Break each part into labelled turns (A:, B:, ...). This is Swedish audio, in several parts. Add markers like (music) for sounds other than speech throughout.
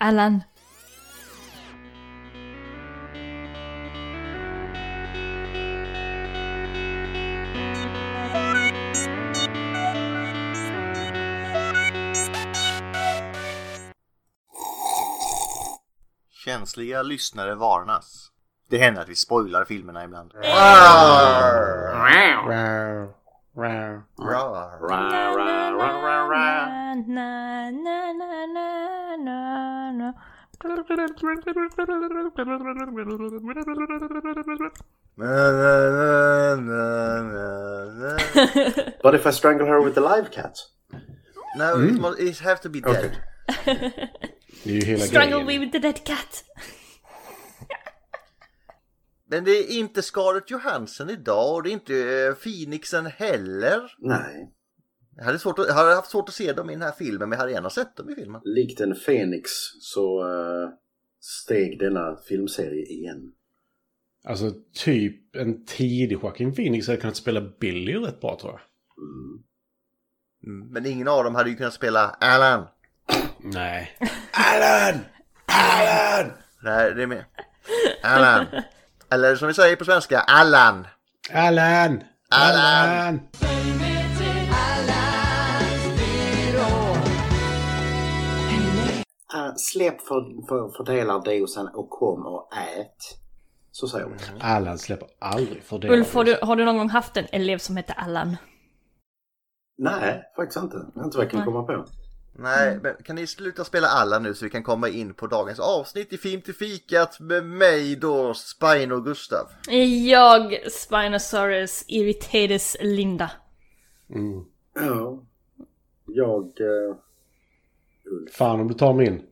A: Alan.
B: Känsliga lyssnare varnas. Det händer att vi spoilar filmerna ibland.
A: Na, na, na, na, na, na, na, na, na.
C: But if I strangle her with the live cat?
D: No, it, must, it have to be dead.
C: Okay. Det är ju hela
A: Strangle
C: grejen.
A: me with the dead cat.
D: Men det är inte Scarlett Johansson idag och det är inte eh, Phoenixen heller.
C: Nej,
D: Jag hade, svårt att, jag hade haft svårt att se dem i den här filmen men jag hade gärna sett dem i filmen.
C: likt en fenix så eh, steg denna filmserie igen.
E: Alltså typ en tidig Joaquin Phoenix hade kunnat spela Billy rätt bra tror jag.
D: Mm. Men ingen av dem hade ju kunnat spela Alan.
E: Nej.
D: Nej, det är med. Alan. Eller som vi säger på svenska, Allan.
E: Alan!
D: Alan!
C: Uh, släpp för, för, fördelar dosen och kom och ät. Så säger hon.
E: Alan släpper aldrig för det.
A: Ulf, har du, har du någon gång haft en elev som heter Allan?
C: Nej, faktiskt inte. Det är Inte vad jag kan komma på.
D: Nej, men kan ni sluta spela Allan nu så vi kan komma in på dagens avsnitt i Film till fikat med mig då, Spine och Gustav.
A: Jag, Spinosaurus irritatus Linda.
E: Mm.
C: Ja. Jag... eh,
E: Fan om du tar min.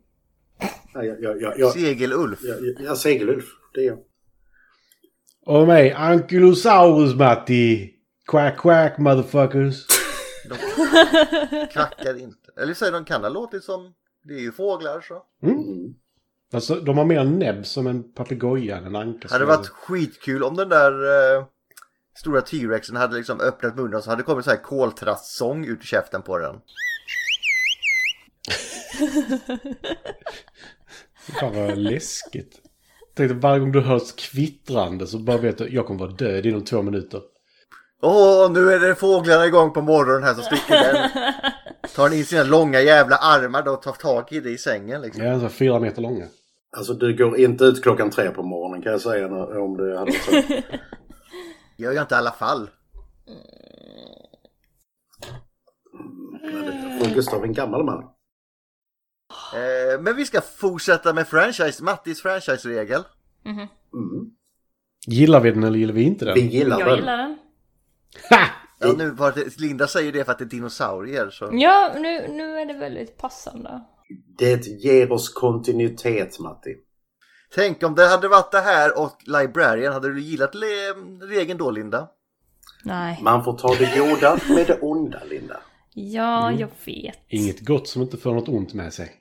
C: nej, jag, jag, jag, jag, (laughs)
D: Segel-Ulf.
C: jag, jag, jag segelulf. Det är jag.
E: Och mig, Oh, Ankylosaurus Matti! Quack quack motherfuckers!
D: De knackar inte. Eller säger de kan ha låtit som, det är ju fåglar så.
E: Alltså de har mer näbb som en papegoja än en anka.
D: Hade det varit skitkul om den där eh, stora T-rexen hade liksom öppnat munnen och så hade det kommit så här koltrastsång ut i käften på den.
E: Fan vad läskigt. Tänkte varje gång du hörs kvittrande så bara vet du, jag kommer vara död inom två minuter.
D: Åh, nu är det fåglarna igång på morgonen här som sticker den. Tar den in sina långa jävla armar då och tar tag i det i sängen liksom.
E: Jag är alltså fyra meter långa.
C: Alltså du går inte ut klockan tre på morgonen kan jag säga när- om det hade
A: (laughs)
C: varit så.
D: Gör jag inte i alla fall.
C: För Gustav är en gammal man.
D: Eh, men vi ska fortsätta med franchise, Mattis franchise-regel.
C: Mm.
E: Gillar vi den eller gillar vi inte den?
C: Vi gillar
A: Jag
C: den.
A: gillar den.
E: Ha!
D: Ja, nu var det, Linda säger det för att det är dinosaurier så.
A: Ja, nu, nu är det väldigt passande.
C: Det ger oss kontinuitet Matti.
D: Tänk om det hade varit det här och Librarian, hade du gillat le- regeln då Linda?
A: Nej.
C: Man får ta det goda
A: (laughs)
C: med det onda Linda.
A: Ja, jag vet.
E: Inget gott som inte för något ont med sig.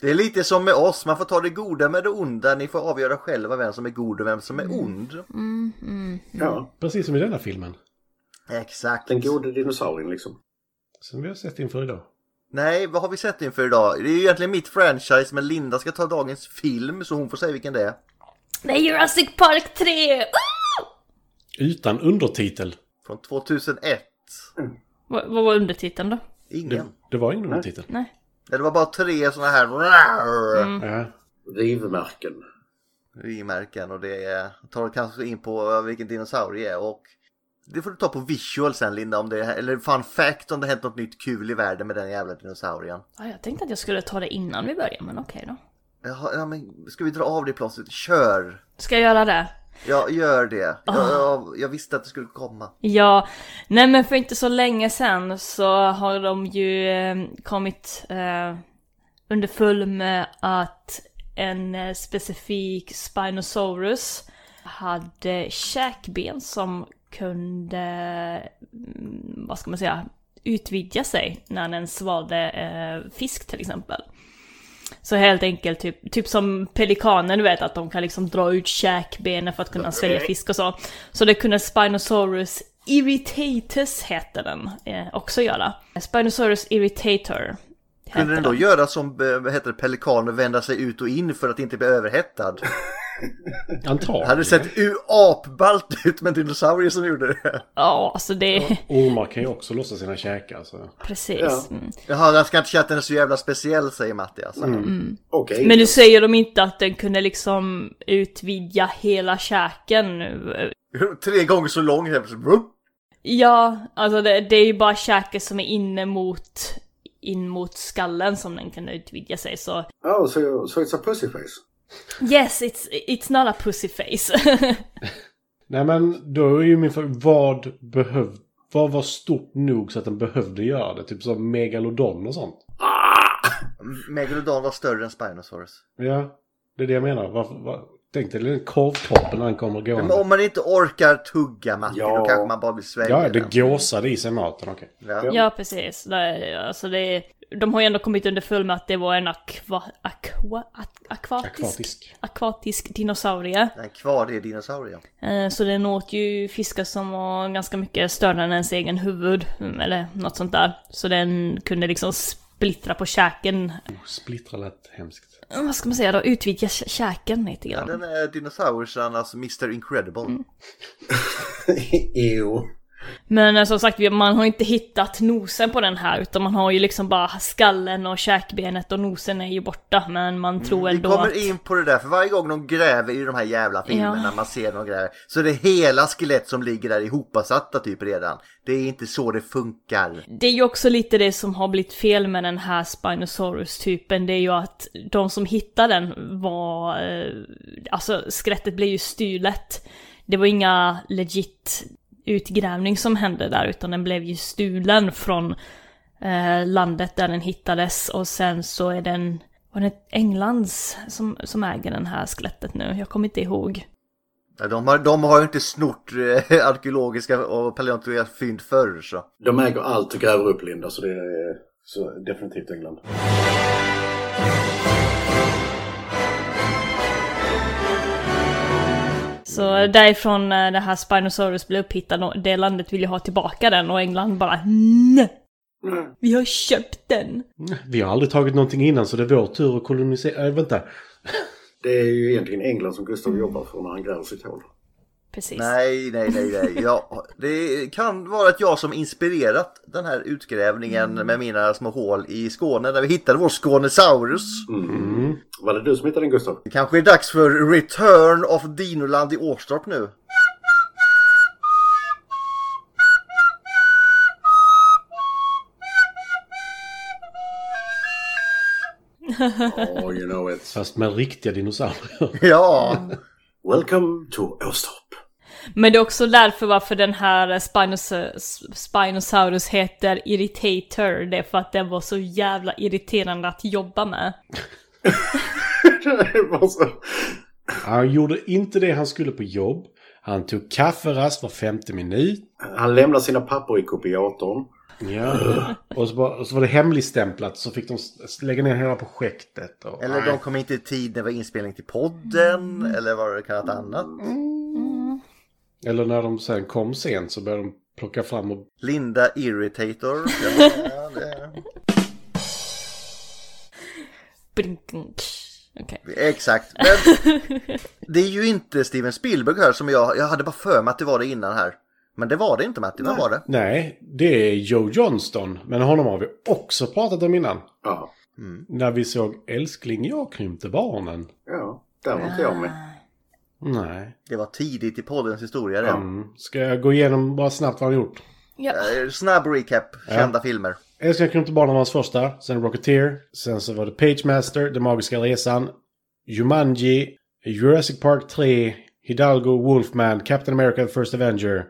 D: Det är lite som med oss, man får ta det goda med det onda, ni får avgöra själva vem som är god och vem som är ond.
A: Mm, mm.
C: Ja,
E: Precis som i denna filmen.
D: Exakt.
C: den gode dinosaurien liksom.
E: Som vi har sett inför idag.
D: Nej, vad har vi sett inför idag? Det är ju egentligen mitt franchise, men Linda ska ta dagens film så hon får säga vilken det är.
A: Det är Jurassic Park 3! Ah!
E: Utan undertitel.
D: Från 2001.
A: Vad vad var undertiteln då?
E: Det,
D: Ingen.
E: det var ingen undertitel.
A: Nej.
D: Det, det var bara tre såna här
E: Ja.
C: Rivmärken.
D: vimärken och det är, tar kanske in på vilken dinosaurie det är och det får du ta på visual sen Linda om det eller fun fact om det hänt något nytt kul i världen med den jävla dinosaurien.
A: Ja, jag tänkte att jag skulle ta det innan vi börjar, men okej då.
D: Jaha, ja, men ska vi dra av det plåstret? Kör!
A: Ska jag göra det?
D: Ja, gör det. Jag, jag, jag visste att det skulle komma.
A: Ja, nej men för inte så länge sedan så har de ju eh, kommit eh, underfull med att en eh, specifik Spinosaurus hade käkben som kunde, mm, vad ska man säga, utvidga sig när den svalde eh, fisk till exempel. Så helt enkelt typ, typ som pelikaner, du vet att de kan liksom dra ut käkbenen för att kunna svälja fisk och så. Så det kunde Spinosaurus irritatus heter den eh, också göra. Spinosaurus irritator
D: Kunde den då göra som eh, vad heter det, pelikaner vända sig ut och in för att inte bli överhettad? Det
E: Antagligen.
D: hade sett u- apballt ut med en dinosaurie som gjorde det.
A: Ja, alltså det är
E: Ormar kan ju också lossa sina käkar. Så.
A: precis.
C: Ja.
A: Mm.
D: Jaha, den ska inte säga att den är så jävla speciell säger Matti alltså.
C: Okej.
A: Men nu säger de inte att den kunde liksom utvidga hela käken.
D: Tre gånger så lång helt plötsligt. Vroom.
A: Ja, alltså det, det är ju bara käken som är inne mot, in mot skallen som den kan utvidga sig så.
C: Oh, so, so it's a pussy face. (laughs)
A: Yes, it's, it's not a pussy face. (laughs)
E: Nej men då är ju min fråga, vad behövde... Vad var stort nog så att den behövde göra det? Typ som Megalodon och sånt.
D: Megalodon var större än Spinosaurus.
E: Ja, det är det jag menar. Varför, var, tänk dig den korvtoppen när han kommer
D: Men
E: gående.
D: om man inte orkar tugga Matti då
C: Ja.
D: kanske man bara blir
E: Ja,
D: svängd.
E: det gåsade i sig maten, okej.
D: ja.
A: Ja, precis. Det, alltså det, de har ju ändå kommit underfull med att det var en akva, akva, ak- akvatisk, akvatisk.
E: Akvatisk.
A: dinosaurie.
D: Den kvadrieddinosaurien.
A: Eh, Så den åt ju fiskar som var ganska mycket större än ens egen huvud, mm, eller något sånt där. Så den kunde liksom splittra på käken,
E: Oh, splittra lät hemskt.
A: Eh, vad ska man säga då, utvidga kä- käken lite
D: Ja,
A: grann.
D: den är dinosauriernas Mr Incredible.
A: Mm.
C: Ew.
A: Men eh, som sagt, vi- man har inte hittat nosen på den här, utan man har ju liksom bara skallen och käkbenet och nosen är ju borta. Men man tror
D: Mm, Vi
A: ändå
D: kommer
A: att...
D: in på det där, för varje gång de gräver i de här jävla filmerna,
A: Ja.
D: man ser de gräver, så är det hela skelett som ligger där ihopasatta typ redan. Det är inte så det funkar.
A: Det är ju också lite det som har blivit fel med den här Spinosaurus-typen, det är ju att de som hittade den var... Eh, alltså skrättet blev ju stulet. Det var inga legit utgrävning som hände där, utan den blev ju stulen från eh, landet där den hittades och sen så är den... Var det Englands som, som äger den här skelettet nu? Jag kommer inte ihåg.
D: Ja, De har, de har ju inte snort eh, arkeologiska och paleontologiska fynd förr så.
C: De äger allt och gräver upp Linda, så det är så definitivt England.
A: Så därifrån eh, det här Spinosaurus blev upphittad och det landet vill ju ha tillbaka den och England bara nej. Vi har köpt den.
E: Vi har aldrig tagit någonting innan så det är vår tur att kolonisera... Äh, vänta.
C: Det är ju egentligen England som Gustav
A: Mm.
C: jobbar för när han gräver sitt hål.
A: Precis.
D: Nej, nej, nej, nej. Ja, det kan vara att jag som inspirerat den här utgrävningen med mina små hål i Skåne där vi hittade vår Skånesaurus.
C: Var det du som hittade den Gustav?
D: Det kanske är dags för Return of Dinoland i Årstorp nu.
C: Oh, you know it.
E: Fast med riktiga dinosaurier.
D: (laughs) Ja,
C: Welcome to Åstorp. (laughs)
A: Men det är också därför varför den här Spinos Spinosaurus heter Irritator. Det är för att den var så jävla irriterande att jobba med.
C: Det var så-
E: Han gjorde inte det han skulle på jobb. Han tog kafferast var femte minut.
C: han lämnar sina papper i kopiatorn.
E: Ja. Och så, bara, och så var det hemligstämplat så fick de s- lägga ner hela projektet. Och,
D: eller de kom inte i tid när det var inspelning till podden eller vad det kan vara annat.
E: eller när de sen kom sent så började de plocka fram och...
D: Linda Irritator. Ja, ja, det-
A: Blink, blink. Okej.
D: Exakt. Men det är ju inte Steven Spielberg här som jag, jag hade bara för mig att det var det innan här. Men det var det inte Matti, vad var det?
E: Nej, det är Joe Johnston. Men honom har vi också pratat om innan.
C: Ja,
E: När vi såg Älskling, jag krympte barnen.
C: ja där var inte jag
A: Ah.
C: med.
E: Nej.
D: Det var tidigt i poddens historia det.
E: Mm. Ska jag gå igenom bara snabbt vad han gjort?
A: Ja.
D: Eh, Snabb recap, kända filmer.
E: Älskar krympte barnen var hans första. Sen Rocketeer. Sen så var det Pagemaster, Den magiska resan. Jumanji. Jurassic Park 3. Hidalgo, Wolfman, Captain America, The First Avenger.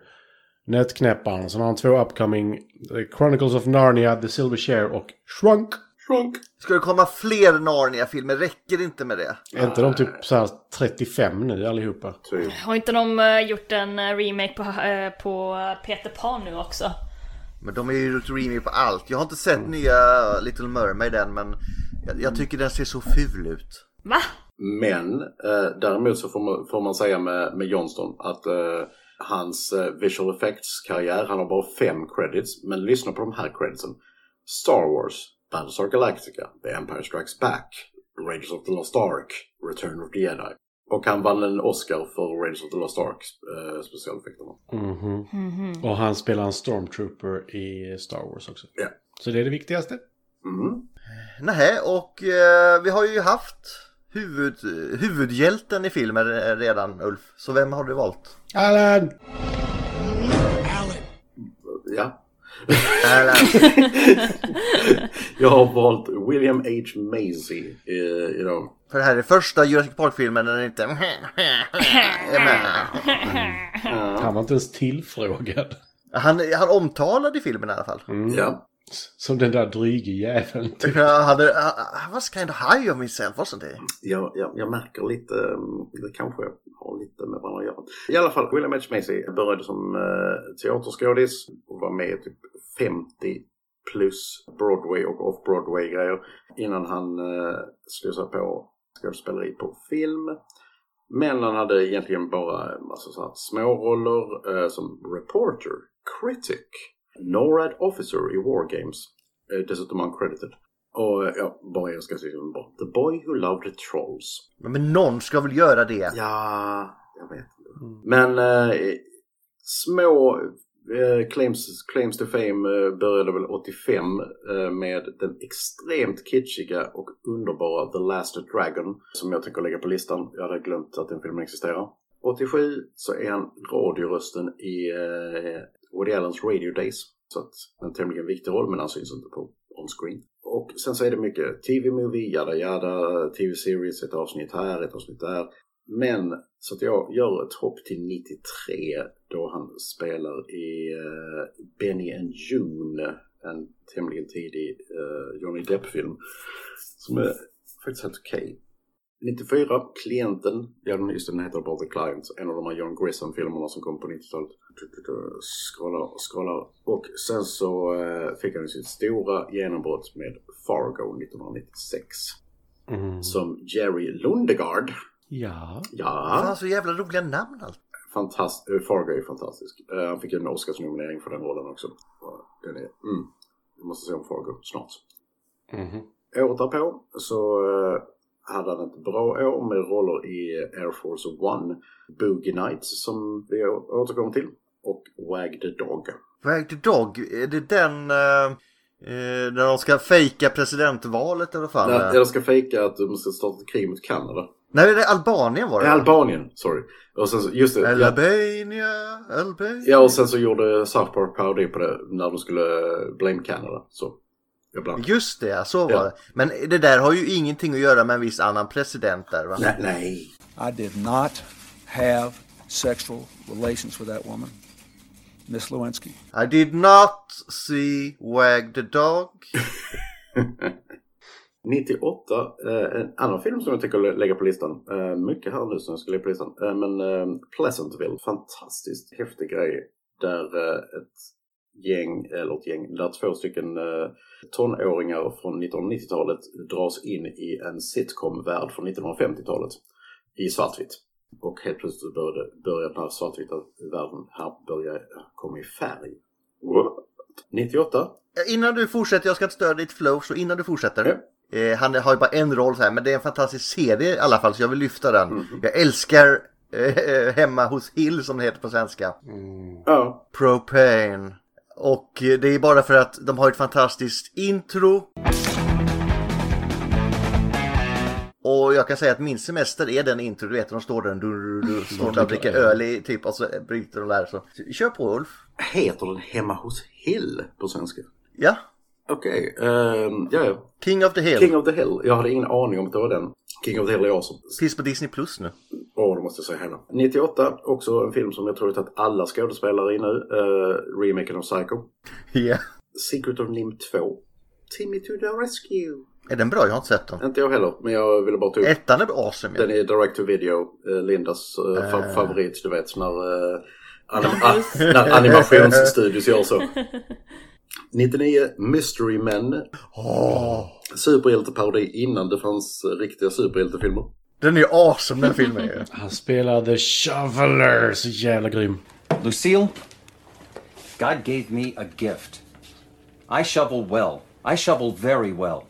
E: Nötknäpparen. Sen har han två upcoming. The Chronicles of Narnia, The Silver Chair och Shrunk.
C: Shrunk.
D: Ska det komma fler Narnia-filmer? Räcker det inte med det?
E: Är inte de typ så här 35 nu allihopa?
C: Typ.
A: Har inte de eh, gjort en eh, remake på, eh, på Peter Pan nu också?
D: Men de är ju ett remake på allt. Jag har inte sett nya Little Mermaid än men jag, jag tycker den ser så ful ut.
A: Va?
C: Men eh, däremot så får man, får man säga med, med Johnston att eh, hans eh, visual effects-karriär, han har bara fem credits. Men lyssna på de här creditsen. Star Wars, Battlestar Galactica, The Empire Strikes Back, Raiders of the Lost Ark, Return of the Jedi. Och han vann en Oscar för Raiders of the Lost Ark, eh, specialeffekterna.
E: Mhm. Och han spelar en stormtrooper i Star Wars också.
C: Ja.
E: Så det är det viktigaste.
C: Mm.
D: Nähä, och eh, vi har ju haft huvud, huvudhjälten i filmen eh, redan Ulf. Så vem har du valt?
E: Alan!
C: Ja. (laughs)
D: Eller,
C: Jag har valt William H. Macy i, i dem.
D: för det här är första Jurassic Park-filmen där det inte (laughs) är med.
A: (laughs)
E: Han var inte ens tillfrågad. Mm.
D: Han, han omtalade i filmen i alla fall.
C: Ja.
E: Som den där dryge jäveln.
D: Typ, Jag hade, äh, I, I was kind of high on myself, wasn't I?
C: Jag, jag, jag märker lite, mm, det kanske har lite med varandra att göra. I alla fall, William H. Macy började som eh, teaterskådis och var med i typ 50 plus Broadway och off-Broadway-grejer innan han eh, slog sig på skådespeleri på film. Men han hade egentligen bara en massa så här småroller eh, som reporter, critic, NORAD officer i War Games. Eh, dessutom uncredited. Och eh, ja, bara jag ska säga bra. The Boy Who Loved Trolls.
D: Men någon ska väl göra det?
C: Ja, jag vet inte. Men eh, små eh, claims, claims to fame eh, började väl 85 eh, med den extremt kitschiga och underbara The Last Dragon som jag tänker lägga på listan. Jag hade glömt att den filmen existerar. 87 så är han radiorösten i eh, Woody Allens Radio Days. Så att en tämligen viktig roll, men han syns inte på on-screen. Och sen så är det mycket TV-movie, jada jada, TV-series, ett avsnitt här, ett avsnitt där. Men så att jag gör ett hopp till 93 då han spelar i eh, Benny and June, en tämligen tidig eh, Johnny Depp-film som är faktiskt helt okej. 94, Klienten, ja den- just det, den heter bara The Client, en av de här John Grisham-filmerna som kom på 90-talet. Du, du, du, Scrollar och scrollar. Och sen så eh, fick han ju sitt stora genombrott med Fargo 1996.
E: Mm.
C: Som Jerry Lundegard.
E: Ja.
C: Ja.
D: Fan, så jävla roliga namn allt.
C: Fantast eh, Fargo är fantastisk. Eh, han fick ju en Oscarsnominering för den rollen också. Och Den är, mm, vi måste se om Fargo snart.
E: Mhm.
C: Året därpå så eh, hade han ett bra år med roller i Air Force One, Boogie Nights som vi å- återkommer till och Wag the Dog.
D: Wag the Dog, är det den eh, eh, när de ska fejka presidentvalet eller vad fan?
C: När
D: Nej,
C: jag ska fejka att de ska starta ett krig mot Kanada.
D: Nej, det är Albanien var det.
C: Nej, Albanien, sorry. Och sen så, just det. ja.
D: Albania, Albania.
C: Ja, och sen så gjorde South Park parodi på det när de skulle eh, blame Canada. Så, jag blandar.
D: Just det, ja, så var
C: Ja.
D: det. Men det där har ju ingenting att göra med en viss annan president där va?
C: Nej, nej.
F: I did not have sexual relations with that woman, Miss Lewinsky.
D: I did not see Wag the Dog.
C: 98, eh, en annan film som jag tänker lä- lägga på listan. Eh, mycket här nu som jag ska lägga på listan. Eh, men eh, Pleasantville, fantastiskt häftig grej. Där eh, ett gäng, eller ett gäng, där två stycken eh, tonåringar från 1990-talet dras in i en sitcom-värld från 1950-talet. I svartvitt. Och helt plötsligt började, började den här svartvita världen här börja komma i färg. What? 98,
D: Innan du fortsätter, jag ska inte störa ditt flow, så innan du fortsätter.
C: Ja.
D: Eh, han har ju bara en roll så här, men det är en fantastisk serie i alla fall, så jag vill lyfta den.
C: Mm.
D: Jag älskar eh, (laughs) Hemma hos Hill, som det heter på svenska.
E: Mm.
C: ja.
D: Propane. Och eh, det är bara för att de har ett fantastiskt intro. Och jag kan säga att min semester är den intro, du vet de står där, du, du,
C: Mm.
D: du, står där och dricker öl i, typ och så bryter de där så. Kör på Ulf.
C: Heter den Hemma hos Hill på svenska?
D: Ja,
C: Okej, ehm, ja, ja.
D: King of the Hill.
C: King of the Hill. Jag hade ingen aning om att det var den. King of the Hill är awesome.
D: Finns på Disney Plus nu. (laughs)
C: Åh, det måste jag säga henne. 98, också en film som jag tror att alla skådespelare i nu. Uh, remaken av Psycho.
D: Ja.
C: Secret of Nim 2. Timmy to the Rescue.
D: Är den bra? Jag har inte sett den.
C: Inte jag heller, men jag ville bara ta upp
D: Ettan är awesome
C: den
D: ju.
C: är direct to video. eh, Lindas eh, fa- favorit, du vet, när, eh, anim-
A: Campus.
C: a- när animationsstudios gör så. 99, Mystery Men.
D: Åh,
C: Superhjälteparodi innan det fanns eh, riktiga superhjältefilmer.
D: den är awesome den filmen
C: (laughs)
D: ju.
E: Han spelar The Shoveler. Så jävla grym.
G: Lucille, God gave me a gift. I shovel well. I shovel very well.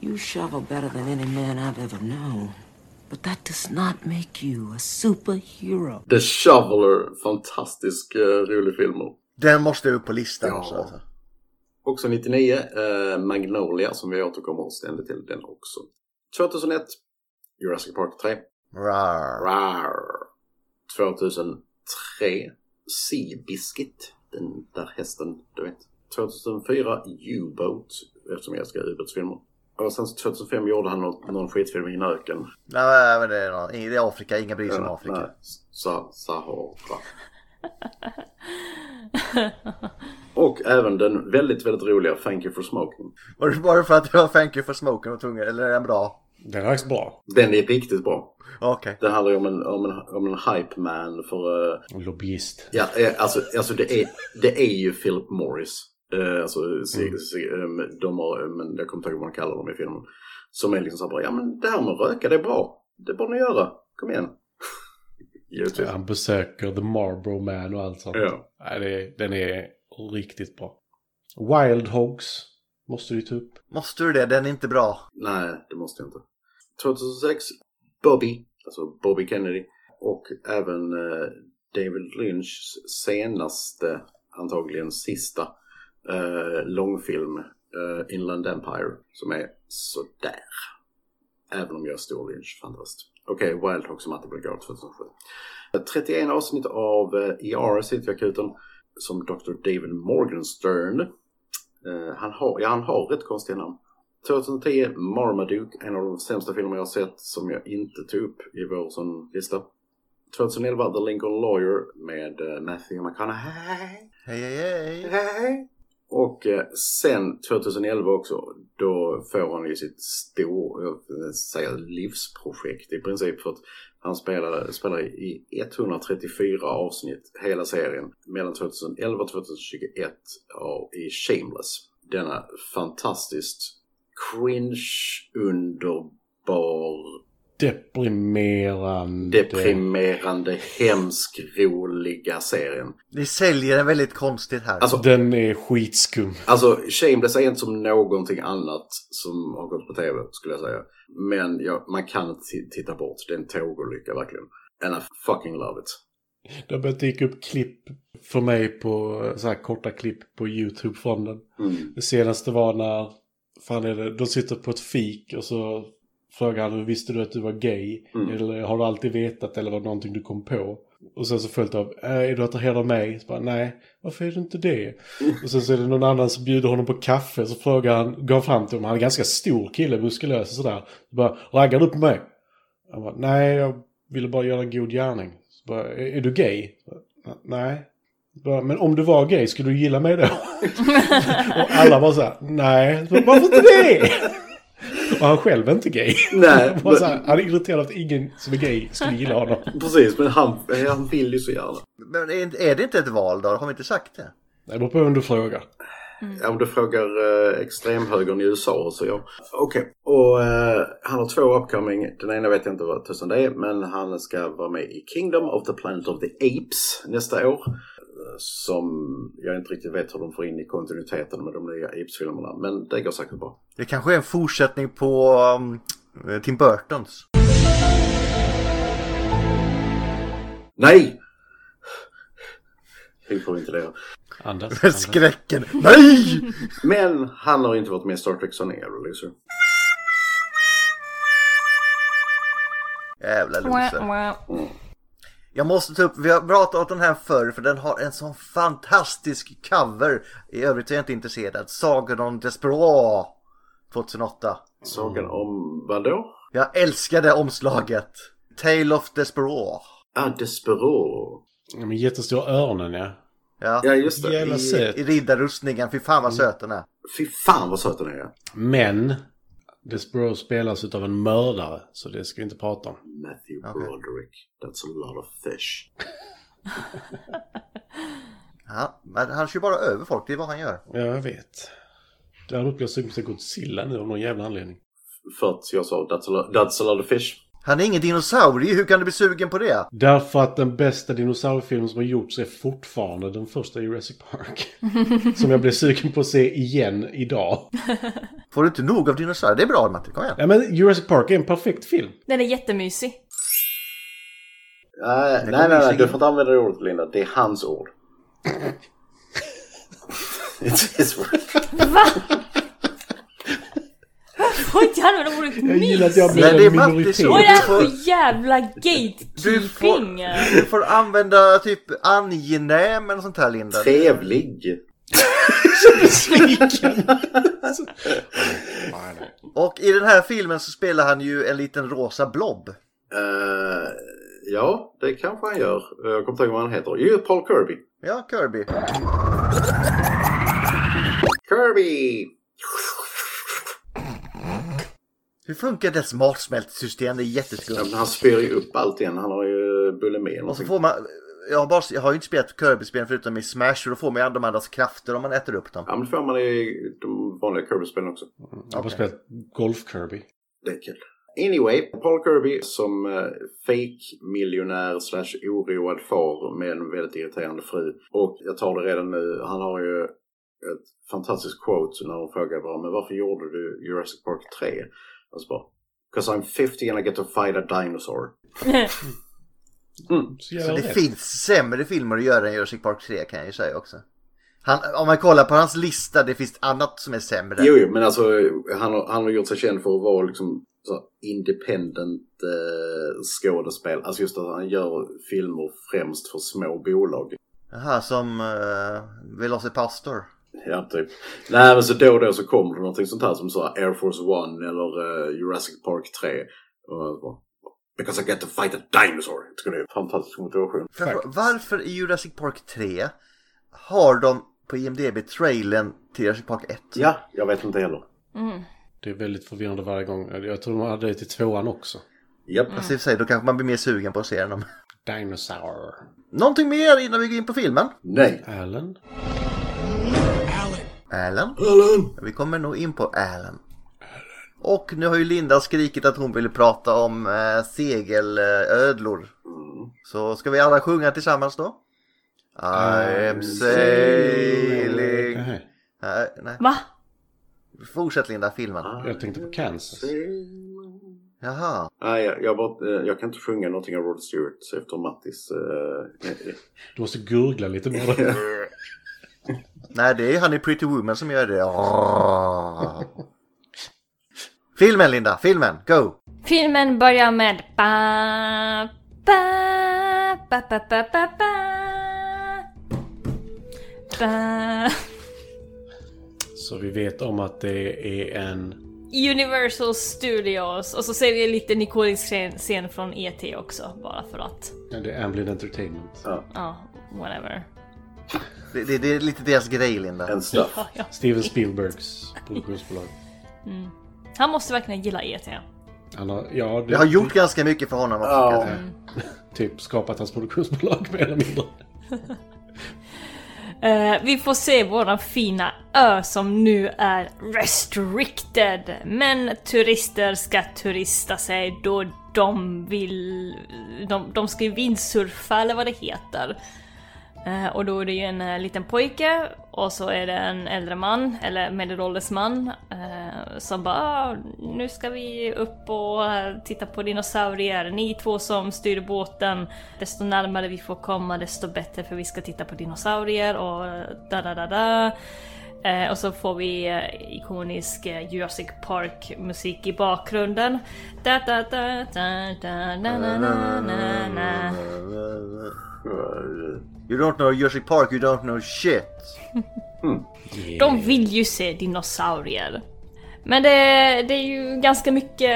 H: You shovel better than any man I've ever known. But that does not make you a superhero.
C: The Shoveler, fantastisk eh, rolig film.
D: Den måste upp på listan
C: Ja.
D: också. Alltså.
C: Också 99, eh, Magnolia som vi återkommer ständigt till den också. 2001, Jurassic Park 3.
D: Rar.
C: Rar. 2003, Sea Biscuit. Den där hästen, du vet. 2004, U-Boat, eftersom jag älskar ubåtsfilmer. Och sen 2005 gjorde han någon, någon skitfilm i en öken.
D: Nej, men det är, någon, det är Afrika, inga bryr sig om
C: Nej,
D: Afrika.
C: nej. Sa- Sahara. Och även den väldigt, väldigt roliga Thank you for smoking.
D: Var det bara för att det var Thank you for smoking och tunga, eller är den bra?
E: Den är faktiskt bra.
C: Den är riktigt bra.
D: Okej.
C: Den handlar ju om en, om en, om en hype man för... eh,
E: En Lobbyist.
C: ja, eh, alltså, alltså det, är, det är ju Philip Morris. Eh, alltså, se- se- eh, de har, men jag kommer inte ihåg vad man kallar dem i filmen. Som är liksom så här bara, ja men det här med att röka det är bra. Det borde ni göra. Kom igen. YouTube.
E: Han besöker The Marlboro Man och allt sånt.
C: Ja.
E: Nej, det, den är riktigt bra. Wild Hogs måste du ju ta upp.
D: Måste du det? Den är inte bra.
C: Nej, det måste jag inte. 2006, Bobby, alltså Bobby Kennedy och även eh, David Lynchs senaste, antagligen sista, eh, långfilm eh, Inland Empire som är sådär. Även om jag är stor Lynch-fantast. Okej, Wild Hog som alltid blir galet 2007. 31 avsnitt av eh, ER sitter jag i akuten som Dr. David Morgenstern. Eh, han, har, ja, han har rätt konstiga namn. 2010, Marmaduke, en av de sämsta filmer jag har sett som jag inte tog upp i vår sån lista. 2011, The Lincoln Lawyer med eh, Matthew McConaughey.
D: Hej, hej, hej.
C: Hej. Och eh, sen 2011 också, då får han ju sitt stora, jag vill säga livsprojekt i princip. För att han spelar, spelar i 134 avsnitt, hela serien, mellan 2011 och 2021 av- i Shameless. Denna fantastiskt cringe, underbar,
E: Deprimerande.
C: deprimerande, hemsk, roliga serien.
D: Ni säljer den väldigt konstigt här.
C: Alltså
E: Den är skitskum.
C: Alltså, Shameless är inte som någonting annat som har gått på tv, skulle jag säga. Men ja, man kan inte t- titta bort. Det är en tågolycka, verkligen. And I fucking love it.
E: Det har börjat dyka upp klipp för mig på så här korta klipp på YouTube från den. Det senaste var när, fan är det, de sitter på ett fik och så frågar han hur visste du att du var gay? Eller har du alltid vetat eller var det någonting du kom på? Och sen så följt av, "Äh, är du attraherad av mig? Så bara, nej, varför är du inte det? Och sen så är det någon annan som bjuder honom på kaffe. Så frågar han, går fram till honom, han är en ganska stor kille, muskulös och sådär. Så bara, raggar du på mig? Han bara, nej, jag ville bara göra en god gärning. Så bara, är, är du gay? Så bara, nej. Så bara, men om du var gay, skulle du gilla mig då? och alla bara så här, nej. Så bara, Varför inte det? och han själv är inte gay. (laughs)
C: Nej,
E: bara så
C: men,
E: här, han är irriterad att ingen som är gay skulle gilla honom.
C: precis. Men han, han vill ju så gärna.
D: Men är, är det inte ett val då? Har vi inte sagt det?
E: Det beror på vem du frågar.
C: Ja, Om du frågar eh, extremhögern i USA så ja. Okej, och eh, han har två upcoming. Den ena vet jag inte vad tusan det är, men han ska vara med i Kingdom of the Planet of the Apes nästa år. Eh, Som jag inte riktigt vet hur de får in i kontinuiteten med de nya Apes-filmerna, men det går säkert bra.
D: Det kanske är en fortsättning på um, Tim Burtons.
C: Nej! Hur får vi inte det?
D: (laughs)
E: Andas.
D: Skräcken. Nej!
C: Men han har inte varit med i Star Trek liksom. Sonera Loser.
D: Jävla loser.
A: Wah, wah.
D: Jag måste ta upp, vi har pratat om den här förr för den har en sån fantastisk cover. I övrigt är jag inte intresserad. Sagan om Despera 2008.
C: Sagan om vadå?
D: Jag älskade omslaget. Tale of Despera.
C: Ah, Despero.
E: Ja, men jättestora öronen, ja.
D: Ja.
C: Ja, just det.
E: Jävla
D: I,
E: söt.
D: I riddarrustningen, fy fan vad söt den är.
C: Fy fan vad söt den är.
E: Men Despero spelas av en mördare, så det ska vi inte prata om.
C: Matthew
D: Okej.
C: Broderick. That's a lot of fish.
D: Ja, men han kör bara över folk, det är vad han gör.
E: Ja, jag vet. Däremot blir jag sugen på att se Godzilla nu av någon jävla anledning.
C: För att jag sa that's a lot, that's a lot of fish.
D: Han är ingen dinosaurie, hur kan du bli sugen på det?
E: Därför att den bästa dinosauriefilm som har gjorts är fortfarande den första Jurassic Park. som jag blev sugen på att se igen idag.
D: Får du inte nog av dinosaurier? Det är bra Matti, kom igen.
E: Ja, men Jurassic Park är en perfekt film.
A: Den är jättemysig.
C: Nej, nej,
D: kommer
C: nej, nej,
D: visserligen-
C: du får inte använda det ordet Linda. Det är hans ord. It's his word.
A: Va? Får inte använda ordet
E: Jag gillar att
A: mys?
E: jag
A: Vad
E: blev
D: Nej, det är
E: en
D: Mattis
E: minoritet.
D: ord.
A: är det här för
D: får-
A: jävla
D: Du får,
A: gatekeeping?
D: du får använda typ angenäm eller sånt här Linda.
C: Trevlig.
D: Och i den här filmen så spelar han ju en liten rosa blob.
C: Eh, ja, det kanske han gör. Eh, Jag kommer inte ihåg vad han heter. Jo, Paul Kirby.
D: Ja, Kirby.
C: Kirby!
D: Hur funkar det matsmältsystem? Det är
C: Ja, men
D: jätteskumt.
C: han spyr ju upp allt igen. Han har ju bulimi eller
D: Och så
C: någonting.
D: får man... Jag har, bara, jag har ju inte spelat Kirby-spelen förutom i Smash och då får man ju de andras krafter om man äter upp dem.
C: Ja, men det får man i de vanliga Kirby-spelen också.
E: Jag har bara spelat Golf Kirby.
C: Det är kul. Anyway, Paul Kirby som eh, fake-miljonär slash oroad far med en väldigt irriterande fru. Och jag tar det redan nu, han har ju ett fantastiskt quote när hon frågar bara men varför gjorde du Jurassic Park 3? Och så bara, 'Cause I'm 50 and I get to fight a dinosaur.
E: Så jävla
D: Så det
E: rätt.
D: finns sämre filmer att göra än Jurassic Park 3 kan jag ju säga också. Han, om man kollar på hans lista, det finns annat som är sämre.
C: Jo, jo, men alltså han har, han har gjort sig känd för att vara liksom så här independent eh, skådespel. Alltså just att han gör filmer främst för små bolag.
D: Jaha, som uh, Velocipastor.
C: Ja, typ. Nej, men så då och då så kommer det någonting sånt här som så här Air Force One eller eh, Jurassic Park 3. Och jag bara, Because I get to fight a dinosaur. Jag tycker det är en fantastisk motivation.
D: Får jag fråga, Varför i Jurassic Park 3 har de på IMDB trailern till Jurassic Park 1?
C: Ja, jag vet inte heller.
E: Det är väldigt förvirrande varje gång. Jag tror de hade det till tvåan också.
C: Japp.
D: Alltså i och för sig, då kanske man blir mer sugen på att se den.
E: Dinosaur.
D: Någonting mer innan vi går in på filmen?
C: Nej.
E: Alan?
D: Alan. Vi kommer nog in på Alan. Och nu har ju Linda skrikit att hon ville prata om eh, segelödlor. Så ska vi alla sjunga tillsammans då? I'm sailing...
E: Nej,
D: Nej, nej.
A: Va?
D: Fortsätt Linda, filmen.
C: Ah,
E: jag tänkte på Kansas.
D: Jaha.
C: Nej, jag, jag, bara, eh, jag kan inte sjunga någonting av Rod Stewart efter Mattis. eh, eh,
E: Du måste gurgla lite bara.
D: Nej, det är han i Pretty Woman som gör det. Åh. filmen Linda, filmen, go!
A: Filmen börjar med ba, ba, ba, ba, ba, ba, ba. Ba.
E: Så vi vet om att det är en...
A: Universal Studios och så ser vi en liten ikonisk scen- scen från E.T. också bara för att.
E: ja, Det är Amblin Entertainment.
A: Ja, whatever.
D: Det, det, det är lite deras grej Linda.
C: en stuff.
E: Steven Spielbergs produktionsbolag.
A: Han måste verkligen gilla E E.T.
E: Han har, ja, det,
D: Jag har gjort ganska mycket för honom också. kan jag
C: Ja.
D: säga.
E: typ skapat hans produktionsbolag (laughs) mer eller mindre.
A: Eh, vi får se våran fina ö som nu är restricted. Men turister ska turista sig då de vill... De, de ska ju vindsurfa eller vad det heter. Eh, och då är det ju en eh, liten pojke och så är det en äldre man, eller medelålders man, eh, som bara "Ah, nu ska vi upp och eh, titta på dinosaurier. Ni två som styr båten, desto närmare vi får komma desto bättre för vi ska titta på dinosaurier och da da da da. Eh, och så får vi eh, ikonisk eh, Jurassic Park musik i bakgrunden. Da, da, da, da, da, na, na, na, na, na.
C: Eh,
D: You don't know Jurassic Park, you don't know shit.
A: De vill ju se dinosaurier. Men det, det är ju ganska mycket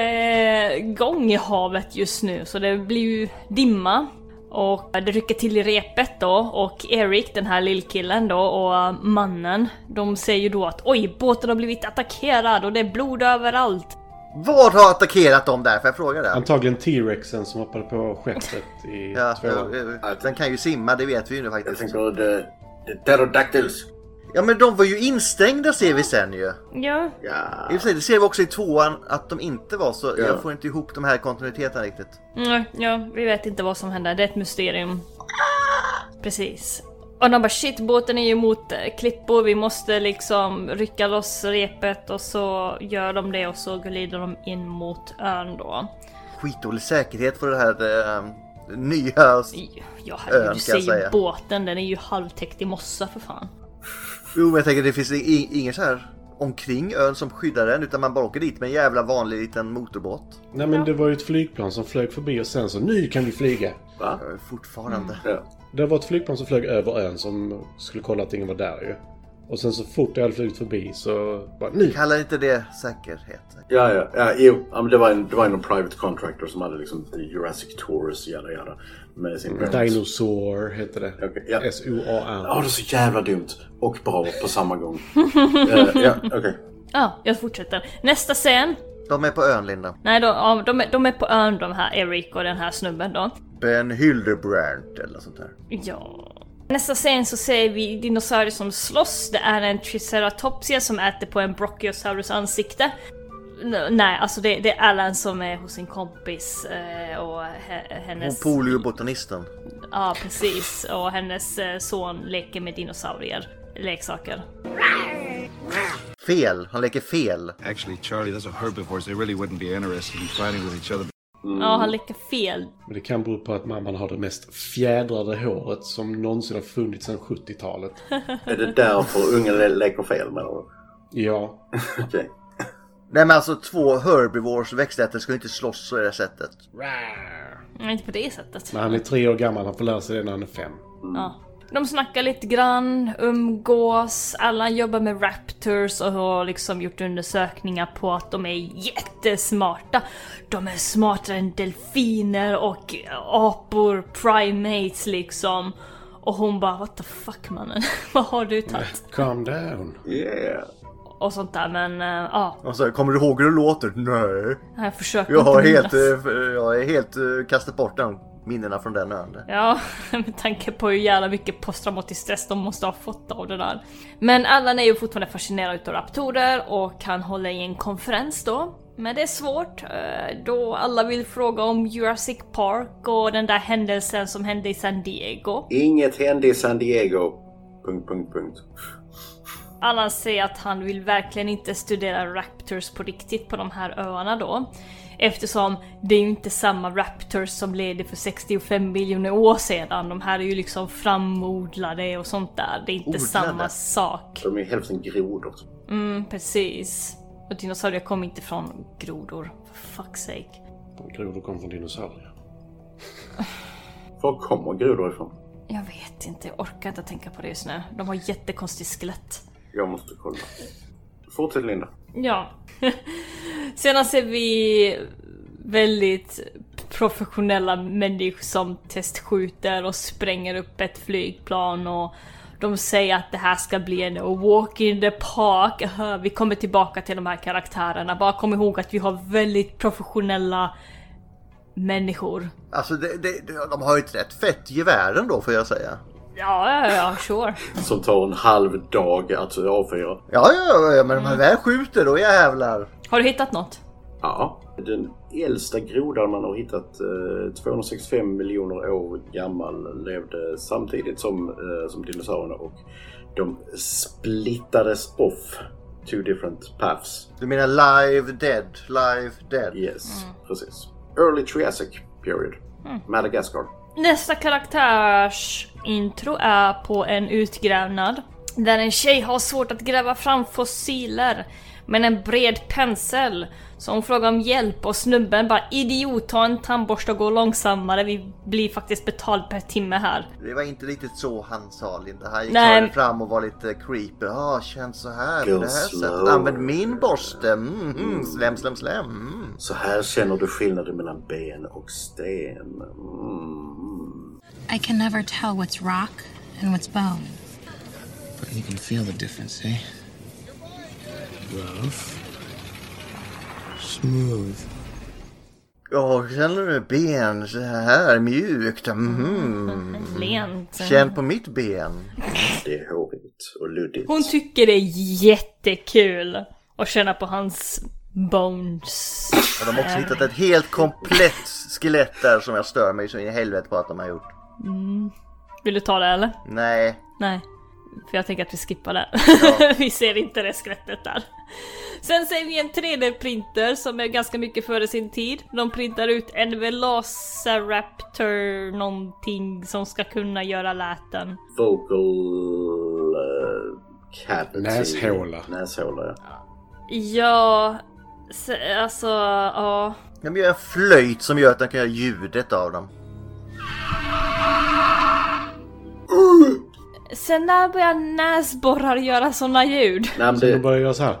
A: eh, gång i havet just nu så det blir ju dimma. Och det rycker till i repet då och Erik, den här lillkillen då och mannen, de säger ju då att oj, båten har blivit attackerad och det är blod överallt.
D: Vad har attackerat dem där? Får jag fråga det?
E: Antagligen T-Rexen som hoppade på skeppet i
D: Ja,
E: tvåan.
D: eh, eh, den kan ju simma, det vet vi ju nu
C: Jag
D: faktiskt.
C: tänker på the, the pterodactyls.
D: Ja men de var ju instängda ser vi sen ju. I
A: Ja,
C: Ja.
D: och för sig, det ser vi också i tvåan att de inte var så
C: Ja.
D: jag får inte ihop de här kontinuiteterna riktigt.
A: Mm, ja, vi vet inte vad som händer. Det är ett mysterium. Precis. Och de bara shit, båten är ju mot eh, klippor, vi måste liksom rycka loss repet och så gör de det och så glider de in mot ön då.
D: Skitdålig säkerhet för det här eh, nya...
A: Ja herregud,
D: Ön, kan
A: du
D: jag
A: ser ju
D: säga.
A: båten, den är ju halvtäckt i mossa för fan.
D: Jo men jag tänker det finns i- ingen så här omkring ön som skyddar den utan man bara åker dit med en jävla vanlig liten motorbåt.
E: Nej men det var ju ett flygplan som flög förbi och sen så nu kan vi flyga.
C: Va?
D: Jag är Fortfarande.
C: Ja.
E: Det var ett flygplan som flög över ön som skulle kolla att ingen var där ju. Och sen så fort det hade flugit förbi så bara nu.
D: Kallar inte det säkerhet?
C: Ja, ja, ja, jo, ja, men det var en, det var en private contractor som hade liksom the Jurassic Tours, jada jada. Med sin
E: Mm.
C: parents.
E: Dinosaur heter det.
C: Okej, ja. Ja,
E: S-O-A-N.
C: det är så jävla dumt och bra på samma gång. (laughs) Eh, ja, okej.
A: Ja, ah, jag fortsätter. Nästa scen.
D: De är på ön Linda.
A: Nej, de, ja, de, är- de är på ön de här, Eric och den här snubben då.
D: Ben Hildebrandt eller sånt där.
A: Ja. Nästa scen så ser vi dinosaurier som slåss. Det är en triceratopsia som äter på en brachiosaurus ansikte. N- nej, alltså det, det är Alan som är hos sin kompis eh, och he- hennes...
D: Och poliobotanisten.
A: Ja, precis. Och hennes eh, son leker med dinosaurier. Leksaker.
D: Fel. Han leker fel.
G: Actually, Charlie, those are herbivores. They really wouldn't be interested in fighting with each other.
A: Ja, han leker fel.
E: Men det kan bero på att mamman har det mest fjädrade håret som någonsin har funnits sedan 70-talet.
C: Är det därför ungen le- leker fel med honom?
E: Ja.
C: Okej.
D: Nej men alltså två herbivores växtätare ska ju inte slåss så i det här sättet.
A: Nej, Inte på det sättet.
E: Men han är tre år gammal. Han får lära sig det när han är fem.
A: Ja. De snackar lite grann, umgås, alla jobbar med raptors och har liksom gjort undersökningar på att de är jättesmarta. De är smartare än delfiner och apor, primates liksom. Och hon bara what the fuck mannen, (laughs) vad har du tagit?
E: Calm down.
C: Yeah.
A: Och sånt där men eh, ja,
D: Och så, kommer du ihåg hur det låter? Nej.
A: jag försöker
D: Jag har
A: inte
D: helt,
A: minnas.
D: eh, jag är helt eh, kastat bort den minnena från den ön.
A: Ja, (laughs) med tanke på hur jävla mycket posttraumatisk stress de måste ha fått av det där. Men Allan är ju fortfarande fascinerad utav raptorer och han håller i en konferens då. Men det är svårt eh, då alla vill fråga om Jurassic Park och den där händelsen som hände i San Diego.
C: Inget hände i San Diego. Punkt, punkt, punkt.
A: Allan säger att han vill verkligen inte studera raptors på riktigt på de här öarna då. Eftersom det är ju inte samma raptors som levde för 65 miljoner år sedan. De här är ju liksom framodlade och sånt där. Det är inte
D: Odlade?
A: samma sak.
C: De är hälften grodor.
A: Mm, precis. Och dinosaurier kom inte från grodor. For fuck's sake.
E: De grodor kom från dinosaurier.
C: Var kommer grodor ifrån?
A: Jag vet inte, jag orkar inte tänka på det just nu. De har jättekonstigt skelett.
C: Jag måste kolla. Fortsätt Linda.
A: Ja. (laughs) Sedan ser vi väldigt professionella människor som testskjuter och spränger upp ett flygplan och de säger att det här ska bli en walk in the park. Aha, Vi kommer tillbaka till de här karaktärerna. Bara kom ihåg att vi har väldigt professionella människor.
D: Alltså det, det, det- de har ju ett rätt fett gevär ändå får jag säga.
A: Ja, ja, ja, sure.
C: Som tar en halv dag att avfyra.
D: Ja, ja, ja, ja men de här väl skjuter då jävlar.
A: Har du hittat något?
C: Ja. Den äldsta grodan man har hittat, eh, 265 miljoner år gammal, levde samtidigt som, eh, som dinosaurierna och de splittades off. Two different paths.
D: Du menar live dead, live dead.
C: Yes, precis. Early Triassic period. Madagaskar.
A: Nästa karaktärs intro är på en utgrävnad. Där en tjej har svårt att gräva fram fossiler med en bred pensel. Så hon frågar om hjälp och snubben bara idiot ta en tandborste och gå långsammare. Vi blir faktiskt betald per timme här.
D: Det var inte riktigt så han sa Linda. Han gick
A: Nej.
D: snarare fram och var lite creepy. Ja, ah, känns så här på
C: Go
D: det här
C: slow.
D: sättet. Använd min borste. Mm, mm, slem, slem, slem. Mm.
C: Så här känner du skillnaden mellan ben och sten. Mm.
I: I can never tell what's rock and what's bone.
J: But you can feel the difference, eh? Rough. Smooth.
D: Åh, känner du ben så här mjukt? Mhm.
A: Lent.
D: Känn på mitt ben.
C: Det är hårigt och luddigt.
A: Hon tycker det är jättekul att känna på hans bones.
D: Och de har också hittat ett helt komplett skelett där som jag stör mig så in i helvete på att de har gjort.
A: Mm. Vill du ta det eller?
D: Nej.
A: Nej. För jag tänker att vi skippar det. (laughs) vi ser inte det skrattet där. Sen ser vi en 3D-printer som är ganska mycket före sin tid. De printar ut en Velociraptor någonting som ska kunna göra läten.
C: Vocal... Uh, cavity.
E: Näshåla.
C: Näshåla, ja.
A: Ja, se- alltså ja.
D: De gör en flöjt som gör att de kan göra ljudet av dem.
A: Sen när börjar näsborrar göra sådana ljud? (laughs)
C: Nej, men
E: Så de
C: det,
E: börjar göra så här.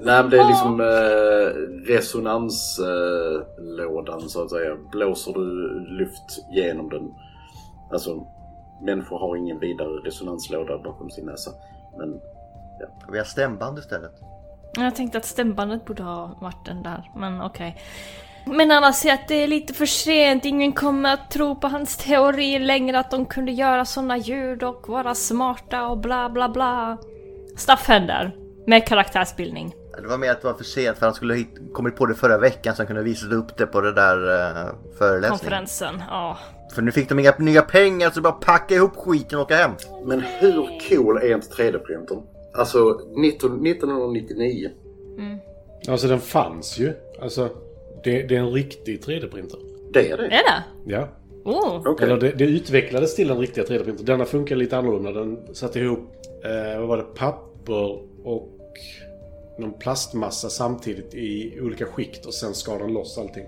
C: nej, men det är liksom eh, resonanslådan, eh, lådan, så att säga. Blåser du luft genom den. Alltså, människor har ingen vidare resonanslåda bakom sin näsa. Men
D: Vi har stämband istället.
A: Jag tänkte att stämbandet borde ha varit den där, men okej. Men alla säger att det är lite för sent, ingen kommer att tro på hans teori längre att de kunde göra såna ljud och vara smarta och bla bla bla. Staff händer. Med karaktärsbildning.
D: Det var mer att det var för sent för han skulle ha hitt- kommit på det förra veckan så han kunde ha visat upp det på det där eh, föreläsningen.
A: Konferensen, ja.
D: För nu fick de inga nya pengar så bara packa ihop skiten och åka hem.
C: Men hur cool är inte 3D-printern? Alltså 19, 1999.
E: Alltså den fanns ju. Alltså det, det är en riktig 3D-printer.
C: Det är det.
A: Är det?
E: Ja.
A: Oh!
C: Okej.
E: Eller det, det utvecklades till den riktiga 3D-printern. Denna funkar lite annorlunda. Den satte ihop, eh, vad var det, papper och någon plastmassa samtidigt i olika skikt och sen skar den loss allting.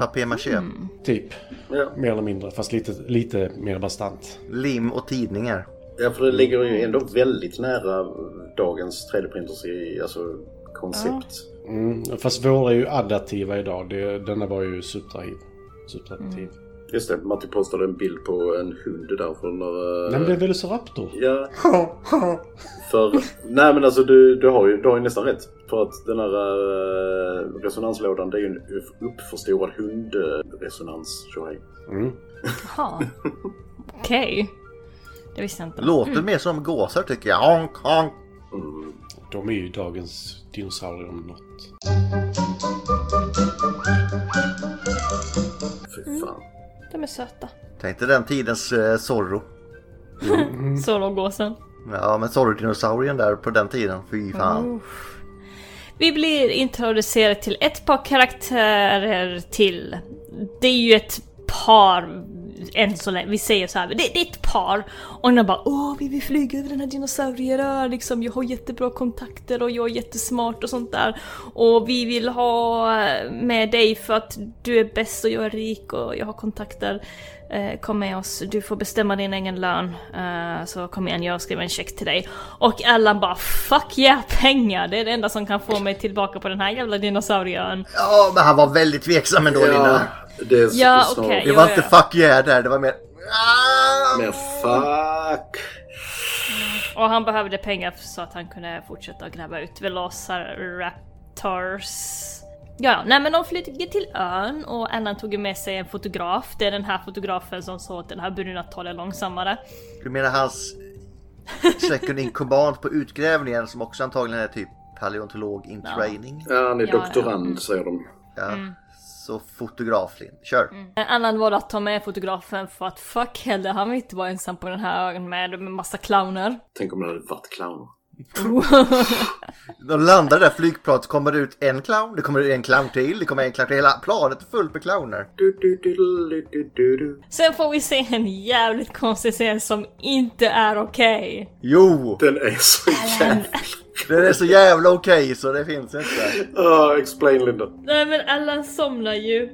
D: Papier-maché,
E: Typ.
C: Ja.
E: Mer eller mindre. Fast lite, lite mer bastant.
D: lim och tidningar.
C: Ja, för det ligger ju ändå väldigt nära dagens 3D-printers i, alltså, koncept.
E: Mm. Fast våra är ju additiva idag. Det, denna var ju subtrahiv. Subtraktiv.
C: Just det, Matti postade en bild på en hund där för några...
E: Nej men det är Velociraptor.
C: (laughs) Ja, för... Nej men alltså du, du, har ju, du har ju nästan rätt. För att den här eh, resonanslådan det är ju en upp- uppförstorad hundresonans. tjohej.
E: Mm.
A: Jaha. Okej. Det visste jag inte.
D: Låter mer som gåsar tycker jag. Honk, honk.
C: Mm.
E: De är ju dagens dinosaurier om något.
A: Mm.
C: Fy fan.
A: De är söta.
D: Tänkte den tidens eh, Zorro.
A: Så de går sen.
D: Ja men Zorro-dinosaurien där på den tiden. Fy fan.
A: Uff. Vi blir introducerade till ett par karaktärer till. Det är ju ett par än så länge. Vi säger så här, det, det är ett par. Och de bara åh vi vill flyga över den här dinosaurierön liksom. Jag har jättebra kontakter och jag är jättesmart och sånt där. Och vi vill ha eh, med dig för att du är bäst och jag är rik och jag har kontakter. Eh, kom med oss, du får bestämma din egen lön. Eh, så kom igen, jag skriver en check till dig. Och Allan bara fuck yeah pengar! Det är det enda som kan få mig tillbaka på den här jävla dinosaurieön.
D: Ja men han var väldigt tveksam ändå Linda.
C: det är
A: Ja,
C: så- snarare
A: okej.
D: Det
A: Jo,
D: var
A: ja.
D: inte fuck yeah där. Det var mer... Ah!
C: mer fuck.
A: Och han behövde pengar så att han kunde fortsätta gräva ut Velociraptors. Ja, nej men de flyger till ön och Allan tog ju med sig en fotograf. Det är den här fotografen som sa åt den här bruna att ta det långsammare.
D: Du menar hans second in command på utgrävningen som också antagligen är typ paleontolog in training.
C: Ja, han är
A: Ja,
C: doktorand säger de.
D: Ja. Så fotograf Linn. Kör!
A: Mm. Eh, Allan valde att ta med fotografen för att fuck heller, han vill inte vara ensam på den här ön med, med massa clowner.
C: Tänk om det hade varit clowner.
D: De landar där flygplanet, kommer det ut en clown, det kommer ut en clown till, det kommer en clown till. Hela planet är fullt med clowner.
C: Du, du, du, du, du, du, du.
A: Sen får vi se en jävligt konstig scen som inte är okej.
D: Jo!
C: Den är så jävla...
D: Det är så jävla okej så det finns inte.
C: Ah, explain Linda.
A: Nej men Allan somnar ju.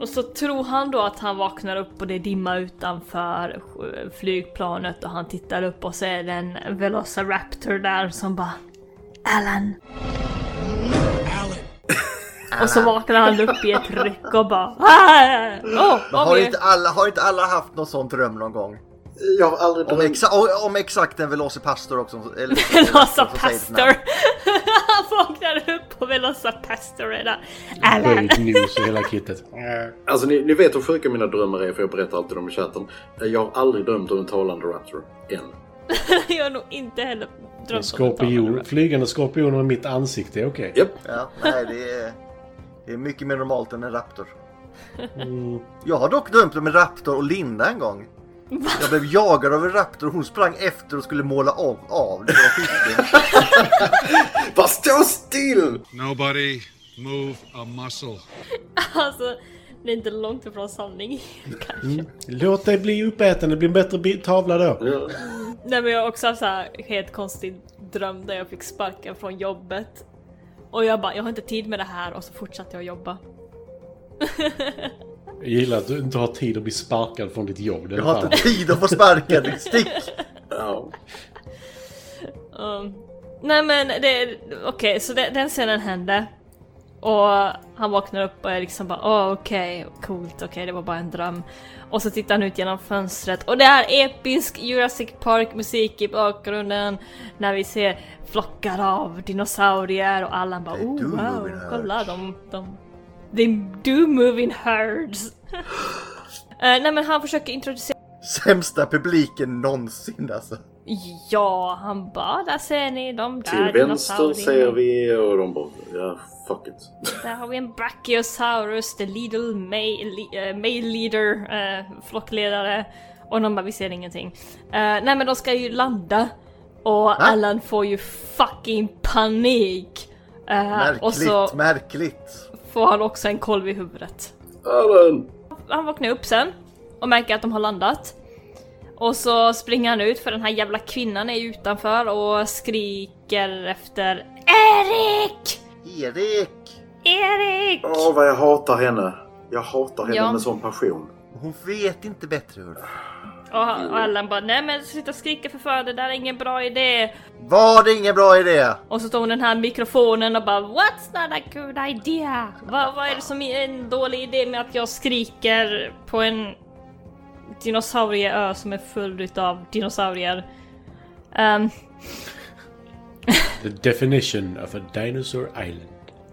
A: Och så tror han då att han vaknar upp och det är dimma utanför eh, flygplanet och han tittar upp och så är det en Velociraptor där som bara Allan. Och så vaknar han upp i ett ryck och bara "Ah!" Åh, vad
D: Har
A: blir-
D: inte alla, har inte alla haft någon sån dröm någon gång?
C: Jag har aldrig
D: Om,
C: drömt
D: exa, om exakt en velocipastor också. Eller,
A: Lhasa
D: som säger ditt namn.
A: Pastor. (laughs) Han får vaknade upp och ville ha så pastor redan. Alan!
E: Böjd mus och hela
C: (laughs)
E: kittet.
C: Alltså ni, ni vet hur sjuka mina drömmar är för jag berättar alltid dem i chatten. Jag har aldrig drömt om en talande raptor. Än.
A: jag har nog inte heller drömt om
E: En
A: att ta
E: Skorpion,
A: det.
E: flygande skorpioner i mitt ansikte, okej.
C: Japp.
D: Ja, nej, det är, det är mycket mer normalt än en raptor.
E: Mm.
D: Jag har dock drömt om en raptor och Linda en gång. Jag blev jagad av en raptor och hon sprang efter och skulle måla av. av. Det var skitdumt.
C: Bara stå still!
G: Nobody move a muscle.
A: Alltså, det är inte långt ifrån sanning. (laughs)
E: Låt dig bli uppäten, det blir en bättre bi- tavla då.
C: Ja.
A: Nej men jag har också haft så här helt konstig dröm där jag fick sparken från jobbet. Och jag bara, jag har inte tid med det här och så fortsatte jag jobba.
E: Jag gillar att du inte har tid att bli sparkad från ditt jobb. Det är
D: Jag har
E: fan- (laughs)
D: inte tid att få sparken. Stick!
C: Ja.
A: Um, nej men det, okej så det, den scenen hände. Och han vaknar upp och är liksom bara åh okej, coolt, okej det var bara en dröm. Och så tittar han ut genom fönstret och det är episk Jurassic Park musik i bakgrunden. När vi ser flockar av dinosaurier och alla bara
D: Det är
A: oh
D: Doom
A: wow,
D: Moving
A: kolla de, de, de do moving herds.
C: (gasps)
A: Eh, nej men han försöker introducera
D: Sämsta publiken någonsin alltså.
A: Ja, han bara där ser ni de där
C: Till vänster
A: dinosaurierna.
C: ser vi och de bara... Ja, fuck it.
A: Där har vi en Brachiosaurus, the little male, le- eh, male leader, eh, flockledare. Och de bara vi ser ingenting. Eh, nej men de ska ju landa. Och Allan får ju fucking panik. Eh, och
D: Märkligt,
A: så
D: märkligt.
A: får han också en kolv i huvudet.
C: Alan!
A: han vaknar upp sen och märker att de har landat. Och så springer han ut för den här jävla kvinnan är ju utanför och skriker efter ERIK!
D: Erik!
A: ERIK!
C: Åh, vad jag hatar henne. Jag hatar henne
A: Ja.
C: med sån passion.
D: Hon vet inte bättre Ulf.
A: Och, han- och Allan bara nej men sluta skrika för fan det där är ingen bra idé.
D: Var det ingen bra idé?
A: Och så står hon den här mikrofonen och bara What's not a good idea? Vad, vad är det som är en dålig idé med att jag skriker på en dinosaurieö som är full utav dinosaurier? Ehm,
E: The definition of a dinosaur island.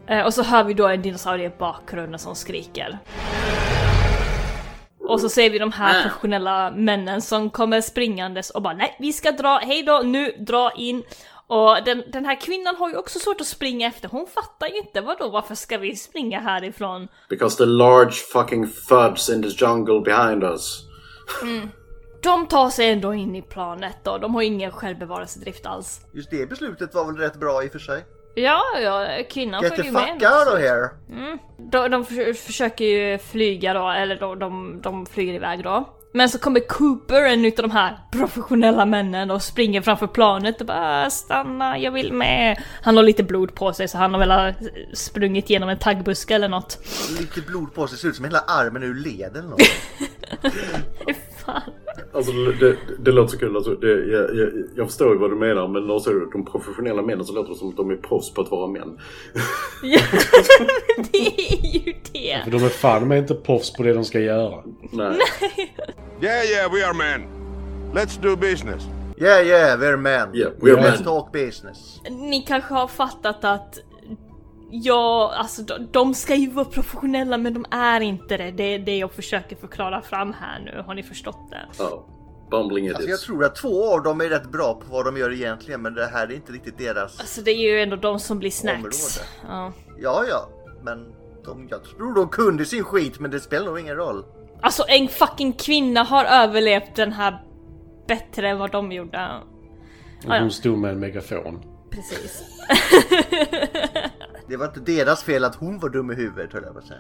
A: Eh, Och så hör vi då en dinosaurie i bakgrunden som skriker. Och så ser vi de här professionella männen som kommer springandes och bara nej, vi ska dra, hej då, nu, dra in. Och den, den här kvinnan har ju också svårt att springa efter, hon fattar ju inte vadå, varför ska vi springa härifrån?
C: Because the large fucking thuds in the jungle behind us.
A: De tar sig ändå in i planet då, de har ju ingen självbevarelsedrift alls.
D: Just det beslutet var väl rätt bra i och för sig.
A: Ja, ja, kvinnan
D: Get the
A: följer ju med. liksom.
D: fuck out of here!
A: De, de förs- försöker ju flyga då, eller de, de, de flyger iväg då. Men så kommer Cooper, en utav de här professionella männen, och springer framför planet och bara “stanna, jag vill med”. Han har lite blod på sig så han har väl ha sprungit genom en taggbuske eller något. (laughs)
D: Lite blod på sig, ser ut som hela armen ur led eller något.
A: Fan.
C: Alltså det, det, det låter så kul. Alltså, det, jag, jag, jag förstår ju vad du menar men när du de professionella männen så låter det som att de är proffs på att vara män.
A: Ja, det är ju det!
E: För de är fan med inte proffs på det de ska göra.
C: Nej.
K: Yeah, yeah, we are men. Let's do business.
D: Yeah yeah, we're men.
C: Yeah, we are
D: Let's
C: men.
D: talk business.
A: Ni kanske har fattat att Ja, alltså de, de ska ju vara professionella men de är inte det. Det är det jag försöker förklara fram här nu. Har ni förstått det?
C: Ja. Bumbling
D: Alltså
C: idiots.
D: jag tror att två av dem är rätt bra på vad de gör egentligen men det här är inte riktigt deras.
A: Alltså det är ju ändå de som blir snacks.
D: Område.
A: Ja.
D: Ja ja, men de, jag tror de kunde sin skit men det spelar nog ingen roll.
A: Alltså en fucking kvinna har överlevt den här bättre än vad de gjorde.
E: Och hon stod med en megafon.
A: Precis.
D: Det var inte deras fel att hon var dum i huvudet höll jag på att säga.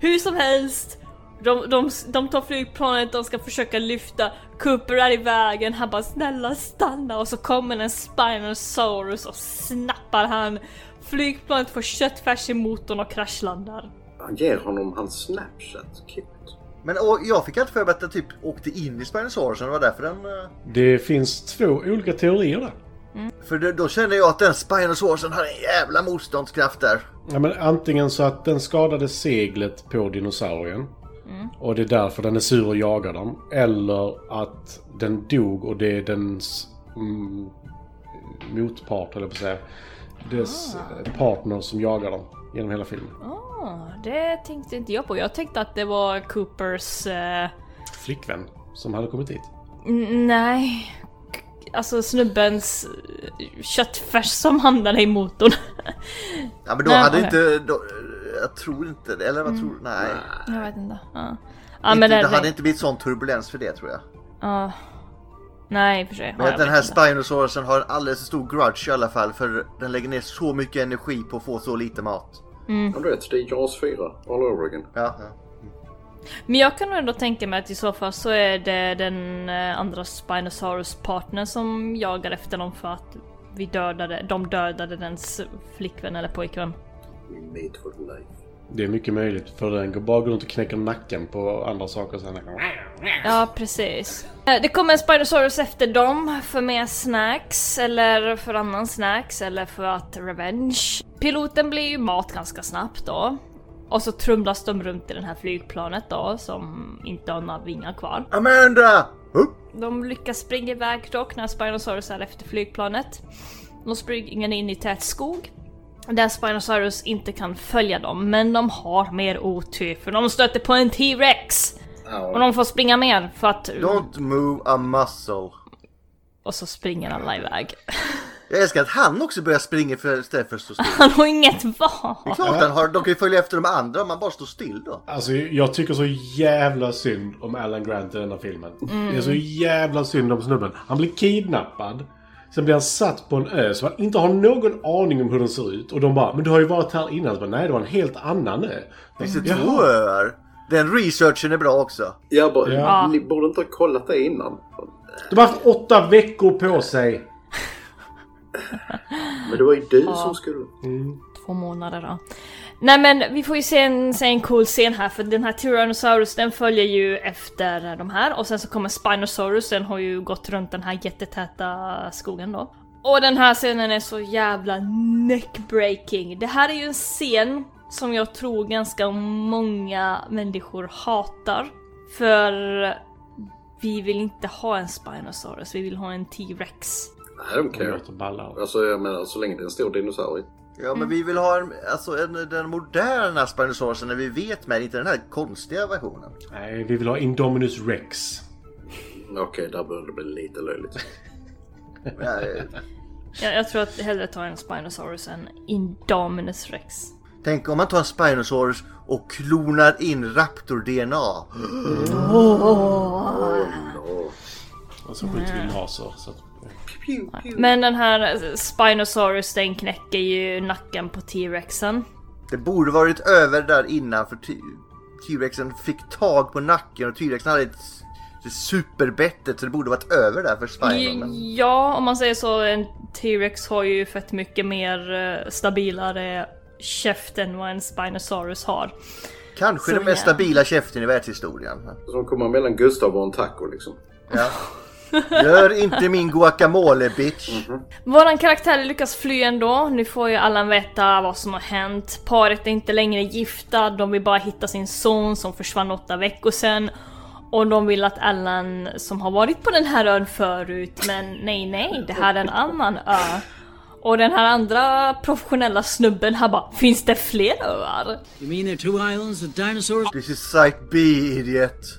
A: Hur som helst. De, de, de tar flygplanet, de ska försöka lyfta. Cooper är i vägen, han bara snälla stanna och så kommer en Spinosaurus och snappar han. Flygplanet får köttfärs i motorn och kraschlandar.
C: Han ger honom hans snapchat kit.
D: Men och, jag fick alltid för mig att den typ åkte in i Spinosaurusen, det var därför den... eh,
E: Det finns två olika teorier där.
D: För då, då kände jag att den Spinosaurusen hade en jävla motståndskraft där.
E: Ja, men antingen så att den skadade seglet på dinosaurien. Och det är därför den är sur och jagar dem. Eller att den dog och det är dens mm, motpart, höll jag på att säga. deras eh, partner som jagar dem genom hela filmen.
A: Ah, det tänkte inte jag på. Jag tänkte att det var Coopers... Eh,
E: Flickvän som hade kommit hit.
A: n- nej. K- Alltså snubbens eh, köttfärs som hamnade i motorn. (laughs)
D: Ja, men då
A: Nej,
D: hade
A: okej. Mm.
D: inte... Då, eh, jag tror inte det. Eller vad tror du? Nej.
A: Jag vet inte. Ja.
D: inte,
A: Ja, men
D: det
A: det-
D: hade inte blivit sån turbulens för det tror jag.
A: Ja. Nej, i och för sig.
D: Men
A: Ja,
D: den
A: jag
D: här
A: vet inte.
D: Spinosaurusen har en alldeles för stor grudge i alla fall för den lägger ner så mycket energi på att få så lite mat.
A: Mm.
C: Ja, du vet, det är JAS 4 all over again.
D: Ja,
A: Men jag kan nog ändå tänka mig att i så fall så är det den eh, andra Spinosaurus-partnern som jagar efter dem för att vi dödade, de dödade dens flickvän eller pojkvän.
C: We made for life.
E: Det är mycket möjligt för den går bara runt och knäcker nacken på andra saker sen. Okej,
A: Ja, precis. Eh, Det kommer en Spinosaurus efter dem för mer snacks, eller för annan snacks, eller för att revenge. Piloten blir ju mat ganska snabbt då. Och så trumlas de runt i det här flygplanet då, som inte har några vingar kvar.
D: Amanda!
A: De lyckas springa iväg dock när Spinosaurus är efter flygplanet. De springer in i tät skog. Där Spinosaurus inte kan följa dem, men de har mer otur för de stöter på en T-Rex! Och de får springa mer för att...
D: Don't
A: Mm.
D: move a muscle.
A: Och så springer alla iväg. (laughs)
D: Jag älskar att han också börjar springa för istället för att stå still.
A: (laughs) Han har inget val!
D: Det är klart han har, de kan ju följa efter de andra om man bara står still då.
E: Alltså jag tycker så jävla synd om Alan Grant i denna filmen.
D: Mm.
E: Det är så jävla synd om snubben. Han blir kidnappad. Sen blir han satt på en ö som han inte har någon aning om hur den ser ut. Och de bara “Men du har ju varit här innan”. Så bara, Nej, det var en helt annan ö.
D: Finns det
E: Jaha.
D: två öar? Den researchen är bra också.
C: Jag bara,
E: Ja.
C: ni borde inte ha kollat det innan.
E: De har haft åtta veckor på sig.
C: Men det var ju du
A: Ja.
C: som skulle...
A: Två månader då. Nej men vi får ju se en, se en cool scen här för den här Tyrannosaurus den följer ju efter de här och sen så kommer Spinosaurus, den har ju gått runt den här jättetäta skogen då. Och den här scenen är så jävla neckbreaking. Det här är ju en scen som jag tror ganska många människor hatar. För vi vill inte ha en Spinosaurus, vi vill ha en T-Rex.
C: I don't care. Alltså jag menar, så länge det är en stor dinosaurie.
D: Ja, men vi vill ha en, alltså en, den moderna Spinosaurusen när vi vet med, inte den här konstiga versionen.
E: Nej, vi vill ha Indominus Rex.
C: Okej, där började det bli lite löjligt.
A: Jag, jag tror att hellre ta en Spinosaurus än Indominus Rex.
D: Tänk om man tar en Spinosaurus och klonar in Raptor-DNA.
E: Och så skjuter vi laser. Så att...
A: Men den här Spinosaurus den knäcker ju nacken på T-Rexen.
D: Det borde varit över där innan för ty- T-Rexen fick tag på nacken och T-Rexen hade ett s- det superbettet så det borde varit över där för Spino. men-
A: Ja, om man säger så, en T-Rex har ju fett mycket mer eh, stabilare käft än vad en Spinosaurus har.
D: Kanske
A: så
D: den mest
A: jävla-
D: stabila käften i världshistorien.
C: Som kommer mellan Gustav och en taco liksom.
D: Ja. Gör inte min guacamole bitch.
A: Våran karaktär lyckas fly ändå. Nu får ju Allan veta vad som har hänt. Paret är inte längre gifta, de vill bara hitta sin son som försvann åtta veckor sedan. Och de vill att Allan, som har varit på den här ön förut, men nej nej, det här är en annan ö. Och den här andra professionella snubben här bara, finns det fler öar?
L: You mean there are two islands of dinosaurs?
D: This is Site B idiot.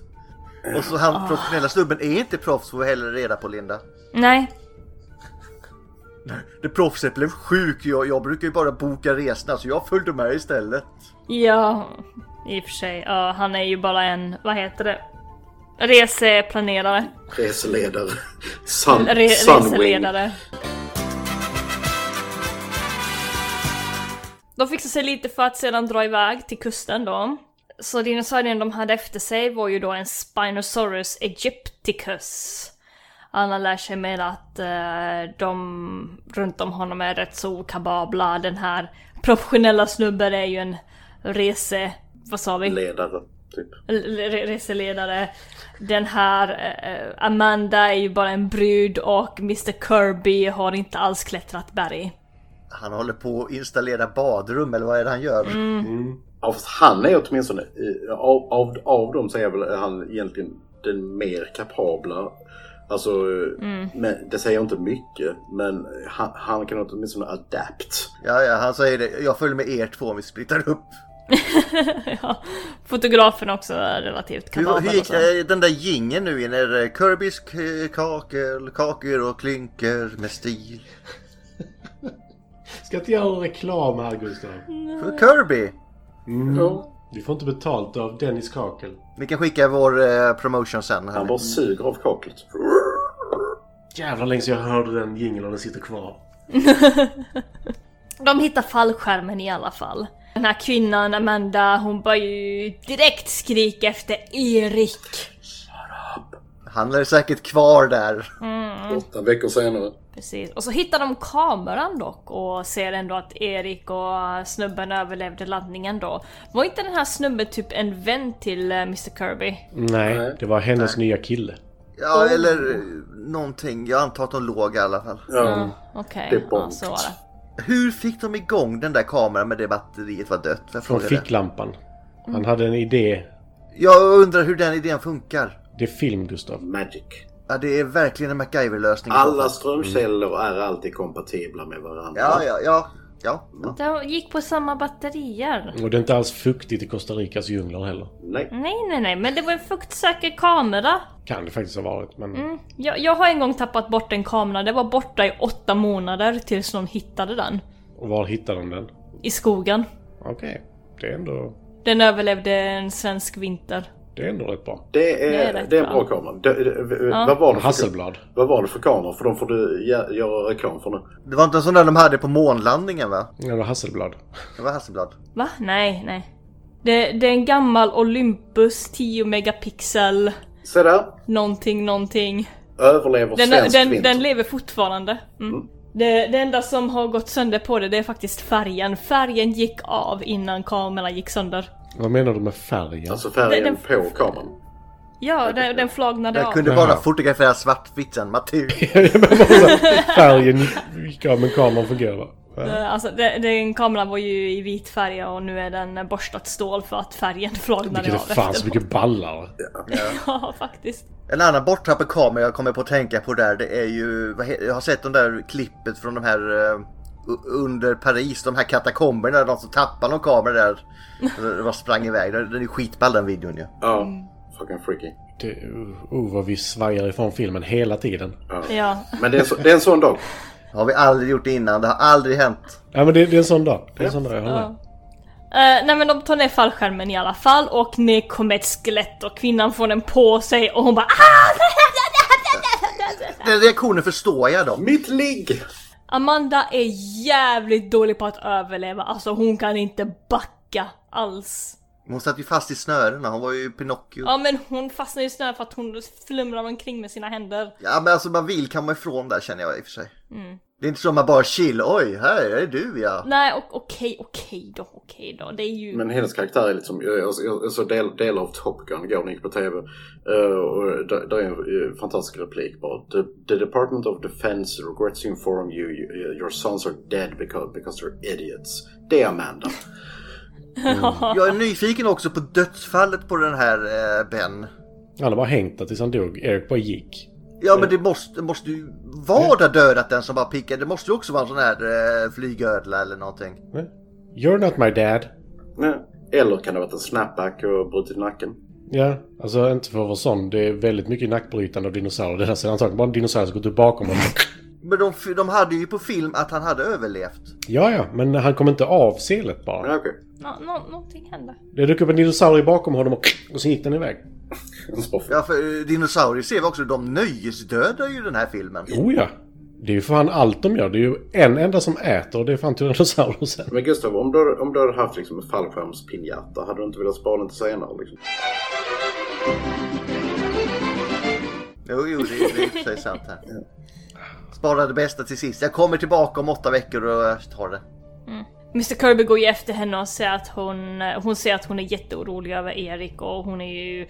D: Och så han professionella snubben är inte proffs får vi heller reda på Linda.
A: Nej,
D: Det proffset blev sjuk. Jag, jag brukar ju bara boka resorna så jag följde med istället.
A: ja, i och för sig, ja, han är ju bara en, vad heter det? Reseplanerare.
C: Reseledare. Sun,
A: Re-
C: Sunwing.
A: reseledare. De fixade sig lite för att sedan dra iväg till kusten då. Så dinosaurien de hade efter sig var ju då en Spinosaurus egypticus. Alla lär sig med att eh, de runt om honom är rätt så okapabla. Den här professionella snubben är ju en rese... Vad sa vi?
C: Ledare, typ.
A: L- re- reseledare. Den här eh, Amanda är ju bara en brud och Mr Kirby har inte alls klättrat berg.
D: Han håller på att installera badrum eller vad är det han gör?
C: Av, han är åtminstone, eh, av, av, av dem så är väl han egentligen den mer kapabla. Alltså,
A: Mm.
C: men, det säger inte mycket, men han, han kan åtminstone adapt.
D: Ja, ja, han säger det. Jag följer med er två om vi splittar upp.
A: Fotografen också är relativt
D: Hur, hur
A: kapabel. och
D: gick
A: så.
D: eh, den där gingen nu in? Är det Kirbys k- kakel, kakor och klynker med stil?
E: Ska inte göra reklam här Gustav.
D: För Kirby!
E: Mm. Vi får inte betalt av Dennis kakel.
D: Vi kan skicka vår eh, promotion sen.
E: Han bara
C: suger av kaklet.
E: Jävlar länge sedan jag hörde den jingeln och den sitter kvar.
A: De hittar fallskärmen i alla fall. Den här kvinnan, Amanda, hon börjar ju direkt skrika efter Erik.
D: Han är säkert kvar där.
A: Mm.
C: Åtta veckor senare.
A: Precis. Och så hittar de kameran dock och ser ändå att Erik och snubben överlevde landningen då. Var inte den här snubben typ en vän till eh, Mr Kirby?
D: Mm.
E: Nej, det var hennes nya kille.
D: Ja, eller eh, någonting. Jag antar att de låg i alla fall.
A: Ja, okej.
D: Det är
A: ja,
D: bonkt.
A: så var det.
D: Hur fick de igång den där kameran med det batteriet var dött? Jag
E: Från
D: frågar det.
E: ficklampan. Han
D: Mm.
E: hade en idé.
D: Jag undrar hur den idén funkar.
E: Det är film Gustav.
C: Magic.
D: Ja, det är verkligen en MacGyver-lösning. i så
C: Alla
D: fall.
C: strömkällor är alltid kompatibla med varandra.
D: Ja, ja, ja. ja.
A: De gick på samma batterier.
E: Och det är inte alls fuktigt i Costa Ricas djungler heller.
C: Nej.
A: Nej, nej, nej, men det var en fuktsäker kamera.
E: Kan det faktiskt ha varit, men...
A: Mm. Jag, jag har en gång tappat bort en kamera. Det var borta i åtta månader tills någon hittade den.
E: Och var hittade de den?
A: I skogen.
E: Okej. Det är ändå...
A: Den överlevde en svensk vinter.
E: Det är ändå rätt bra.
C: Det är,
A: Det
C: det
A: är
C: är,
A: rätt
C: en bra
A: bra.
C: kamera. Det, det,
A: Ja.
C: vad, var det för,
E: Hasselblad.
C: vad var det för kamera? För de får du gö- göra reklam för nu.
D: Det var inte en sån där de hade på månlandningen va?
E: Det var Hasselblad.
D: Det var Hasselblad.
A: Va? Nej, nej. Det, det är en gammal Olympus 10 megapixel
C: Se där!
A: någonting, någonting.
C: Överlever
A: Den,
C: svensk
A: den,
C: vinter.
A: den lever fortfarande. Mm. Det, det enda som har gått sönder på det, det är faktiskt färgen. Färgen gick av innan kameran gick sönder.
E: Vad menar du med färgen?
C: Alltså
A: färgen Den-
C: på kameran.
A: Ja, den, den flagnade av.
D: Jag kunde bara fotografera svartvitt sen, Matur.
E: Färgen gick- gick av men kameran fungerade. Ja.
A: Eh, Alltså den, den kameran var ju i vit färg och nu är den borstat stål för att färgen flagnade
E: Vilket
A: av
E: är fan så
A: efteråt.
E: mycket ballare.
A: Ja, (laughs) faktiskt.
D: En annan borttappad kamera jag kommer på att tänka på där, det är ju... vad he- Jag har sett de där klippet från de här... eh, u- Under Paris, de här katakomberna, de som tappade någon kamera där. Det var sprang iväg. Den den är skitball den videon ju.
C: Ja.
A: Mm.
C: Fucking freaky.
E: Det, oh, vad vi svajar ifrån filmen hela tiden.
A: Ja.
C: Men det är, så, det är en sån dag.
D: Har vi aldrig gjort det innan. Det har aldrig hänt.
E: Ja men det, det är en sån dag. Det är en sån dag, jag håller
A: Ja.
E: med.
A: Eh, nej men de tar ner fallskärmen i alla fall och ner kommer ett skelett och kvinnan får den på sig och hon bara ah! (laughs)
D: Den reaktionen förstår jag då.
C: Mitt ligg!
A: Amanda är jävligt dålig på att överleva, alltså hon kan inte backa alls.
D: Hon satt ju fast i snörena. Hon var ju Pinocchio.
A: Ja men hon fastnar ju i snön för att hon flumrar omkring med sina händer.
D: Ja men alltså man vill komma ifrån där känner jag i och för sig.
A: Mm.
D: Det är inte så att man bara chill, oj här är du ja.
A: Nej och okej, okej då, okej då. Det är ju...
C: Men hennes karaktär är liksom, jag, jag, jag, jag såg del, delar av Top Gun igår när jag gick på TV. Eh, och där, där är en eh, fantastisk replik bara. The, the Department of Defense regrets to inform you, you your sons are dead because, because they're idiots. Det är Amanda.
D: Jag är nyfiken också på dödsfallet på den här eh, Ben.
E: Han har bara hängt där tills han dog. Erik bara gick.
D: Ja men det måste, det måste ju vara där dödat den som bara pickar. Det måste ju också vara en sån här eh, flygödla eller någonting.
E: You're not my dad.
C: Nej. Eh, Eller kan det ha varit en snapback och brutit nacken?
E: Ja, alltså inte för att vara sån. Det är väldigt mycket nackbrytande av dinosaurier. Det där ser antagligen bara en dinosaurie som går ut bakom honom.
D: Men de, de hade ju på film att han hade överlevt.
E: Ja, ja, men han kom inte av selet bara.
A: Nå- nå- någonting hände.
E: Det dök upp en dinosaurie bakom honom och, och sen gick den iväg.
D: Ja, för eh, dinosaurier ser vi också, de nöjesdödar ju den här filmen.
E: Oh ja. Det är ju fan allt de gör. Det är ju en enda som äter och det är fan Tyrannosaurusen.
C: Men Gustav, om du, om du hade haft liksom en fallskärmspinjata, hade du inte velat spara den till senare? Liksom?
D: Jo, jo, det är det är i och för sig sant här. Spara det bästa till sist. Jag kommer tillbaka om åtta veckor och jag tar det.
A: Mr Kirby går ju efter henne och säger att hon, eh, hon säger att hon är jätteorolig över Erik och hon är ju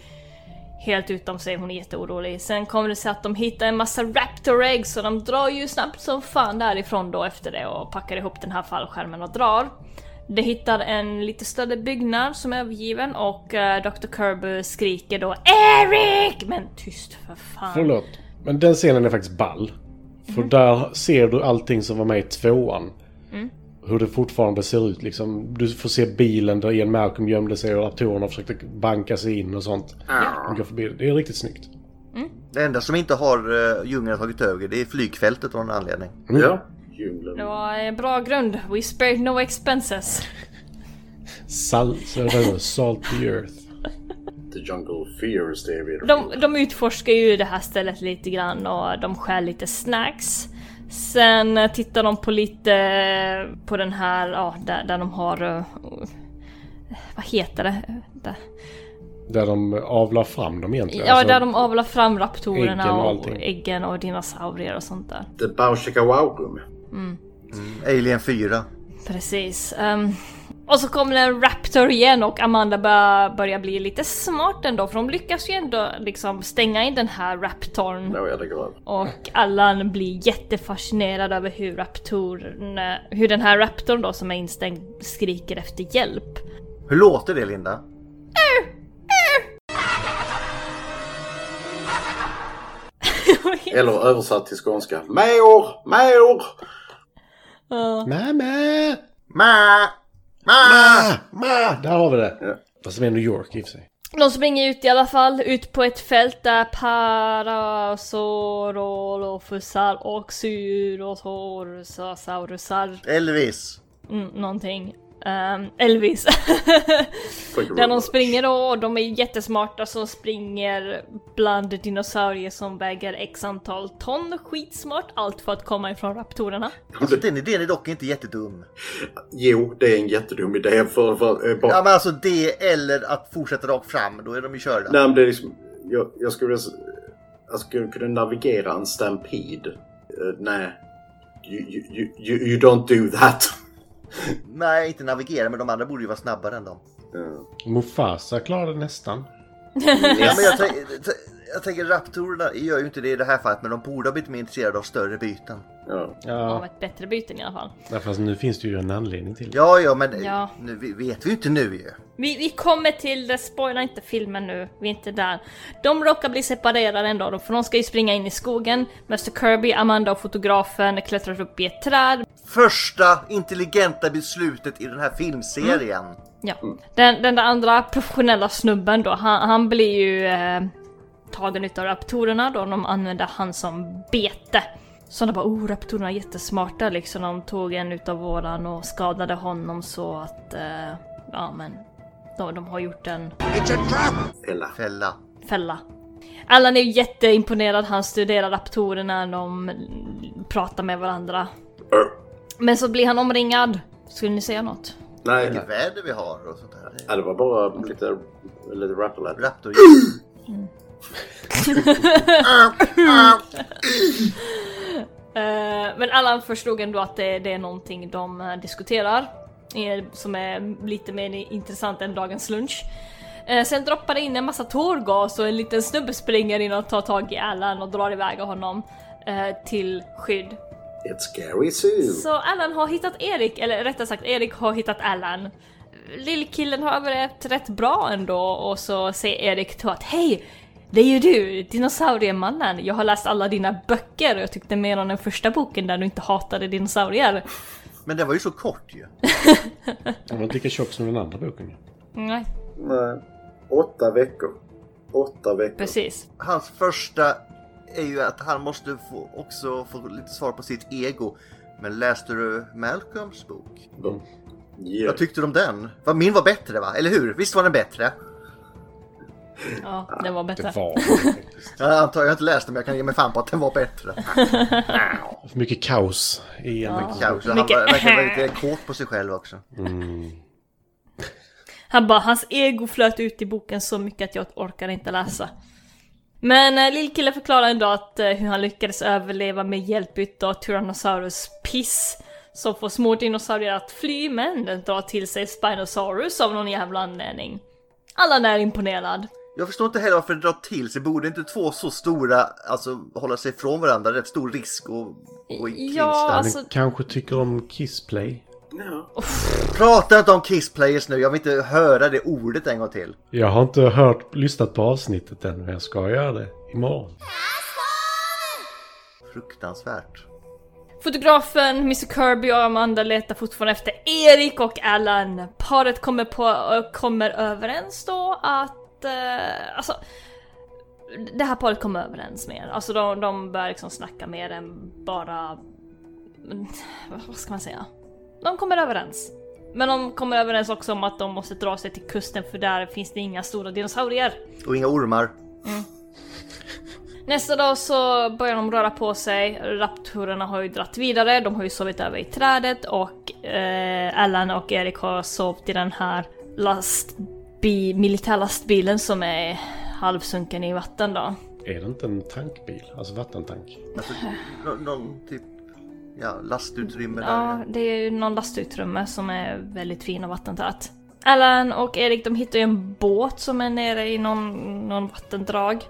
A: helt utom sig, hon är jätteorolig. Sen kommer det sig att de hittar en massa raptor eggs och de drar ju snabbt som fan därifrån då efter det och packar ihop den här fallskärmen och drar. De hittar en lite större byggnad som är övergiven och eh, Dr Kirby skriker då ERIK! Men tyst för fan.
E: Förlåt. Men den scenen är faktiskt ball. För där ser du allting som var med i tvåan.
A: Mhm. Mm.
E: Hur det fortfarande ser ut liksom. Du får se bilen där Ian Malcolm gömde sig och datorerna försökte banka sig in och sånt. De går förbi. Det är riktigt snyggt.
D: Det enda som inte har uh, djungeln tagit över det är flygfältet av någon anledning.
E: Ja.
A: Det var en bra grund. We spared no expenses.
E: Salt, salt the earth.
C: The jungle fears David.
A: De, de utforskar ju det här stället lite grann och de skär lite snacks. Sen eh, tittar de på lite eh, på den här, ja, där, där de har... eh, Vad heter det? Där.
E: Där de avlar fram dem egentligen.
A: Ja,
E: Alltså,
A: där de avlar fram
E: äggen
A: raptorerna
E: och
A: och,
E: allting.
A: äggen och dinosaurier och sånt där.
C: The Bauschika Waukum.
A: Mm,
D: Alien 4.
A: precis. Ehm, och så kommer en raptor igen och Amanda bör, börjar bli lite smart ändå för de lyckas ju ändå liksom stänga in den här raptorn.
C: Nåja, det går över.
A: Och Allan blir jättefascinerad över hur raptorn, hur den här raptorn då som är instängd skriker efter hjälp.
D: Hur låter det Linda?
C: Eller översatt till skånska. Major! Major!
E: Mamma!
D: Ma! Ma!
E: Ma! Där har vi det. Fast det är New York i och för sig.
A: De springer ut i alla fall, ut på ett fält där parasaurolofusar och syrosaurusar...
D: Elvis!
A: Mm, någonting. Ehm, Elvis. (laughs) Där de springer då och de är ju jättesmarta som springer bland dinosaurier som väger x antal ton. Skitsmart, allt för att komma ifrån raptorerna.
D: Alltså den idén är dock inte jättedum.
C: Jo, det är en jättedum idé för... för eh, bara...
D: Ja men alltså det eller att fortsätta rakt fram, då är de ju körda.
C: Nej, men det är liksom... Jag, jag skulle vilja... s- Jag skulle kunna navigera en stampede. Eh, nej. You, you, you- you, you don't do that.
D: Nej, inte navigera men de andra borde ju vara snabbare än dem.
E: Mufasa klarade det nästan.
D: Ja, men jag, tänk- t- jag tänker raptorerna gör ju inte det i det här fallet men de borde ha blivit mer intresserade av större byten.
C: Ja.
A: Av
E: Ja,
A: ett bättre byten i alla fall.
E: ja, fast nu finns det ju en anledning till det.
D: Ja, ja men eh,
A: Ja.
D: Nu, vi- vet vi ju inte nu ju.
A: Vi, vi kommer till det, spoila inte filmen nu, vi är inte där. De råkar bli separerade en dag då, för de ska ju springa in i skogen. Mr Kirby, Amanda och fotografen klättrar upp i ett träd.
D: Första intelligenta beslutet i den här filmserien.
A: Ja. Den, den där andra professionella snubben då, han, han blir ju eh, tagen utav raptorerna då, de använder han som bete. Så de bara oh, raptorerna är jättesmarta liksom, de tog en utav våran och skadade honom så att, eh, ja men, de, de har gjort en
C: Fälla.
D: Fälla.
A: fälla. Allan är ju jätteimponerad, han studerar raptorerna, de pratar med varandra. Men så blir han omringad. Skulle ni säga något?
C: Nej,
D: Vilket väder vi har och sånt där.
C: Ja, det var bara lite, lite rappelad.
D: Raptor.
A: Eh, Men Allan förstod ändå att det, det är någonting de eh, diskuterar. eh, Som är lite mer intressant än dagens lunch. Eh, Sen droppar det in en massa tårgas och en liten snubbe springer in och tar tag i Allan och drar iväg honom eh, till skydd.
C: It's scary Sue.
A: Så Allan har hittat Erik, eller rättare sagt Erik har hittat Allan. Lillkillen har överlevt rätt bra ändå och så säger Erik till att Hej! Det är ju du, dinosauriemannen. Jag har läst alla dina böcker och jag tyckte mer om den första boken där du inte hatade dinosaurier.
D: Men den var ju så kort ju.
E: Den var inte lika tjock som den andra boken.
A: Nej,
C: Nej. Åtta veckor. Åtta veckor.
A: precis.
D: Hans första är ju att han måste få, också få lite svar på sitt ego. Men läste du Malcolms bok?
C: Yeah.
D: Vad tyckte du om den? Vad- Min var bättre va? Eller hur? Visst var den bättre?
A: Ja, det var bättre.
D: Jag antar jag har inte läst den men jag kan ge mig fan på att den var bättre.
E: För mycket kaos i en
D: Mycket kaos. Han
A: Mycket-
D: var- verkar vara lite kåt på sig själv också.
E: Mm.
A: Han bara, hans ego flöt ut i boken så mycket att jag orkar inte läsa. Men eh, lillkillen förklarar ändå att eh, hur han lyckades överleva med hjälp utav Tyrannosaurus piss. Som får små dinosaurier att fly men den drar till sig Spinosaurus av någon jävla anledning. Allan är imponerad.
D: Jag förstår inte heller varför det drar till sig. Borde inte två så stora, alltså hålla sig från varandra, rätt stor risk och, och
A: Ja,
E: Han
A: alltså...
E: kanske tycker om Kissplay.
D: Prata inte om Kiss Players nu, jag vill inte höra det ordet en gång till.
E: Jag har inte hört, lyssnat på avsnittet än men jag ska göra det imorgon.
D: fruktansvärt.
A: Fotografen, Mr Kirby och Amanda letar fortfarande efter Erik och Alan. Paret kommer, på, eh, kommer överens då att... Eh, alltså, det här paret kommer överens mer. Alltså de, de börjar liksom snacka mer än bara... mm, Vad ska man säga? De kommer överens. Men de kommer överens också om att de måste dra sig till kusten för där finns det inga stora dinosaurier.
D: Och inga ormar.
A: Mm. Nästa dag så börjar de röra på sig. Raptorerna har ju dratt vidare, de har ju sovit över i trädet och eh, Alan och Erik har sovit i den här lastbi- militärlastbilen som är halvsunken i vatten då.
E: Är det inte en tankbil? Alltså vattentank?
A: (sighs)
D: Alltså, nå- någon typ ja, lastutrymme där.
A: Ja, det är ju någon lastutrymme som är väldigt fin och vattentät. Alan och Erik de hittar ju en båt som är nere i någon, någon vattendrag.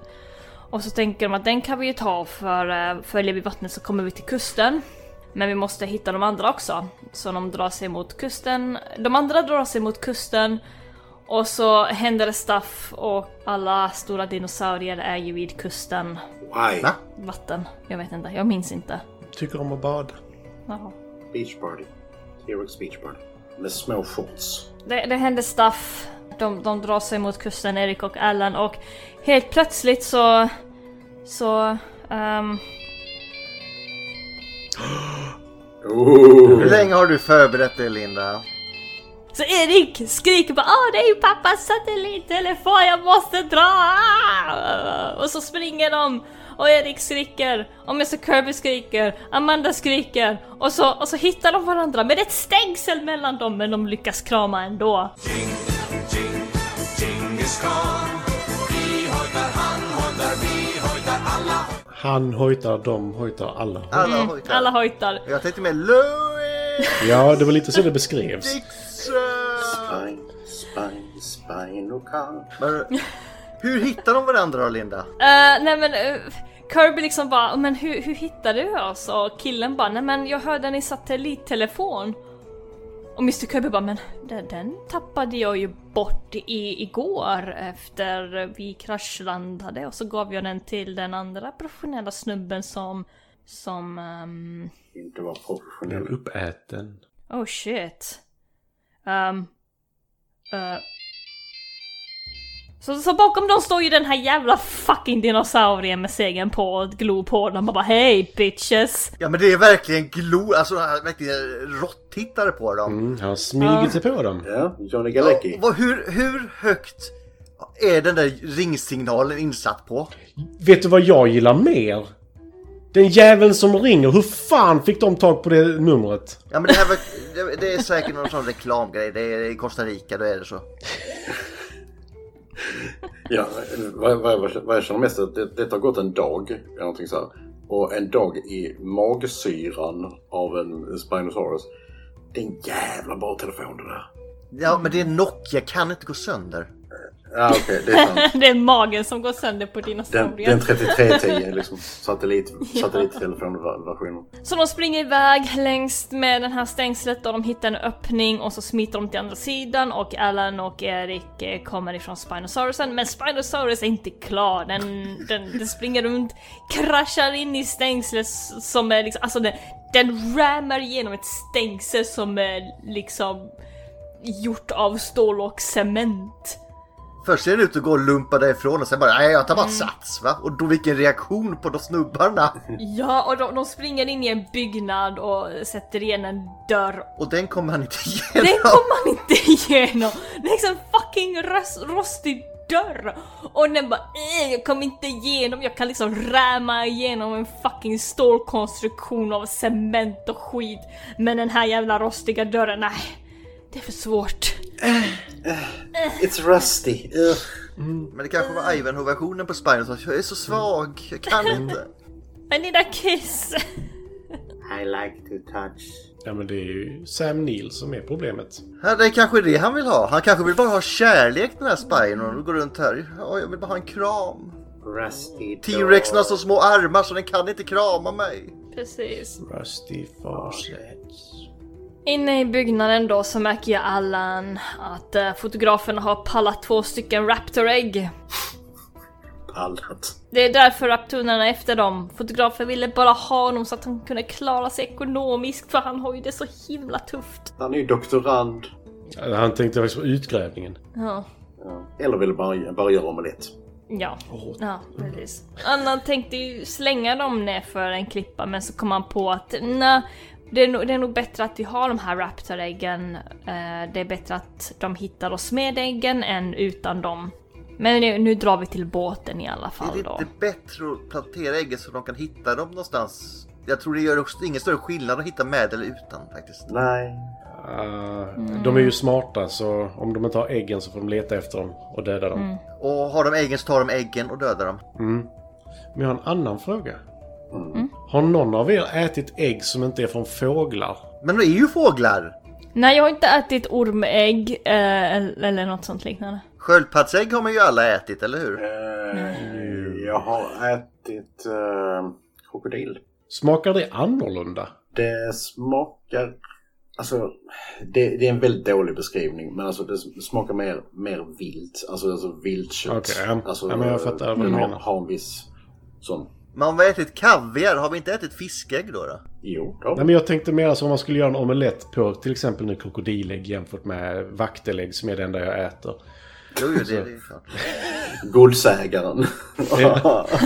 A: Och så tänker de att den kan vi ju ta för eh, följer vi vattnet så kommer vi till kusten. Men vi måste hitta de andra också. Så de drar sig mot kusten. De andra drar sig mot kusten och så händer det stuff och alla stora dinosaurier är ju vid kusten.
C: Why? Va?
A: Vatten. Jag vet inte, jag minns inte.
E: Tycker om att bada.
A: Jaha.
C: Beach party. T-Rex beach party. Med små shorts.
A: Det, det händer stuff. De, de drar sig mot kusten, Erik och Alan och helt plötsligt så... Så... ehm,
D: Hur länge har du förberett dig Linda?
A: så Erik skriker bara Åh det är ju pappas satellittelefon, jag måste dra! Ah! Och så springer de och Erik skriker och Mr Kirby skriker, Amanda skriker och så, och så hittar de varandra med ett stängsel mellan dem men de lyckas krama ändå.
E: Han hojtar, de hojtar, alla.
D: Alla
A: Mm,
D: hojtar.
A: alla hojtar.
D: Jag tänkte med Louis
E: Ja, det var lite så det
A: (laughs)
E: beskrevs.
D: Spine, spine, spine och Men, Hur hittar de varandra då Linda?
A: Eh, nej men eh, Kirby liksom bara, men hur, hur hittade du oss? Och killen bara, nej men jag hörde den i satellittelefon. Och Mr Kirby bara, men den, den tappade jag ju bort i, igår efter vi kraschlandade och så gav jag den till den andra professionella snubben som, som, ehm,
C: Inte vara
E: Blev
C: professionell.
E: uppäten.
A: oh shit. Ehm, eh. Så, så bakom dem står ju den här jävla fucking dinosaurien med segern på och ett glo på dem och bara hej bitches!
D: Ja men det är verkligen glo, alltså han är verkligen råttittare på dem.
E: Mm, han smyger sig på dem.
C: Ja, Johnny Galecki.
D: Och vad- hur, hur högt är den där ringsignalen insatt på?
E: Vet du vad jag gillar mer? Den jäveln som ringer. Hur fan fick de tag på det numret?
D: Ja men det här var, det, det är säkert någon sån reklamgrej, det är i Costa Rica, då är det så.
C: Ja, vad, vad, vad, vad jag känner mest är att det, det har gått en dag, eller någonting så här. Och en dag i magsyran av en Spinosaurus. Det är en jävla bra telefon det där.
D: Ja men det är Nokia, kan inte gå sönder.
C: Ja okej, det är sant.
A: det är magen som går sönder på
C: Den,
A: dinosaurien.
C: den 3310 liksom, satellit, satellittelefonversionen.
A: Så de springer iväg längs med den här stängslet och de hittar en öppning och så smiter de till andra sidan och Alan och Erik eh, kommer ifrån Spinosaurusen men Spinosaurus är inte klar. Den, den, den springer runt, kraschar in i stängslet s- som är liksom, alltså den, den rammar igenom ett stängsel som är liksom gjort av stål och cement.
D: Först ser den ut att gå och lumpa därifrån och sen bara nej jag tar
A: Mm.
D: bara sats va. Och då vilken reaktion på de snubbarna.
A: Ja, och de, de springer in i en byggnad och sätter igen en dörr
D: Och den kommer han inte igenom.
A: Den kom man inte igenom! Det är liksom en fucking rost, rostig dörr! Och den bara "Eh, jag kom inte igenom, jag kan liksom räma igenom en fucking stålkonstruktion av cement och skit. Men den här jävla rostiga dörren, nej. Det är för svårt.
C: It's rusty. Ugh.
D: Mm. Men det kanske var Ivanhoe-versionen på Spinal som jag är så svag, jag kan inte.
A: I need a kiss!
C: I like to touch.
E: Ja, men det är ju Sam Neill som är problemet.
D: Ja, det är kanske det han vill ha. Han kanske vill bara ha kärlek den här Spinal och går runt här. Ja, jag vill bara ha en kram.
C: Rusty.
D: T-rexen har så små armar så den kan inte krama mig.
A: Precis.
E: Rusty Farset.
A: Inne i byggnaden då så märker jag Allan att eh, fotografen har pallat två stycken raptorägg.
C: pallat.
A: Det är därför raptunarna är efter dem. Fotografen ville bara ha honom så att han kunde klara sig ekonomiskt för han har ju det så himla tufft.
C: Han är ju doktorand.
E: Han tänkte faktiskt på utgrävningen.
A: Ja.
C: Eller vill bara, bara göra omelett.
A: Ja, ja precis. Annan tänkte ju slänga dem ner för en klippa men så kom han på att nej, det, är nog, det är nog bättre att vi har de här raptoräggen. Eh, det är bättre att de hittar oss med äggen än utan dem. Men nu, nu drar vi till båten i alla
D: Är det
A: fall då.
D: inte bättre att plantera äggen så de kan hitta dem någonstans? Jag tror det gör också ingen större skillnad att hitta med eller utan faktiskt.
C: Nej.
A: Ah.
E: Eh, De är ju smarta så om de inte har äggen så får de leta efter dem och döda dem.
D: Mm. Och har de äggen så tar de äggen och dödar dem.
E: Mm. Men jag har en annan fråga.
A: Mm.
E: Har någon av er ätit ägg som inte är från fåglar?
D: Men det är ju fåglar!
A: Nej, jag har inte ätit ormägg eh, eller eller något sånt liknande.
D: Sköldpaddsägg har man ju alla ätit, eller hur?
C: Jag har ätit eh, krokodil.
E: Smakar det annorlunda?
C: Det smakar... Alltså, det, det är en väldigt dålig beskrivning, men alltså det smakar mer, mer vilt. Alltså, alltså viltkött.
E: Okej, ja.
C: alltså,
E: Ja, men jag fattar vad
C: den
E: du
C: har,
E: menar.
C: har en viss sån...
D: Men om vi har ätit kaviar, har vi inte ätit fiskägg då? då?
C: Jo, då.
E: Nej men jag tänkte mer som om man skulle göra en omelett på till exempel nu krokodilägg jämfört med vaktelägg som är det enda jag äter.
D: Jo, jo, det är det (laughs) ju klart.
C: Godsägaren.
E: Ja.
C: (laughs)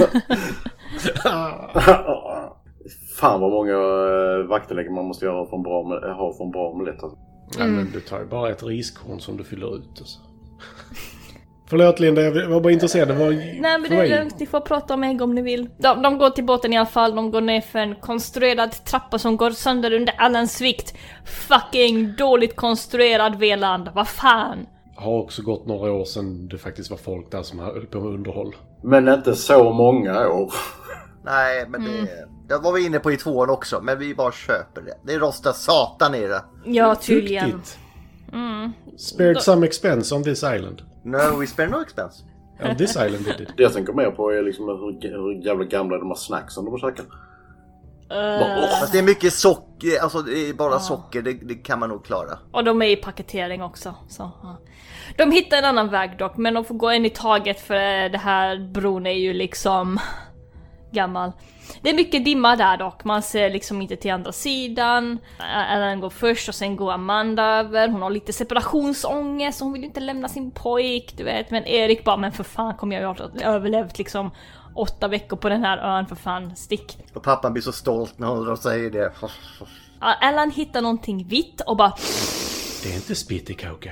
C: Fan vad många eh, vaktelägg man måste göra från bra, omel- ha från bra omelett. Alltså.
E: Nej,
A: Mm.
E: men du tar ju bara ett riskorn som du fyller ut. Alltså. (laughs) Förlåt Linda, jag var bara intresserad. Det var
A: Nej men det är lugnt, ni får prata om ägg om ni vill. De, de går till båten i alla fall, de går ner för en konstruerad trappa som går sönder under Allans vikt. Fucking dåligt konstruerad Veland, vad fan!
E: Har också gått några år sedan det faktiskt var folk där som höll på med underhåll.
C: Men inte så många år.
D: Nej, men det...
A: Mm.
D: Det var vi inne på i tvåan också, men vi bara köper det. Det rostar satan i det.
A: Ja tydligen.
E: Duktigt.
A: Mm.
E: Spared
A: Då-
E: some expense on this island.
D: No, we spare no expense.
E: On this island
A: (laughs)
E: did it.
C: Det jag tänker mer på är liksom hur, hur jävla gamla de här snacksen de käkar.
A: Eh,
D: Fast det är mycket socker, alltså det är bara socker, det, det kan man nog klara.
A: och de är i paketering också. Så, ja. De hittar en annan väg dock, men de får gå en i taget för eh, det här bron är ju liksom (laughs) gammal. Det är mycket dimma där dock, man ser liksom inte till andra sidan. Ä- Ellen går först och sen går Amanda över, hon har lite separationsångest, hon vill ju inte lämna sin pojk, du vet. Men Erik bara, men för fan kommer jag ju ha överlevt liksom åtta veckor på den här ön, för fan, stick.
D: Och pappan blir så stolt när hon säger det.
A: Ja, Ellen hittar någonting vitt och bara
E: Det är inte spittekaka.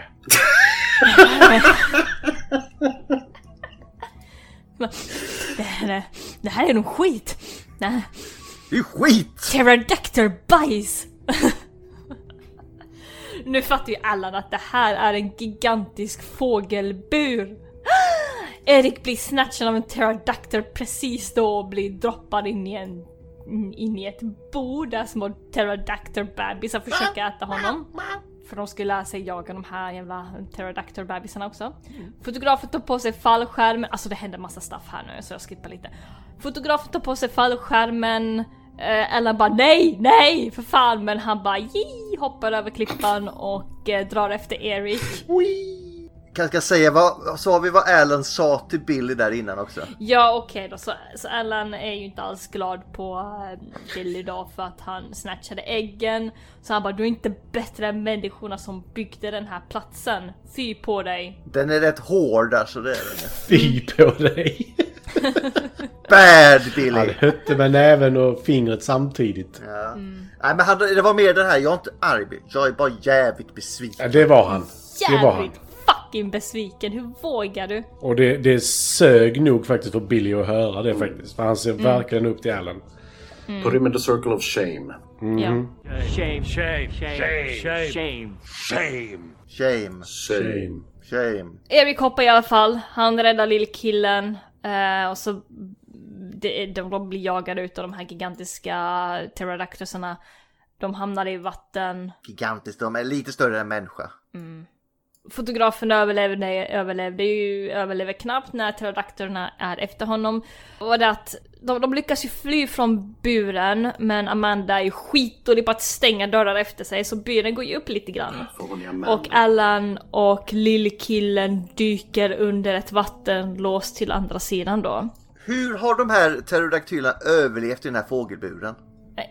A: Det här, är- det här är nog skit! Det här-
D: Det är skit!
A: Pterodactyl bajs! (laughs) nu fattar ju alla att det här är en gigantisk fågelbur! (gasps) Erik blir snatchad av en pterodactyl precis då och blir droppad in i, en, in i ett bo där små pterodactyl-bebisar försöker äta honom. För de skulle lära sig jaga de här jävla pterodactyl-bebisarna också. Fotografen tar på sig fallskärmen, alltså det händer massa stuff här nu så jag skippar lite. Fotografen tar på sig fallskärmen, eh, Ellen bara nej, nej för fan men han bara ji, hoppar över klippan och eh, drar efter Erik.
D: Kanske ska säga vad, sa vi vad Alan sa till Billy där innan också?
A: Ja okej då, så, så Ellen är ju inte alls glad på eh, Billy idag för att han snatchade äggen. Så han bara du är inte bättre än människorna som byggde den här platsen. Fy på dig.
D: Den är rätt hård alltså det är den.
E: Fy på dig!
D: Bad
E: Han
D: Billy!
E: hötte med näven och fingret samtidigt.
D: Ja. Nej men han, det var mer den här, jag är inte arg, jag är bara jävligt besviken.
E: Ja, det var han. Det var han.
A: Jävligt fucking besviken, hur vågar du?
E: Och det, det sög nog faktiskt för Billy att höra det
A: Mm.
E: faktiskt. För han ser verkligen upp till Alan.
C: Put him in the circle of shame.
E: Mhm.
M: Shame. Shame. Shame. Shame. Shame. Shame.
D: Shame.
C: Shame.
D: Shame.
A: Erik hoppar i alla fall, han räddar lillkillen eh, och så de, de blir jagade ut av de här gigantiska pterodactylsarna. De hamnar i vatten.
D: Gigantiskt, de är lite större än människa.
A: Mm. Fotografen överlevde, överlevde ju, överlever knappt när pterodakterna är efter honom. Och det att de, de lyckas ju fly från buren, men Amanda är ju skitdålig på att stänga dörrar efter sig, så buren går ju upp lite grann. Och Alan och lillkillen dyker under ett vattenlås till andra sidan då.
D: Hur har de här pterodaktylerna överlevt i den här fågelburen?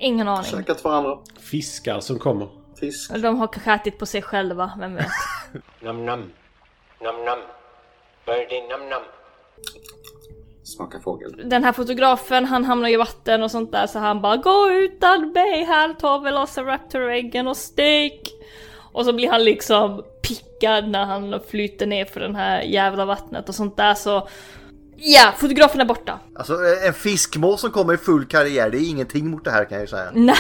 A: Ingen aning.
C: Käkat varandra.
E: Fiskar som kommer.
C: Fisk.
A: De har kanske ätit på sig själva, vem vet?
N: Nam nam. Nam nam. Birdie nam nam.
C: Smaka fågel.
A: Den här fotografen, han hamnar i vatten och sånt där så han bara Gå utan mig här, ta Velociraptor-äggen och stek! Och så blir han liksom pickad när han flyter ner för den här jävla vattnet och sånt där så Ja, fotografen är borta.
D: Alltså en fiskmås som kommer i full karriär, det är ingenting mot det här kan jag ju säga.
A: Nej.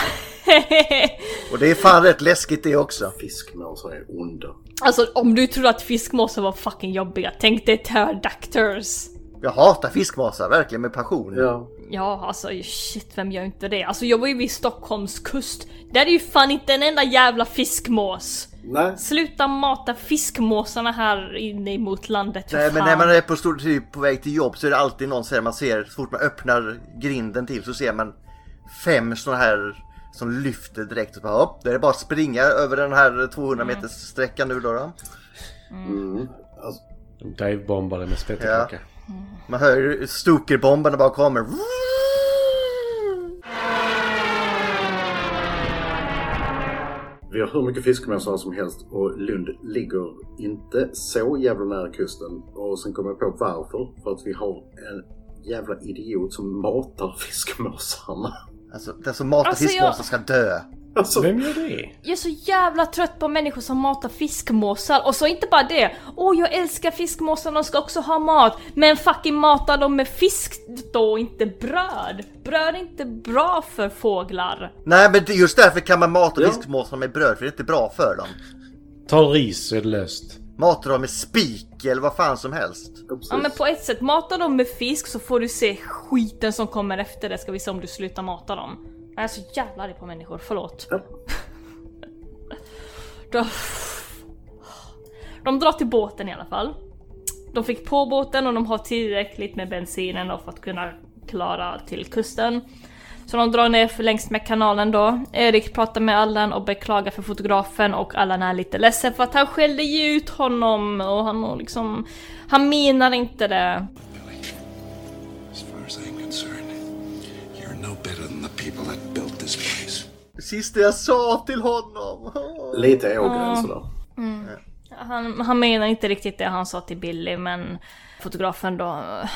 D: Och det är fan rätt läskigt det också.
C: Fiskmåsar är onda.
A: Alltså om du trodde att fiskmåsar var fucking jobbiga, tänk dig pterodactyls.
D: Jag hatar fiskmåsar, verkligen med passion.
C: Ja.
A: ja, alltså shit, vem gör inte det? Alltså jag var ju vid Stockholms kust. Där är ju fan inte en enda jävla fiskmås.
C: Nej.
A: Sluta mata fiskmåsarna här inne mot landet för
D: Nej,
A: fan.
D: men när man är på, stor, typ, på väg till jobb så är det alltid någon som man ser, så fort man öppnar grinden till så ser man fem sådana här som lyfter direkt. Och bara, upp. Det är bara att springa över den här 200
A: Mm.
D: meters sträckan nu då. då.
C: Mm. Alltså,
E: De divebombade med spett och
D: Ja.
E: krocka.
D: Man hör ju stokerbomberna bara kommer.
C: Vi har hur mycket fiskmåsar som helst och Lund ligger inte så jävla nära kusten. Och sen kom jag på varför. För att vi har en jävla idiot som matar (laughs) fiskmåsarna. Alltså,
D: Alltså den som matar
A: Alltså, jag-
D: fiskmåsar ska dö.
E: Vem gör det?
A: Jag är så jävla trött på människor som matar fiskmåsar och så inte bara det. Åh, jag älskar fiskmåsar, de ska också ha mat. Men fucking mata dem med fisk då, inte bröd. Bröd är inte bra för fåglar.
D: Nej men det- just därför kan man mata fiskmåsarna med bröd för det är inte bra för dem.
E: Ta ris så är det löst.
D: Mata dem med spik eller vad fan som helst.
A: Ja men på ett sätt, mata dem med fisk så får du se skiten som kommer efter det ska vi se om du slutar mata dem. Jag är så jävla arg på människor, förlåt. (laughs) De- De drar till båten i alla fall. De fick på båten och de har tillräckligt med bensinen då för att kunna klara till kusten. Så de drar ner för längs med kanalen då. Erik pratar med Allan och beklagar för fotografen och Allan är lite ledsen för att han skällde ju ut honom och han och liksom... Han menar inte det.
J: As far as I'm concerned, you're no better than the people that built this place.
D: Sista jag sa till honom. (laughs)
C: Lite är gränsen där.
A: Mm. Han, han menar inte riktigt det han sa till Billy men fotografen då... eh,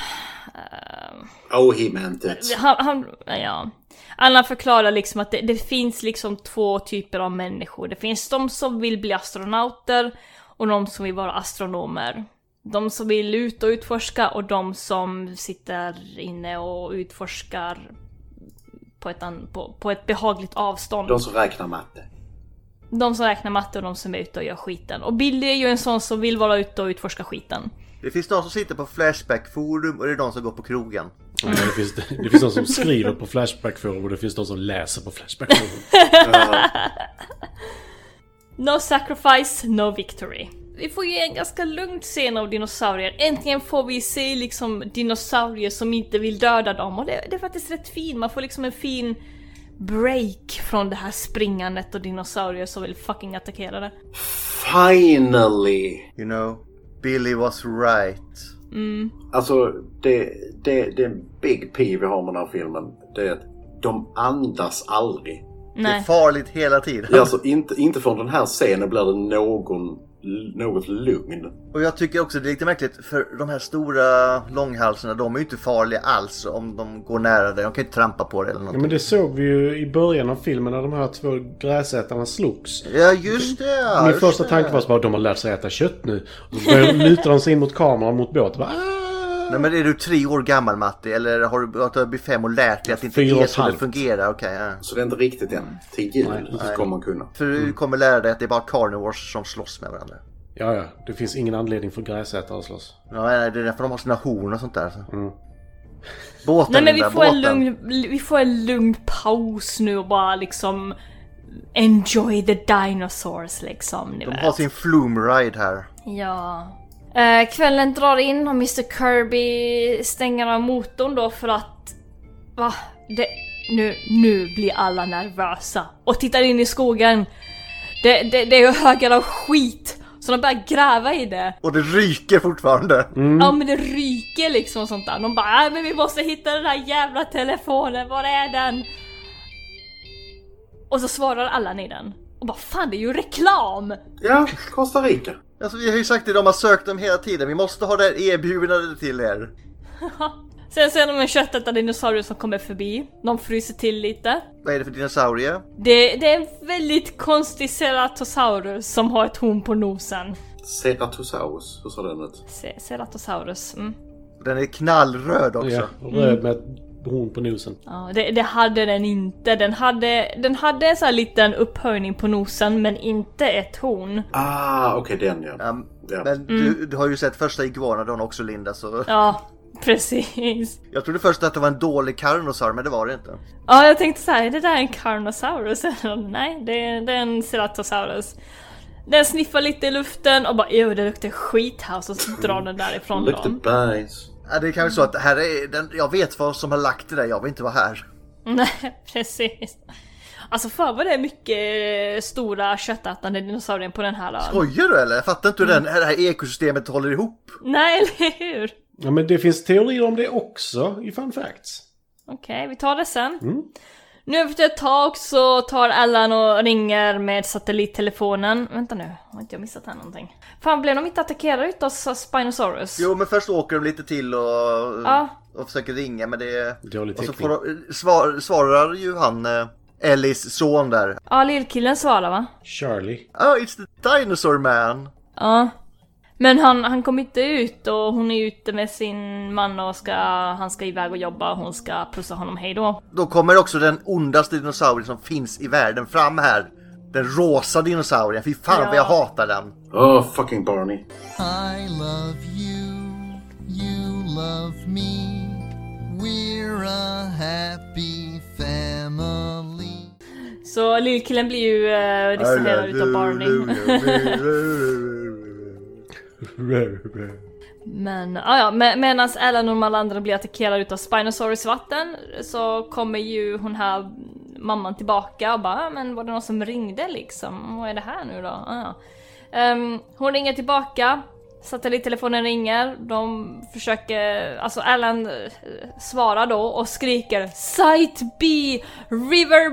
C: Oh, he meant it.
A: Han, han, ja. Alla förklarar liksom att det, det finns liksom två typer av människor. Det finns de som vill bli astronauter och de som vill vara astronomer. De som vill ut och utforska och de som sitter inne och utforskar på ett, an, på, på ett behagligt avstånd.
C: De som räknar matte.
A: De som räknar matte och de som är ute och gör skiten. Och Billy är ju en sån som vill vara ute och utforska skiten.
D: Det finns de som sitter på Flashback-forum och det är de som går på krogen.
E: Nej, det, finns, det finns de som skriver på Flashback-forum och det finns de som läser på Flashback-forum.
A: No sacrifice, no victory. Vi får ju en ganska lugn scen av dinosaurier. Äntligen får vi se liksom dinosaurier som inte vill döda dem och det, det är faktiskt rätt fint. Man får liksom en fin break från det här springandet och dinosaurier som vill fucking attackera det.
C: Finally!
D: You know, Billy was right.
A: Mm.
C: Alltså, det, det, det är en big P vi har med den här filmen. Det är att de andas aldrig.
D: Det är farligt hela tiden.
C: Ja, Alltså, inte, inte från den här scenen blir det någon, något lugn.
D: Och jag tycker också det är lite märkligt för de här stora långhalsarna de är ju inte farliga alls om de går nära dig. De kan ju trampa på dig eller
E: Ja,
D: någonting.
E: men det såg vi ju i början av filmen när de här två gräsätarna slogs.
D: Ja just det! ja,
E: Min
D: just
E: första
D: det.
E: tanke var så bara de har lärt sig äta kött nu. Och så börjar- lutar de sig in mot kameran mot båten. Bara, "Ah!"
D: Nej men är du tre år gammal Matti eller har du gått över vid fem och lärt dig att det inte
E: Fyra och
D: är
E: ett
D: så det
E: halvt.
D: fungerar? Okej, ja.
C: Så det är inte riktigt än. Till jul
D: Nej.
C: kommer man kunna.
D: För
E: Mm.
D: du kommer lära dig att det är bara carnivores som slåss med varandra.
E: ja, ja. Det finns ingen anledning för gräsätare att slåss.
D: Ja, nej, det är därför de har sina horn och sånt där. så. Båten
A: Nej men vi
D: Linda,
A: får, en
D: båten.
A: lugn, vi får en lugn paus nu och bara liksom Enjoy the dinosaurs liksom. Ni
D: De
A: vet.
D: har sin flumride här.
A: Ja. Eh, kvällen drar in och Mr Kirby stänger av motorn då för att... Va? Det, nu, nu blir alla nervösa och tittar in i skogen. Det, det, det är ju högar av skit! Så de börjar gräva i det.
D: Och det ryker fortfarande.
A: Ja men det ryker liksom och sånt där. De bara äh, men vi måste hitta den här jävla telefonen, var är den? Och så svarar alla nej den. Och bara fan det är ju reklam!
C: Ja, Costa Rica.
D: Alltså vi har ju sagt det, de har sökt dem hela tiden. Vi måste ha det här erbjudandet till er.
A: Sen ser de en köttätande dinosaurie som kommer förbi. De fryser till lite.
D: Vad är det för dinosaurie?
A: Det, det är en väldigt konstig ceratosaurus som har ett horn på nosen.
C: Ceratosaurus, hur sa den ut?
A: Ce- Ceratosaurus. Mm.
D: Den är knallröd också. Mm.
E: Ja, röd med ett horn på nosen.
A: Ja, det, det hade den inte. Den hade, den hade en sån här liten upphöjning på nosen men inte ett horn.
C: Ah, okej den ja.
D: Ja,
C: Ja.
D: Um, Men du, du har ju sett första iguanadon också Linda så...
A: Mm. Ja, (laughs) precis.
D: Jag trodde först att det var en dålig carnosaur men det var det inte.
A: Ja, jag tänkte så här, är det där en Carnosaurus? Nej, det är, det är en Ceratosaurus. Den sniffar lite i luften och bara "Ew, det luktar skit här” och så drar den därifrån
C: Luktar
A: dem.
C: bajs.
D: Ja, det är kanske så att det här är den, jag vet vad som har lagt det där, jag vill inte vara här.
A: (laughs) Nej, precis. Alltså för vad det är mycket eh, stora köttätande dinosaurier på den här ön.
D: Skojar du eller? Fattar inte hur
A: Mm.
D: den, det här ekosystemet håller ihop?
A: Nej, (laughs) eller hur?
E: Ja, men det finns teorier om det också i Fun Facts.
A: Okej, vi tar det sen.
E: Mm.
A: Nu efter ett tag så tar Allan och ringer med satellittelefonen. Vänta nu, har inte jag missat här någonting? Fan, blev de inte attackerade utav S- Spinosaurus?
D: Jo, men först åker de lite till och,
A: Ja.
D: och försöker ringa men det...
E: Dålig
D: och så
E: täckning.
D: får, de- svar, svarar ju han, eh, Ellis son där.
A: Ja, lillkillen svarar va?
E: Charlie. (laughs)
D: Oh, it's the dinosaur man!
A: Ja. Men han, han kom inte ut och hon är ute med sin man och ska, han ska iväg och jobba och hon ska pussa honom hejdå.
D: Då kommer också den ondaste dinosaurien som finns i världen fram här. Den rosa dinosaurien, fy fan vad jag hatar den!
C: Oh, fucking Barney.
O: I love you, you love me. We're a happy family.
A: Så lillkillen blir ju eh, distraherad utav Barney. (laughs) Men ja, ja, med, medan Alan och de alla andra blir attackerade utav Spinosaurus i vatten så kommer ju hon här mamman tillbaka och bara "Ah, men var det någon som ringde liksom? Vad är det här nu då? Ah, ja. Ehm, hon ringer tillbaka, satellittelefonen ringer, de försöker, alltså Alan eh, svarar då och skriker Site B River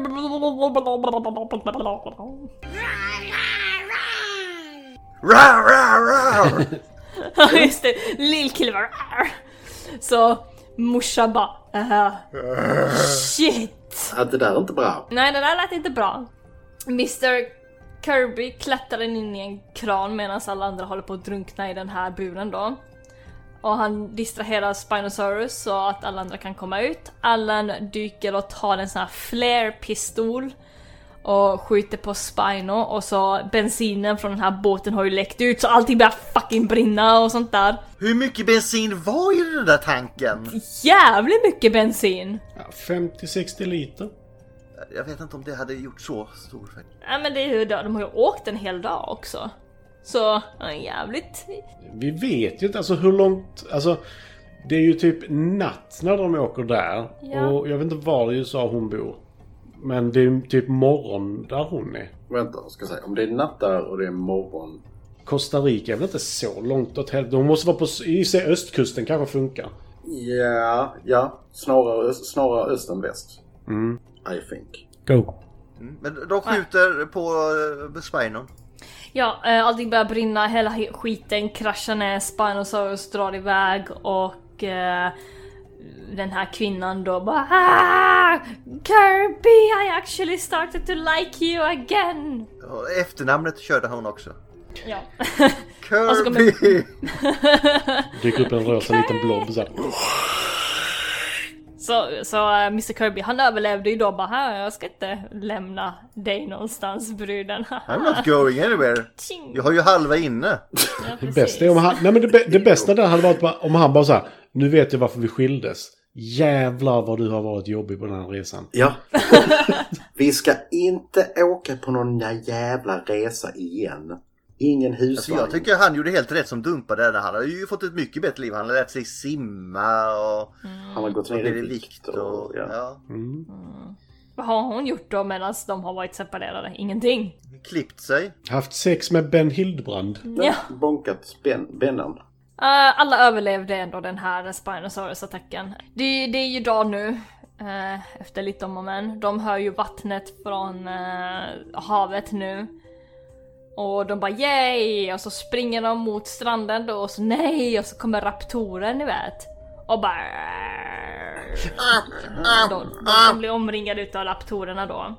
D: Rar, rar, rar.
A: Ja just det, lillkillen bara "Arr." Så morsan bara "Äh, Shit!
C: Att det där är inte bra.
A: Nej det där lät inte bra. Mr Kirby klättrar in i en kran medan alla andra håller på att drunkna i den här buren då. Och han distraherar Spinosaurus så att alla andra kan komma ut. Allan dyker och tar en sån här flare-pistol och skjuter på Spino och så bensinen från den här båten har ju läckt ut så allting börjar fucking brinna och sånt där.
D: Hur mycket bensin var i den där tanken?
A: Jävligt mycket bensin!
E: Ja, 50-60 liter.
D: Jag vet inte om det hade gjort så stor effekt.
A: Nej men det är ju, de har ju åkt en hel dag också. Så, ja, jävligt...
E: Vi vet ju inte alltså hur långt... Alltså, det är ju typ natt när de åker där.
A: Ja.
E: Och jag vet inte var i USA hon bor. Men det är ju typ morgon där hon är.
C: Vänta, jag ska säga. Om det är natt där och det är morgon.
E: Costa Rica är väl inte så långt åt helvete. Hon måste vara på... I sig östkusten kanske funkar.
C: Ja, ja. Snarare, öst- snarare öst än väst.
E: Mm.
C: I think.
E: Go.
D: Men de skjuter på eh, Spinon.
A: Ja, eh, allting börjar brinna, hela he- skiten kraschar ner, Spinosaurus drar iväg och eh, den här kvinnan då bara ah, Kirby, I actually started to like you again!
D: Och Efternamnet körde hon också.
A: Ja. (laughs) Och så kommer-
D: Kirby! (laughs)
E: Dyker upp en rosa liten blob så här.
A: Så, så eh, Mr Kirby han överlevde ju då bara här, jag ska inte lämna dig någonstans bruden. (laughs)
D: I'm not going anywhere. Jag har ju halva inne.
E: Det bästa, är om han, nej men det, bä- det bästa där hade varit bara- om han bara så här. Nu vet jag varför vi skildes. Jävlar vad du har varit jobbig på den här resan.
C: Ja. (laughs) Vi ska inte åka på någon jävla resa igen. Ingen
D: Alltså,
C: husvagn.
D: jag tycker han gjorde helt rätt som dumpade henne. Han har ju fått ett mycket bättre liv. Han har lärt sig simma och...
C: Han har gått ner i
D: gått
C: vikt och- ja.
A: Vad har hon gjort då medan de har varit separerade? Ingenting.
D: Klippt sig.
E: Haft sex med Ben Hildbrand.
A: Ja.
C: Bonkat ben, Bennan.
A: Eh, alla överlevde ändå den här Spinosaurus-attacken. Det, det är ju dag nu. eh, efter lite om och men. De hör ju vattnet från eh, havet nu. Och de bara yay! Och så springer de mot stranden då och så nej! Och så kommer raptoren ni vet. Och bara... De, de, de blir omringade utav raptorerna då.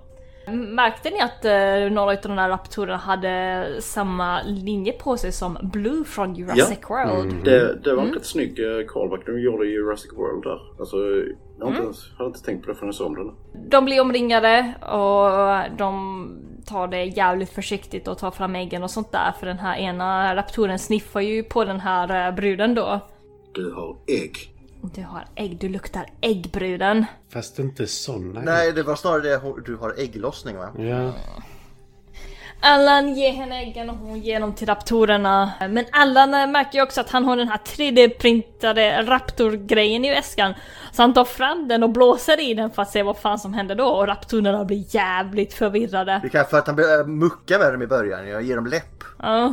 A: Märkte ni att eh, några av de där raptorerna hade samma linje på sig som Blue från Jurassic World?
C: Det, det var en
A: Mm.
C: rätt snygg eh, callback de gjorde i Jurassic World där. Alltså, jag har, inte
A: Mm.
C: ens, jag har inte tänkt på det förrän jag såg den.
A: De blir omringade och de tar det jävligt försiktigt och tar fram äggen och sånt där för den här ena raptoren sniffar ju på den här eh, bruden då.
C: Du har ägg.
A: Du har ägg, du luktar äggbruden.
E: Fast inte såna.
D: Nej, det var snarare det hon- du har ägglossning va?
E: Ja.
A: Allan ger henne äggen och hon ger dem till raptorerna. Men Allan eh, märker ju också att han har den här 3D-printade raptorgrejen i väskan. Så han tar fram den och blåser i den för att se vad fan som händer då och raptorerna blir jävligt förvirrade.
D: Det är kanske för att han börjar mucka med dem i början. Jag ger dem läpp.
A: Ja.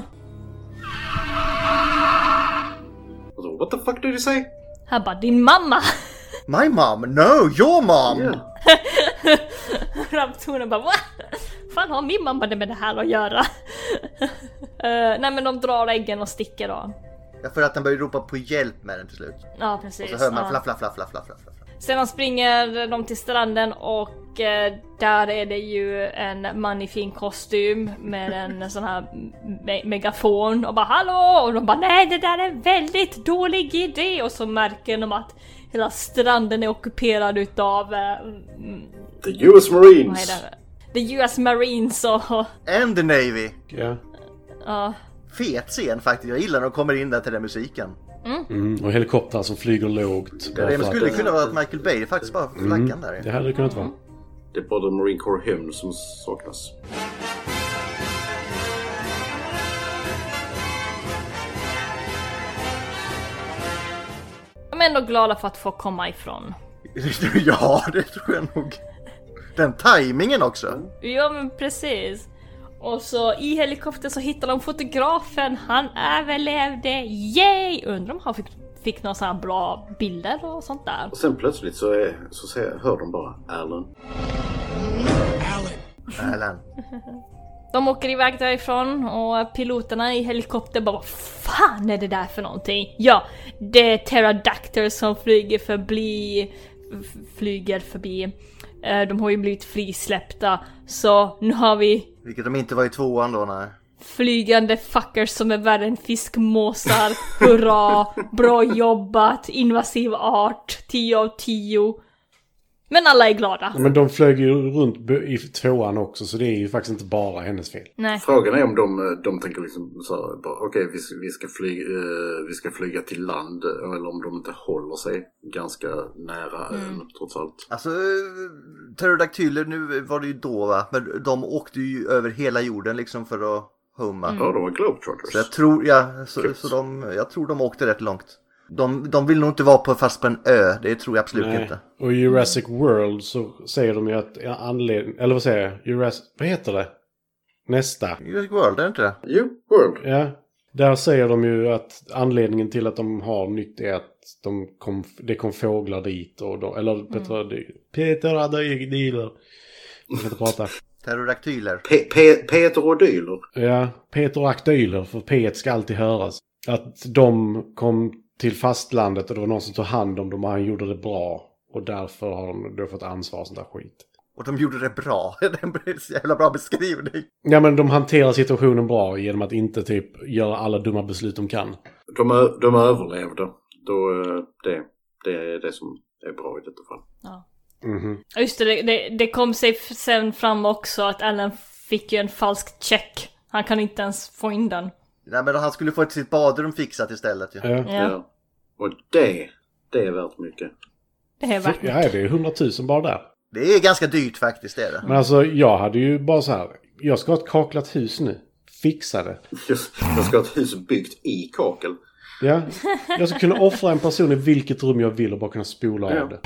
C: Alltså, what the fuck did you say?
A: Han bara din mamma! (laughs)
D: My mom? No, your mom!
A: Raptorerna bara va? Fan har min mamma det med det här att göra? (laughs) Eh, nej men de drar äggen och sticker då.
D: Ja, för att han börjar ropa på hjälp med den till slut.
A: Ja precis.
D: Och så hör man
A: ja.
D: flaff, flaff, flaff, flaff, flaff. flaff.
A: Sedan springer de till stranden och eh, där är det ju en man i fin kostym med en sån här me- megafon och bara hallå! Och de bara nej det där är en väldigt dålig idé! Och så märker de att hela stranden är ockuperad utav eh, mm,
C: The US
A: vad är
C: Marines!
A: det? The US Marines och...
D: And the Navy!
E: Ja.
A: Ja.
D: Fet scen faktiskt. Jag gillar när de kommer in där till den musiken.
E: Mm, och helikoptrar som flyger lågt. bara
D: Det
E: för att-
D: skulle kunna vara att Michael Bay faktiskt bara
E: Mm,
D: flaggan där.
E: Det hade det kunnat vara.
C: Det är bara Marine Corps hymn som saknas.
A: De är ändå glada för att få komma ifrån.
D: (laughs) ja, det tror jag nog. Den tajmingen också.
A: Ja men precis. Och så i helikoptern så hittar de fotografen, han överlevde, yay! Undrar om han fick, fick några sådana bra bilder och sånt där.
C: Och sen plötsligt så, är, så ser, hör de bara Alan.
D: Alan.
A: De åker iväg därifrån och piloterna i helikoptern bara vad fan är det där för någonting? Ja, det är pterodactyl som flyger förbi, f- flyger förbi. Eh, De har ju blivit frisläppta så nu har vi
D: Vilket de inte var i tvåan då, nej.
A: Flygande fuckers som är värre än fiskmåsar. Hurra! Bra jobbat! Invasiv art! 10 av 10. Men alla är glada.
E: Men de flög ju runt b- i tvåan också så det är ju faktiskt inte bara hennes fel.
A: Nej.
C: Frågan är om de, de tänker liksom så här, bara, okej vi, vi, ska fly, eh, vi ska flyga till land eh, eller om de inte håller sig ganska nära ön trots allt.
D: Alltså, pterodaktyler, nu var det ju då va, men de åkte ju över hela jorden liksom för att humma.
C: Ja, de var globetrotters.
D: Så jag tror, ja, så, så de, jag tror de åkte rätt långt. De, de vill nog inte vara på, fast på en ö, det tror jag absolut inte.
E: Och i Jurassic World så säger de ju att ja, anledning... Eller vad säger jag? Jurassic... Vad heter det? Nästa.
D: Jurassic World, är det inte det?
C: Jo, World.
E: Ja. Där säger de ju att anledningen till att de har nytt är att de kom, det kom fåglar dit och de, Eller mm. Peter Adagdiler. Jag kan inte prata.
D: Pterodaktyler.
C: Pe- Pe- Peter Odyler.
E: Ja, Peter Akdyler, för P ska alltid höras. Att de kom till fastlandet och det var någon som tog hand om dem och han gjorde det bra. Och därför har de då fått ansvar och sånt där skit.
D: Och de gjorde det bra. (laughs) Det är en så jävla bra beskrivning.
E: Ja men de hanterar situationen bra genom att inte typ göra alla dumma beslut de kan.
C: De, ö- de överlevde. Då, eh, det, det är det som är bra i detta fall.
E: Mhm.
A: Ja, Just det, det- det, det kom sig f- sen fram också att Allen fick ju en falsk check. Han kan inte ens få in den.
D: Nej men han skulle få sitt badrum fixat istället ju.
E: Ja.
A: Ja.
C: Och det, det är värt mycket.
A: Det är vackert.
E: Ja, det är 100 000 bara där.
D: Det är ganska dyrt faktiskt, det är det.
E: Men alltså, jag hade ju bara så här. Jag ska ha ett kaklat hus nu. Fixa det.
C: Jag ska ha ett hus byggt i kakel.
E: Ja. Jag ska kunna offra en person i vilket rum jag vill och bara kunna spola
C: Ja.
E: av det.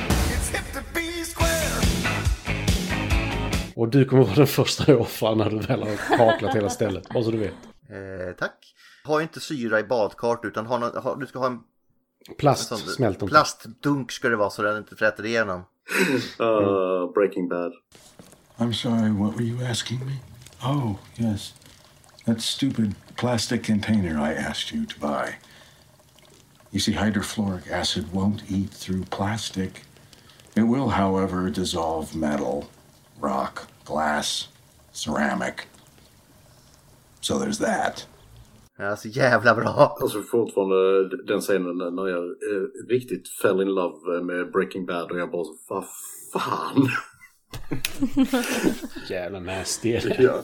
E: Och du kommer vara den första jag offrar när du väl har kaklat hela stället. Bara så du vet.
D: Eh, tack. Ha inte syra i badkart utan ha nå- ha, du ska ha en...
E: Plast,
D: en sån-
E: smält om.
D: Plastdunk ska det vara så den inte fräter igenom.
C: Uh, breaking Bad.
J: I'm sorry, what were you asking me? Oh, yes. That stupid plastic container I asked you to buy. You see, hydrofluoric acid won't eat through plastic. It will, however, dissolve metal, rock, glass, ceramic. So there's that.
D: Alltså jävla bra.
C: Alltså fortfarande eh, den scenen när jag eh, riktigt fell in love eh, med Breaking Bad och jag bara så, vad fan.
E: Jävla nasty är det.
C: ja.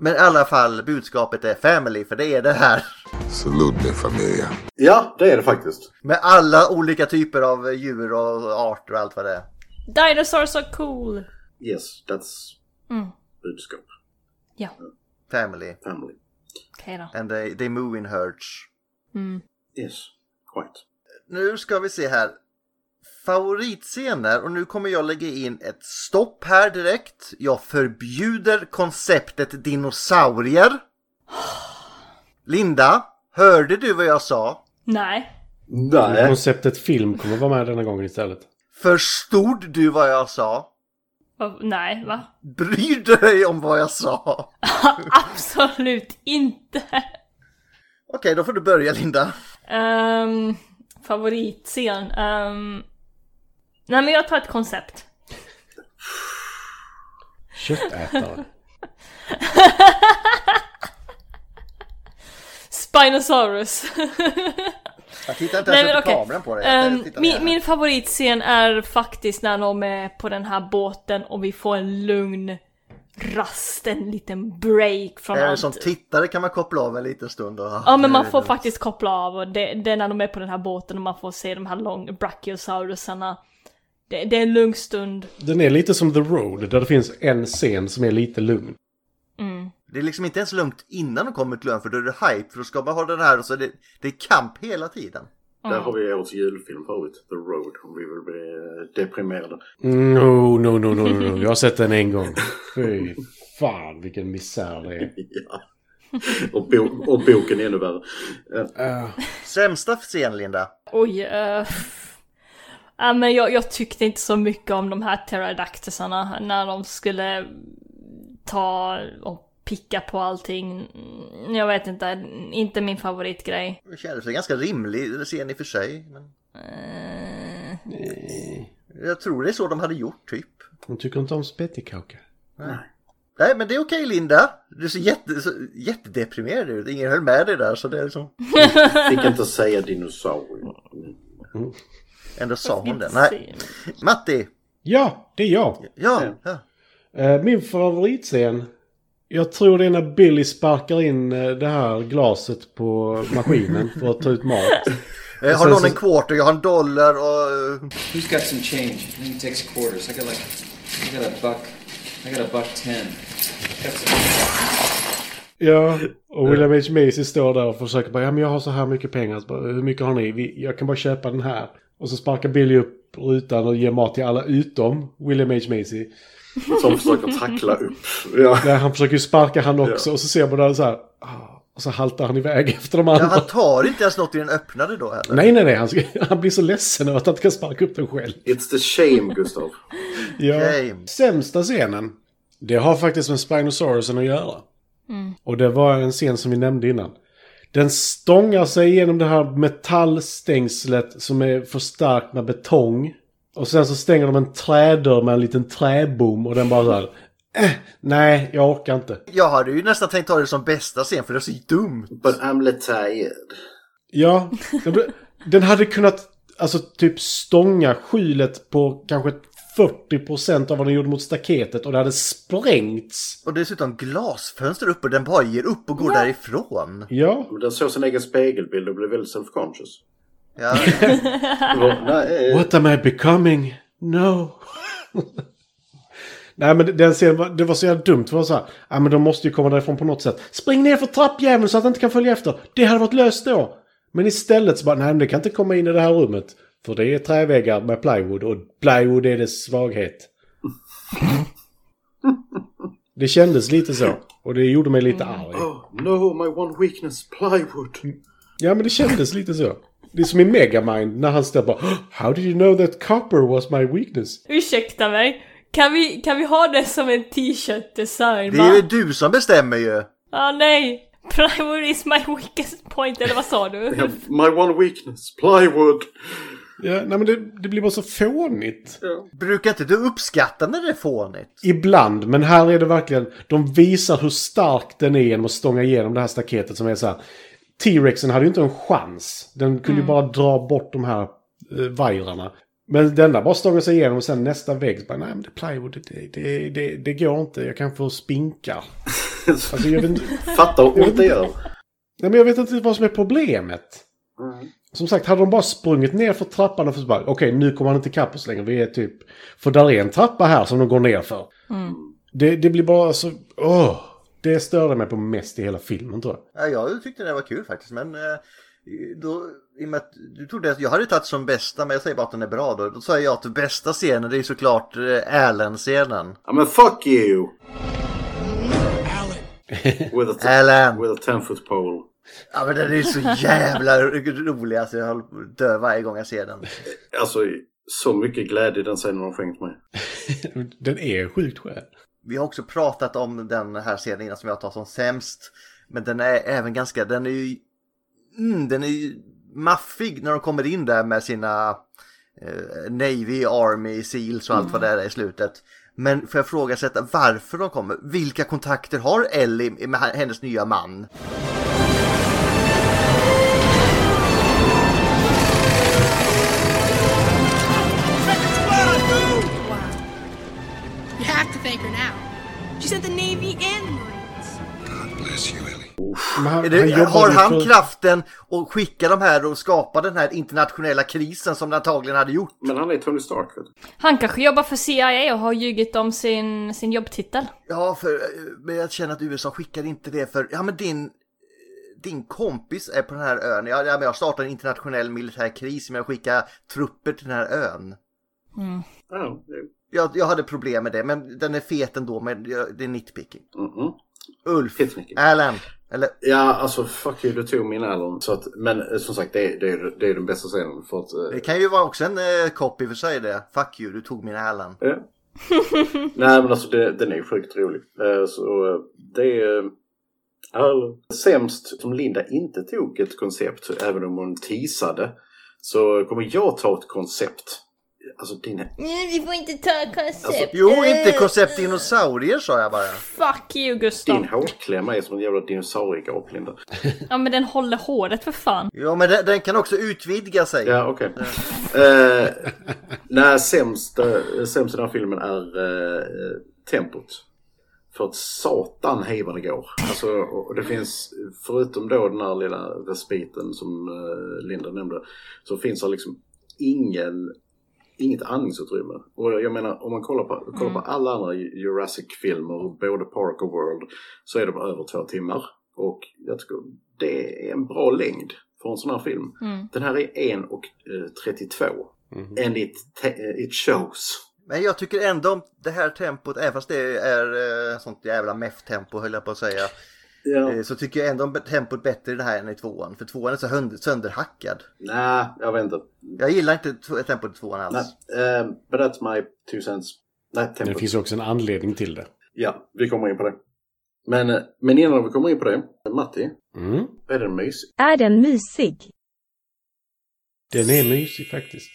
D: Men i alla fall, budskapet är family, för det är det här.
J: Salute, familia.
C: (laughs) ja, det är det faktiskt.
D: Med alla olika typer av djur och arter och allt vad det är.
A: Dinosaurs are cool.
C: Yes, that's
A: Mm.
C: budskap.
A: Ja,
D: Family.
C: Family.
A: okej då.
D: And they, they move in herds.
A: Mm.
C: Yes, quite.
D: Nu ska vi se här. Favoritscener och nu kommer jag lägga in ett stopp här direkt. Jag förbjuder konceptet dinosaurier. Linda, hörde du vad jag sa?
A: Nej.
E: Men
C: Nej.
E: Konceptet film kommer vara med denna gången istället.
D: Förstod du vad jag sa?
A: Vad- Nej, va?
D: Bryr du dig om vad jag sa?
A: Absolut inte.
D: Okej, då får du börja Linda.
A: Um, favoritscen. Um, nej men jag tar ett koncept.
E: Köttätare.
A: Spinosaurus.
D: Jag tittar inte ens upp i kameran på dig. Jag
A: Ehm,
D: tittar ner
A: min,
D: här.
A: min favoritscen är faktiskt när de är på den här båten och vi får en lugn rast, en liten break från
D: Även
A: allt.
D: som tittare kan man koppla av en liten stund. Och...
A: Ja men man får faktiskt koppla av och det, det är när de är på den här båten och man får se de här långa brachiosaurusarna. Det, det är en lugn stund.
E: Den är lite som The Road, där det finns en scen som är lite lugn.
A: Mm.
D: Det är liksom inte ens lugnt innan de kommer till ön för då är det hype för då ska man ha den här och så är det, det är kamp hela tiden.
C: Där har vi årets julfilm för övrigt. The Road. Om vi vill bli eh, deprimerade.
E: Mm, No, no, no, no, no, no. Jag har sett den en gång. Fy fan vilken misär det är.
C: ja. och, bo- och boken är ännu värre. Eh,
D: Sämsta scen Linda?
A: Oj. eh, ja, men jag, jag tyckte inte så mycket om de här pterodactysarna när de skulle ta och picka på allting. Mm, Jag vet inte, inte min favoritgrej.
D: Det kändes väl ganska rimlig scen i och för sig. Men...
E: Ah.
D: Jag tror det är så de hade gjort typ.
E: Hon tycker inte om spettekaka.
D: Nej. Nej men det är okej Linda. Du ser jätte, så, jättedeprimerad ut. Ingen höll med dig där så det är liksom.
C: Fick inte säga dinosaurier.
D: Ändå sa hon det.
A: inte
D: Nej. Matti.
E: Ja, det är jag.
D: Ja. ja.
E: Eh, Min favoritscen. Jag tror det är när Billy sparkar in eh, det här glaset på (laughs) maskinen för att ta ut mat.
D: Jag
E: Och
D: Eh, har
E: sen
D: någon
E: så-
D: en quarter, jag har en dollar och... eh,
P: Who's got some change? He takes quarters. I got like, I got a buck. I got a buck ten.
E: Ja, och William H. Macy står där och försöker bara, ja men jag har så här mycket pengar, så bara, hur mycket har ni? Vi, jag kan bara köpa den här. Och så sparkar Billy upp rutan och ger mat till alla utom William H. Macy.
C: Som försöker tackla upp. Ja.
E: Nej, han försöker ju sparka han också och så ser man där så här, ah, och så haltar han iväg (laughs) efter de andra.
D: Ja, han tar inte ens något i den öppnade då heller.
E: Nej, nej, nej, han, ska- han blir så ledsen över att han inte kan sparka upp den själv.
C: It's the shame, Gustav.
E: Ja.
D: Shame.
E: Sämsta scenen, det har faktiskt med Spinosaurusen att göra.
A: Mm.
E: Och det var en scen som vi nämnde innan. Den stångar sig genom det här metallstängslet som är förstärkt med betong. Och sen så stänger de en trädörr med en liten träbom och den bara så här. Eh, nej, jag orkar inte.
D: Jag hade ju nästan tänkt ta det som bästa scen för det är så dumt.
C: But I'm retired.
E: Ja, den, blev- den hade kunnat alltså typ stånga skjulet på kanske 40% av vad den gjorde mot staketet och det hade sprängts.
D: Och dessutom glasfönster uppe, den bara ger upp och går därifrån.
E: Ja.
C: Men Den såg sin egen spegelbild och blev väldigt self-conscious. eh,
D: Ja.
E: What am I becoming? No. (laughs) Nej men den scenen, var- det var så jävla dumt. Det var så här, ja men de måste ju komma därifrån på något sätt. Spring ner för trappjäveln så att han inte kan följa efter. Det hade varit löst då. Men istället så bara, nej men det kan inte komma in i det här rummet. För det är träväggar med plywood och plywood är dess (laughs) svaghet. det kändes lite så. Och det gjorde mig lite arg.
C: Oh, no, my one weakness, plywood.
E: Ja, men det kändes lite så. Det är som i Megamind när han står bara How did you know that copper was my weakness?
A: Ursäkta mig. Kan vi, kan vi ha det som en t-shirt design?
D: Det är
A: va?
D: ju du som bestämmer ju.
A: Ah nej! Plywood is my weakest point, eller vad sa du?
C: My one weakness, plywood.
E: Ja, nej, men det, det blir bara så fånigt.
D: Brukar inte du uppskatta när det är fånigt?
E: Ibland, men här är det verkligen... De visar hur stark den är genom att stånga igenom det här staketet som är så här... T-rexen hade ju inte en chans. Den kunde ju bara dra bort de här eh, vajrarna. Men denna bara stångar sig igenom och sen nästa vägg så bara, nej men det är plywood, det, det, det, det går inte, jag kan få spinkar. alltså, jag vet inte...
C: Fattar hur ont det gör.
E: Nej men jag vet inte vad som är problemet.
D: Mm.
E: Som sagt, hade de bara sprungit ner för trappan och så bara, okej nu kommer han inte ikapp oss längre. Vi är typ... För där är en trappa här som de går ner för. Det, det blir bara så... Åh! Det störde mig på mest i hela filmen tror jag.
D: (laughs) Ja, jag tyckte det var kul faktiskt. Men eh, då, i och med att du trodde att jag hade tagit som bästa, men jag säger bara att den är bra då. Då säger jag att den bästa scenen, det är såklart eh, Allen-scenen.
C: Ja men fuck you! With a,
D: Alan.
C: With a ten foot pole.
D: Ja men den är ju så jävla rolig alltså, jag håller på att dö varje gång jag ser den.
C: Alltså, så mycket glädje den scenen har skänkt mig.
E: Den är sjukt skön.
D: Vi har också pratat om den här scenen innan som jag tar som sämst. Men den är även ganska, den är ju, mm, den är ju maffig när de kommer in där med sina eh, Navy, Army, Seals och allt
E: Mm.
D: vad det är i slutet. Men får jag frågasätta varför de kommer? Vilka kontakter har Ellie med h- hennes nya man?
I: You have to thank her now. She said the Navy and the Marines.
D: Är det,
E: jobbar
D: har
E: ju
D: han
E: för-
D: kraften att skicka de här och skapa den här internationella krisen som den antagligen hade gjort?
C: Men han är Tony Stark. Vet du?
A: Han kanske jobbar för CIA och har ljugit om sin, sin jobbtitel.
D: Ja, för, eh, men jag känner att USA skickar inte det för, ja men din, eh, din kompis är på den här ön. Ja, ja, men jag startar en internationell militär kris med att skicka trupper till den här ön.
A: Mm.
C: Ja, det-
D: Jag, jag hade problem med det, men den är fet ändå, men jag- det är nitpicking.
C: Mhm.
D: Ulf, Alan, eller
C: Ja, alltså fuck you, du tog min Alan. Så att, men eh, som sagt, det, är- det, är- det är den bästa scenen. För att, eh,
D: det kan ju vara också en eh, copy för sig det. Fuck you, du tog min Alan.
C: Ja. Nej men alltså det, den är ju sjukt rolig. Eh, Så eh, det är... eh, all- Sämst som Linda inte tog ett koncept, även om hon teasade, så kommer jag ta ett koncept. Alltså din...
A: Nej, vi får inte ta koncept.
C: Alltså,
D: Jo, inte koncept dinosaurier sa jag bara.
A: Fuck you Gustav.
C: Din hårklämma är som en jävla dinosauriegap, Linda.
A: Ja men den håller håret för fan.
D: Ja, men den, den kan också utvidga sig.
C: Ja, okej. Eh, nej, sämst, eh, sämst i den här filmen är eh, eh, tempot. För att satan hej vad det går. Alltså, och och det finns, förutom då den här lilla respiten som eh, Linda nämnde, så finns det liksom ingen, inget andningsutrymme. Och jag menar, om man kollar på, kollar på alla andra Jurassic-filmer, både Park och World, så är de över två timmar. Och jag tycker det är en bra längd för en sån här film.
D: Mm.
C: Den här är 1 och eh, 32. And it, te- eh, it shows.
D: Men jag tycker ändå om det här tempot, även fast det är eh, sånt jävla meff-tempo höll jag på att säga.
C: Ja.
D: Eh, Så tycker jag ändå om be- tempot bättre i den här än i tvåan. För tvåan är så hund- sönderhackad.
C: Nej, jag vet inte.
D: Jag gillar inte t- tempot i tvåan alls.
C: Nej, eh, but that's my two cents. Nej,
E: Men Det
C: tempo.
E: finns också en anledning till det.
C: Ja, vi kommer in på det. Men, eh, men innan vi kommer in på det, Matti,
E: Mm.
C: är den mysig?
Q: Är den mysig?
E: Den är mysig faktiskt.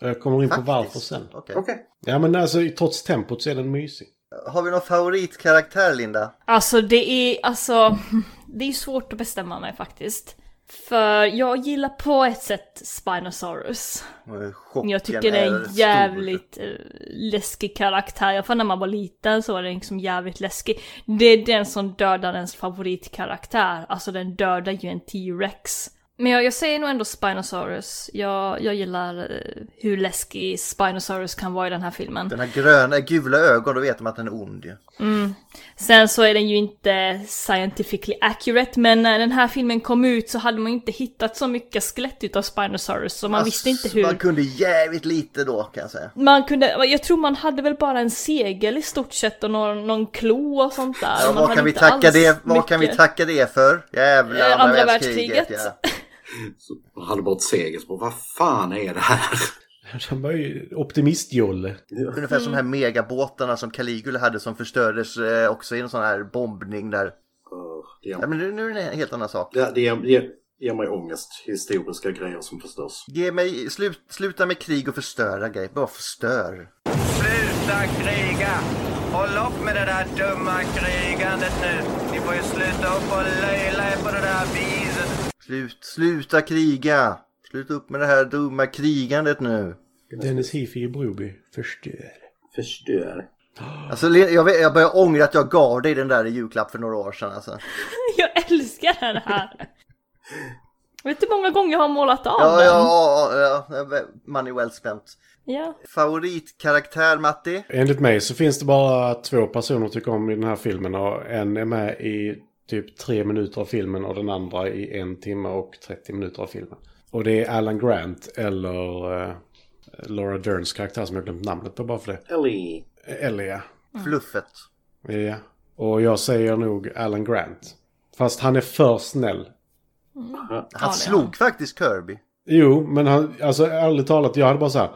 E: Jag kommer in på
D: Mm. Faktiskt.
E: varför sen.
D: Okej.
E: Ja men alltså trots tempot så är den mysig. (laughs)
D: Har vi någon favoritkaraktär Linda?
A: Alltså det är, alltså, (laughs) det är svårt att bestämma mig faktiskt. För jag gillar på ett sätt Spinosaurus.
D: Eh, Chocken
A: jag tycker det är en
D: stor.
A: jävligt eh, läskig karaktär. Jag fan när man var liten så var den liksom jävligt läskig. Det är den som dödar ens favoritkaraktär. Alltså den dödar ju en T-Rex. Men jag, jag säger nog ändå Spinosaurus. Jag, jag gillar eh, hur läskig Spinosaurus kan vara i den här filmen.
D: Den har gröna, gula ögon, då vet man att den är ond ju.
A: Mm. Sen så är den ju inte scientifically accurate, men när den här filmen kom ut så hade man ju inte hittat så mycket skelett utav Spinosaurus, så man
D: Alltså,
A: visste inte hur...
D: Man kunde jävligt lite då kan jag säga.
A: Man kunde, jag tror man hade väl bara en segel i stort sett och någon, någon klo och sånt där.
D: Ja,
A: Man
D: vad
A: hade
D: kan, vi
A: inte
D: tacka
A: alls
D: det, vad kan vi
A: mycket.
D: tacka det för? Jävla
A: Eh,
D: andra,
A: andra
D: världskriget.
A: världskriget. (laughs)
D: Ja.
C: Så man hade bara ett segel så bara, vad fan är det här?
E: Han var ju optimistjolle.
D: Ungefär som de här megabåtarna som Caligula hade som förstördes eh, också i en sån här bombning där.
C: ja.
D: men nu, nu är det en helt annan sak.
C: Det, det ger, ger, ger mig ångest, historiska grejer som förstörs.
D: Ge mig, slut, sluta med krig och förstöra grejer. Bara förstör.
Q: Sluta kriga! Håll upp med det där dumma krigandet nu. Ni får ju sluta upp och löjla er på det där viset.
D: Slut, sluta kriga. Sluta upp med det här dumma krigandet nu.
E: Dennis Hifi i Broby. Förstör.
C: Förstör.
D: Alltså, Le- jag, vet- jag börjar ångra att jag gav dig den där i julklapp för några år sedan. Alltså.
A: Jag älskar den
D: (laughs)
A: här! Vet du hur många gånger jag har målat av
D: Ja, ja,
A: den?
D: ja, ja, ja, money well spent.
A: Ja.
D: Favoritkaraktär, Matti?
E: Enligt mig så finns det bara två personer att tycka om i den här filmen och en är med i typ tre minuter av filmen och den andra i en timme och 30 minuter av filmen. Och det är Alan Grant eller eh, Laura Derns karaktär som jag glömt namnet på bara för det.
C: Ellie.
E: Ellie, ja.
D: Fluffet.
E: Ja. Och jag säger nog Alan Grant. Fast han är för snäll.
D: Han slog faktiskt Kirby.
E: Jo, men han, alltså ärligt talat, jag hade bara så här.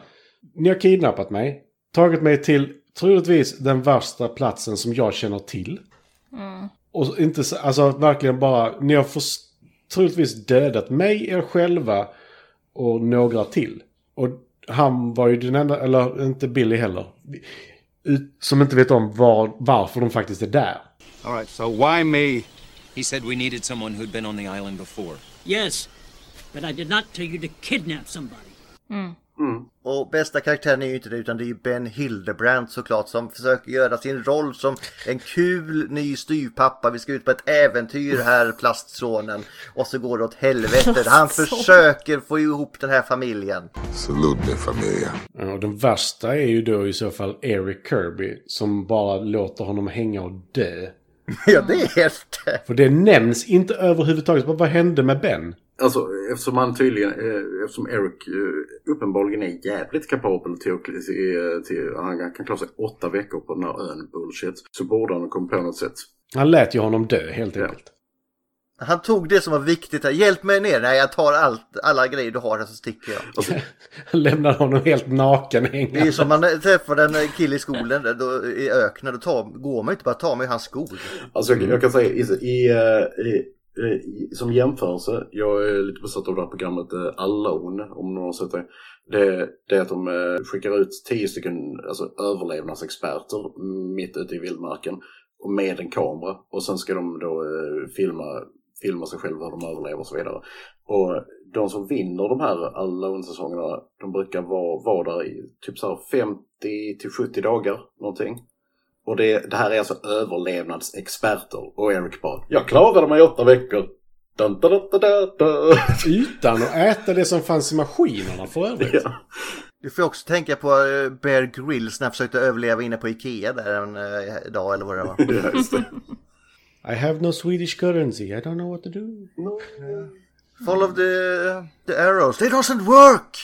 E: Ni har kidnappat mig, tagit mig till troligtvis den värsta platsen som jag känner till.
A: Mm.
E: Och inte, så- alltså verkligen bara, ni har förs- troligtvis dödat mig, er själva och några till. Och han var ju den enda, eller inte Billy heller, ut- som inte vet om var, varför de faktiskt är där.
G: All right, so why me?
P: He said we needed someone who'd been on the island before.
L: Yes, but I did not tell you to kidnap somebody.
D: Och bästa karaktären är ju inte det utan det är ju Ben Hildebrandt såklart som försöker göra sin roll som en kul ny styvpappa. Vi ska ut på ett äventyr här plastsonen. Och så går det åt helvete. Han försöker få ihop den här familjen.
E: Salute min familj. Eh, Och den värsta är ju då i så fall Eric Kirby som bara låter honom hänga och dö.
D: Ja, det är helt...
E: För det nämns inte överhuvudtaget. Vad vad hände med Ben?
C: Alltså eftersom han tydligen, eh, eftersom Eric eh, uppenbarligen är jävligt kapabel till att, kli- till, eh, till han kan klara sig åtta veckor på den här ön bullshit. Så borde han komma på något sätt.
E: Han lät ju honom dö helt enkelt.
D: Han tog det som var viktigt här. Hjälp mig ner. Nej, jag tar allt, alla grejer du har här så sticker jag.
C: Alltså,
E: Han lämnade honom helt naken hängande.
D: Det är som man eh, träffar en kille i skolan där, då, i öknen. Då tar, går man ju inte bara tar man ju hans skor.
C: Alltså jag, jag kan säga i, i, eh, i, i, som jämförelse, jag är lite besatt av det här programmet eh, Alone, om någon har sett det. Det, det är att de eh, skickar ut tio stycken alltså, överlevnadsexperter mitt ute i vildmarken och med en kamera och sen ska de då eh, filma, filma sig själva hur de överlever och så vidare. Och de som vinner de här Alone-säsongerna, de brukar vara, vara där i typ så här 50 till 70 dagar någonting. Och det, det här är alltså överlevnadsexperter och Eric bara Jag klarade mig i åtta veckor. Dun, dun, dun, dun, dun.
E: Utan att äta det som fanns i maskinerna för övrigt.
D: Du får också tänka på eh, Bear Grylls när han försökte överleva inne på Ikea där en eh, dag eller vad det var.
E: I have no Swedish currency. I don't know what to do.
D: Follow the, the arrows. They doesn't work!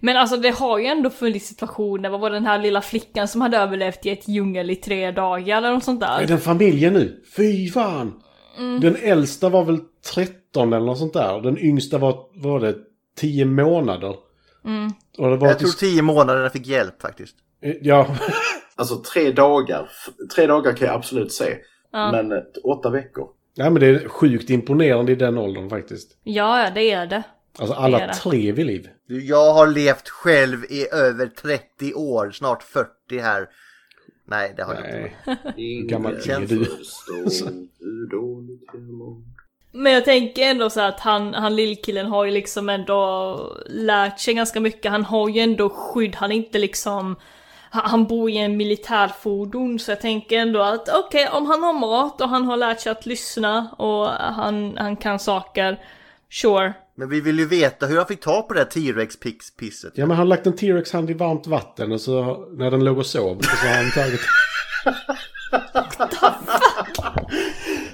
A: Men alltså det har ju ändå funnits situationer, vad var den här lilla flickan som hade överlevt i ett djungel i tre dagar eller något sånt
E: Är
A: där?
E: den familjen nu? Fy fan!
A: Mm.
E: Den äldsta var väl 13 eller något sånt där. Den yngsta var, var det 10 månader.
A: Mm.
E: Och det var
D: Jag
E: till- eh,
D: tror tio månader fick hjälp faktiskt.
E: Ja. (laughs)
C: Alltså tre dagar. f- Tre dagar kan jag absolut se.
A: Ja.
C: Men eh, åtta veckor.
E: Nej men det är sjukt imponerande i den åldern faktiskt.
A: Ja, ja, det är det.
E: Alltså
A: Det är
E: alla
A: det.
E: tre vid liv.
D: Du, Jag har levt själv i över 30 år, snart 40 här. Nej, det har jag inte.
C: Hur
E: gammal är du?
C: Hur dåligt jag mår.
A: Men jag tänker ändå så att han, han lillkillen har ju liksom ändå lärt sig ganska mycket. Han har ju ändå skydd. Han är inte liksom... han, han bor i en militärfordon så jag tänker ändå att okej, om han har mat och han har lärt sig att lyssna och han, han kan saker, sure.
D: Men vi vill ju veta hur han fick tag på det här T-Rex-pisset.
E: Ja, men han har lagt en T-Rex-hand i varmt vatten och så när den låg och sov så har han tagit...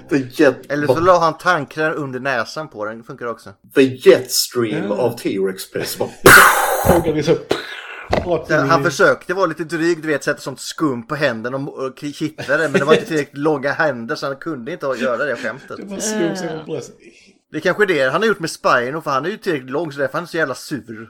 C: The jet...
D: Eller så la han tandkräm under näsan på den, det funkar också.
C: The jet stream av T-Rex piss.
E: Tågade så... rakt in i-
D: Han försökte vara lite dryg, du vet, sätta sånt skum på händerna och och kittla det. Men det var inte tillräckligt långa händer så han kunde inte göra det skämtet.
E: Det bara slog sig mot bröstet.
D: Det är kanske är det han har gjort med Spino, för han är ju tillräckligt lång så därför är han så jävla sur.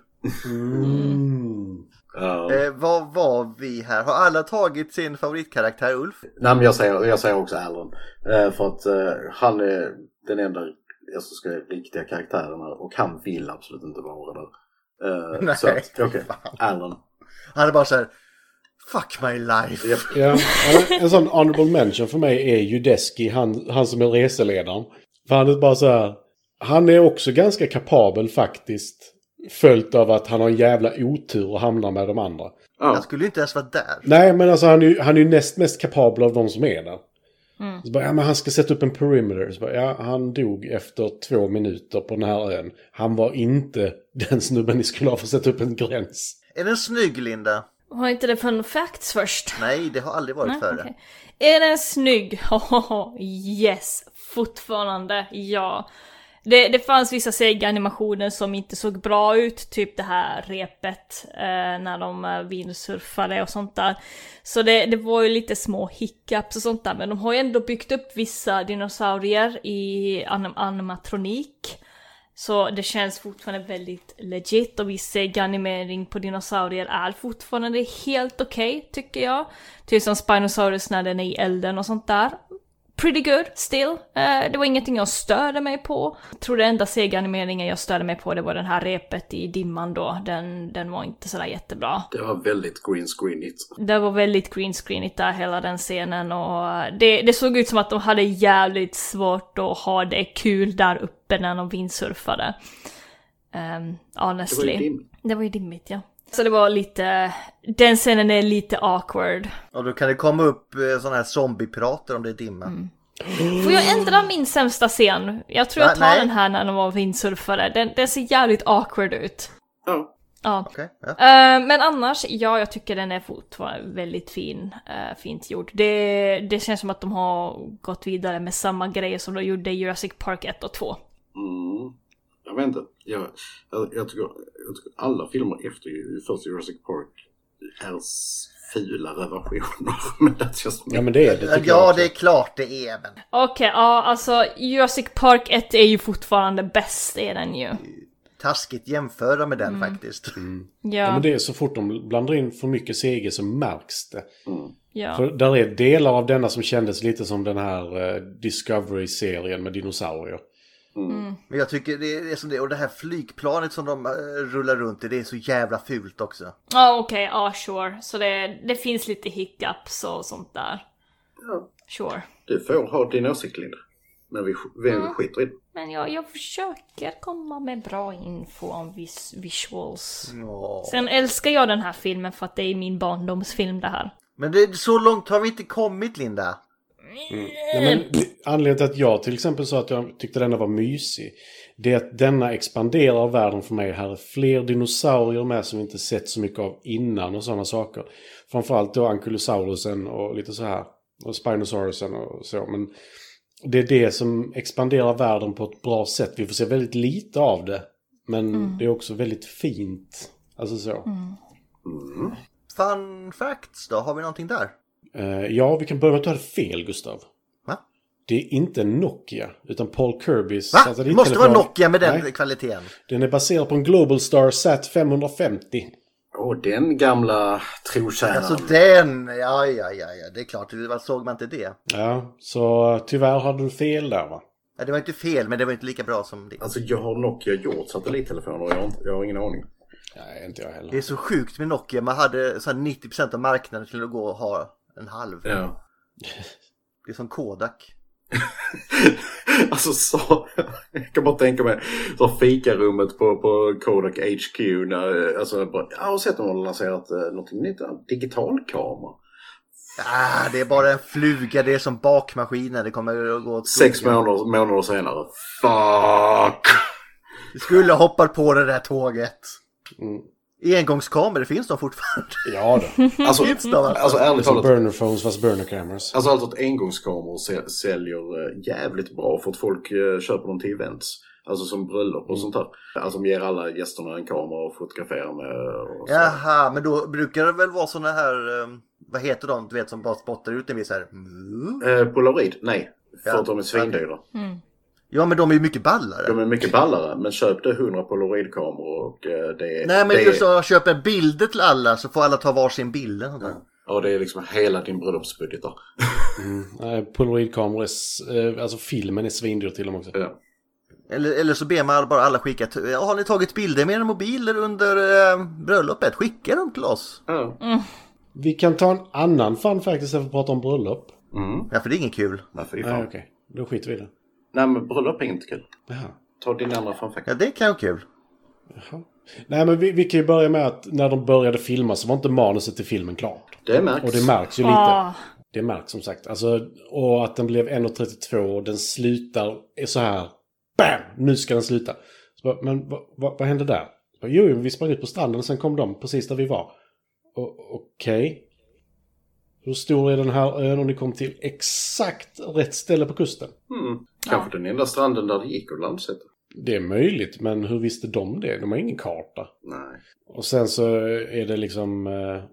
D: Eh, vad var vi här? Har alla tagit sin favoritkaraktär Ulf?
C: (laughs) Nej men jag säger, jag säger också Alan. Eh, för att eh, han är den enda alltså, ska, jag säga, riktiga karaktären här och han vill absolut inte vara där. (laughs) Eh,
D: Nej,
C: så att, okej, Alan.
D: Han är bara så här, fuck my life.
E: Ja, ja, en sån honorable mention för mig är Judeski, han, han som är reseledaren. För han är bara så här, han är också ganska kapabel faktiskt. Följt av att han har en jävla otur och hamnar med de andra.
D: Han skulle ju inte ens vara där.
E: Nej, men alltså han är ju han är ju näst mest kapabel av de som är där.
A: Mm.
E: Så bara, ja, men han ska sätta upp en perimeter. Så bara, ja, han dog efter två minuter på den här ön. Han var inte (laughs) den snubben ni skulle ha för att sätta upp en gräns.
D: Är den snygg Linda?
A: Har inte det fun facts först?
D: Nej, det har aldrig varit
A: Nej,
D: före.
A: okej. Är den snygg? (laughs) Hahaha, yes! Fortfarande, ja. Det, det fanns vissa sega animationer som inte såg bra ut, typ det här repet eh, när de eh, vindsurfade och sånt där. Så det, det var ju lite små hiccups och sånt där, men de har ju ändå byggt upp vissa dinosaurier i anim- animatronik. Så det känns fortfarande väldigt legit och viss animering på dinosaurier är fortfarande helt okej tycker jag. Typ som Spinosaurus när den är i elden och sånt där. Pretty good, still. Eh, det var ingenting jag störde mig på. Jag tror det enda seganimeringen jag störde mig på det var den här repet i dimman då. Den, den var inte sådär jättebra.
C: Det var väldigt green screenigt.
A: Det var väldigt greenscreenigt där hela den scenen och eh, det, det såg ut som att de hade jävligt svårt att ha det kul där uppe när de vindsurfade. Um, honestly.
C: Det var ju dimmigt.
A: Det var ju dimmigt, ja. Så det var lite, den scenen är lite awkward.
D: Och då kan det komma upp eh, sådana här zombiepirater om det är dimma.
A: Mm. Får jag ändra min sämsta scen? Jag tror jag
D: Va?
A: tar
D: Nej.
A: den här när de var vindsurfare. Den, den ser jävligt awkward ut. Ja.
D: ja.
A: Eh, men annars, ja jag tycker den är fortfarande väldigt fin. eh, fint gjord. Det, det känns som att de har gått vidare med samma grejer som de gjorde i Jurassic Park 1 och 2.
C: Mm. Jag vet inte. Jag, jag, jag, tycker, jag tycker alla filmer efter ju- första Jurassic Park är s- fulare versioner. (laughs) Men that's just me.
E: Ja, men det är det, tycker jag
D: Ja, det är klart det är. Men...
A: Okej, ja alltså Jurassic Park 1 är ju fortfarande bäst, är den ju.
D: Taskigt jämföra med den faktiskt.
E: Mm.
A: Ja.
E: Ja. men det är så fort de blandar in för mycket CG så märks det.
A: Ja.
E: För där är delar av denna som kändes lite som den här eh, Discovery-serien med dinosaurier.
D: Men jag tycker det är det är som det är. Och det här flygplanet som de eh, rullar runt i, det är så jävla fult också.
A: Ja okej, ja sure. Så det, det finns lite hiccups och sånt där. Sure.
C: Du får ha din åsikt Linda. Men vi, sk- vi skiter i det.
A: Men jag, jag försöker komma med bra info om vis- visuals. Sen älskar jag den här filmen för att det är min barndomsfilm det här.
D: Men det, så långt har vi inte kommit Linda.
E: Ja, men, anledningen till att jag till exempel sa att jag tyckte denna var mysig. Det är att denna expanderar världen för mig. Här är fler dinosaurier med som vi inte sett så mycket av innan och sådana saker. Framförallt då Ankylosaurusen och lite så här. Och Spinosaurusen och så. Men det är det som expanderar världen på ett bra sätt. Vi får se väldigt lite av det. Men det är också väldigt fint. Alltså så.
D: Fun facts då, har vi någonting där?
E: Eh, ja, vi kan börja med att du hade fel, Gustav.
D: Va?
E: Det är inte en Nokia, utan Paul Kirbys
D: Va? Det måste vara
E: satellittelefon-
D: Nokia med den
E: Nej,
D: kvaliteten.
E: den är baserad på en Global Star Sat 550.
C: Och den gamla trotjänaren.
D: Alltså den, ja ja ja, ja. det är klart. det- Vad såg man inte det?
E: Ja, så eh, tyvärr hade du fel där va?
D: Ja, det var inte fel, men det var inte lika bra som det.
C: Alltså jag har Nokia gjort satellittelefoner och jag har, inte, jag har ingen aning.
E: Nej, inte jag heller.
D: Det är så sjukt med Nokia. Man hade så här 90% av marknaden till att gå och ha en halv.
C: Ja.
D: Det är som Kodak.
C: (laughs) Alltså så, jag kan bara tänka mig så fikarummet på, på Kodak HQ. När, alltså, bara, jag har sett att de har lanserat eh, någonting nytt, en digital kamera.
D: Ah, det är bara en fluga, det är som bakmaskiner. Det kommer att gå åt
C: Sex
D: skogen.
C: månader, månader senare. Fuck!
D: Vi skulle ha hoppat på det där tåget.
C: Mm.
D: Engångskameror, finns de
C: (laughs)
D: fortfarande?
E: Ja
D: (laughs)
E: då.
C: Alltså,
D: finns de?
C: alltså ärligt
E: Som
C: talat.
E: burner phones fast burner cameras.
C: Alltså alltså att engångskameror sä- säljer eh, jävligt bra för att folk eh, köper dem till events. Alltså som bröllop och sånt där. Alltså de ger alla gästerna en kamera och fotograferar med. Och så.
D: Jaha, men då brukar det väl vara såna här, eh, vad heter de, du vet som bara spottar ut en viss här. Mm.
C: Eh, Polaroid? Nej. För
D: Ja.
C: att de är svindyra.
D: Ja, men de är ju mycket ballare.
C: De är mycket ballare. Men köp det 100 Polaroid-kameror och eh, det är...
D: Nej, men
C: det
D: du
C: är,
D: sa köper bilder till alla så får alla ta varsin bild. eller något sånt där.
C: Ja, det är liksom hela din bröllopsbudget där.
E: Nej, Polaroidkameror, är s- eh, alltså filmen är svindyr till dem också.
D: Eller, eller så ber man bara alla skicka, t- har ni tagit bilder med era mobiler under eh, bröllopet? Skicka dem till oss.
E: Vi kan ta en annan fun faktiskt när vi pratar om bröllop.
C: Mm.
D: Ja, för det är inget kul.
C: Nej, fy fan.
E: Nej, okej. Då skiter vi i det.
C: Nej, men bröllop är inte kul.
E: Jaha.
C: Ta din andra fanfack.
D: Ja, det kan vara kul.
E: Nej, men vi, vi kan ju börja med att när de började filma så var inte manuset till filmen klart.
C: Det märks.
E: Och det märks ju lite.
A: Ah.
E: Det märks som sagt. Alltså, och att den blev 1.32 och den slutar är så här. Bam! Nu ska den sluta. Så bara, men vad, vad, vad hände där? Så bara, Jo, jo, vi sprang ut på stranden och sen kom de precis där vi var. O- Okej. Hur stor är den här ön om ni kom till exakt rätt ställe på kusten?
C: Mm. Kanske den enda stranden där det gick att landsätta.
E: Det är möjligt, men hur visste de det? De har ingen karta.
C: Nej.
E: Och sen så är det liksom eh,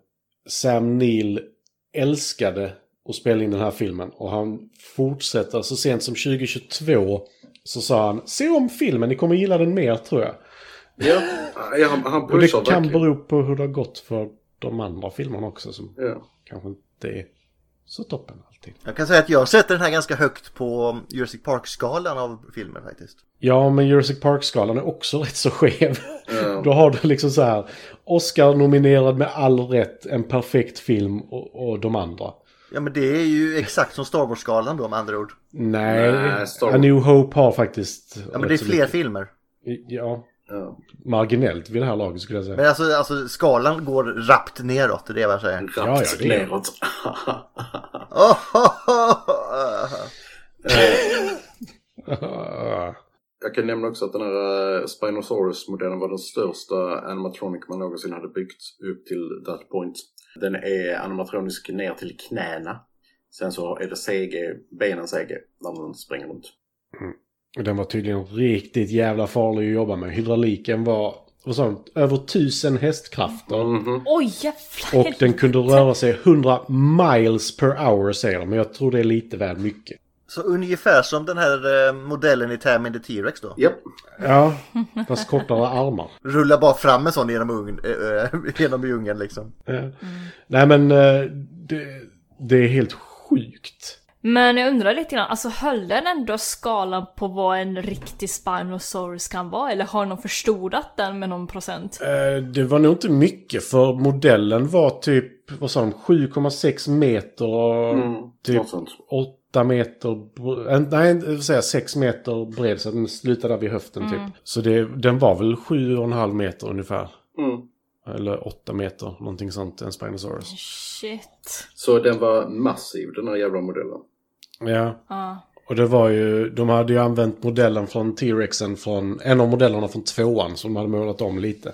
E: Sam Neill älskade att spela in den här filmen och han fortsätter så sent som 2022 så sa han se om filmen, ni kommer gilla den mer tror jag.
C: Ja, ja han, han
E: Och det
C: pushar
E: kan
C: verkligen.
E: bero på hur det har gått för de andra filmerna också som
C: Ja.
E: kanske inte är så toppen alltid.
D: Jag kan säga att jag sätter den här ganska högt på Jurassic Park-skalan av filmer faktiskt.
E: Ja, men Jurassic Park-skalan är också (laughs) rätt så skev.
D: Ja.
E: Då har du liksom så här Oscar-nominerad med all rätt, en perfekt film och, och de andra.
D: Ja, men det är ju exakt som Star Wars-skalan då med andra ord.
E: Nej,
D: Nej, Star-
E: A New Hope har faktiskt...
D: Ja, men det är
E: rätt så
D: fler
E: mycket-
D: filmer.
E: Ja, marginellt vid det här laget skulle jag säga. (laughs)
D: Men alltså, alltså skalan går rappt neråt, det är det jag
C: Mm.
D: säger.
E: Ja, ja, det är- neråt.
C: Eh, Jag kan nämna också att den här eh, Spinosaurus-modellen var den största animatronic man någonsin hade byggt upp till that point. Den är animatronisk ner till knäna. Sen så är det CG, benen CG, när den springer runt.
E: Och Den var tydligen riktigt jävla farlig att jobba med. Hydrauliken var vad sa de, över tusen hästkrafter.
A: Oj jävlar.
E: Och den kunde röra sig 100 miles per hour säger de, men jag tror det är lite väl mycket.
D: (laughs) Så ungefär som den här eh, modellen i Termin the T-Rex då?
C: Japp.
E: Ja, fast kortare armar.
D: Rulla bara fram en sån genom, ugn, eh, eh, (laughs) genom djungeln liksom.
E: Eh, Nej men eh, det, det är helt sjukt.
A: Men jag undrar lite grann, alltså höll den ändå skalan på vad en riktig Spinosaurus kan vara? Eller har någon förstorat den med någon procent?
E: Eh, Det var nog inte mycket för modellen var typ, vad sa de, 7,6 meter och
C: Mm,
E: typ
C: något sånt.
E: 8 meter, br- eh, nej jag vill säga 6 meter bred så att den slutade där vid höften
C: Mm.
E: typ. Så det, den var väl 7,5 meter ungefär.
C: Mm.
E: Eller 8 meter, någonting sånt, en Spinosaurus.
A: Shit.
C: Så den var massiv, den här jävla modellen.
E: Ja.
A: Ja.
E: Och det var ju, de hade ju använt modellen från T-Rexen från, en av modellerna från tvåan som de hade målat om lite.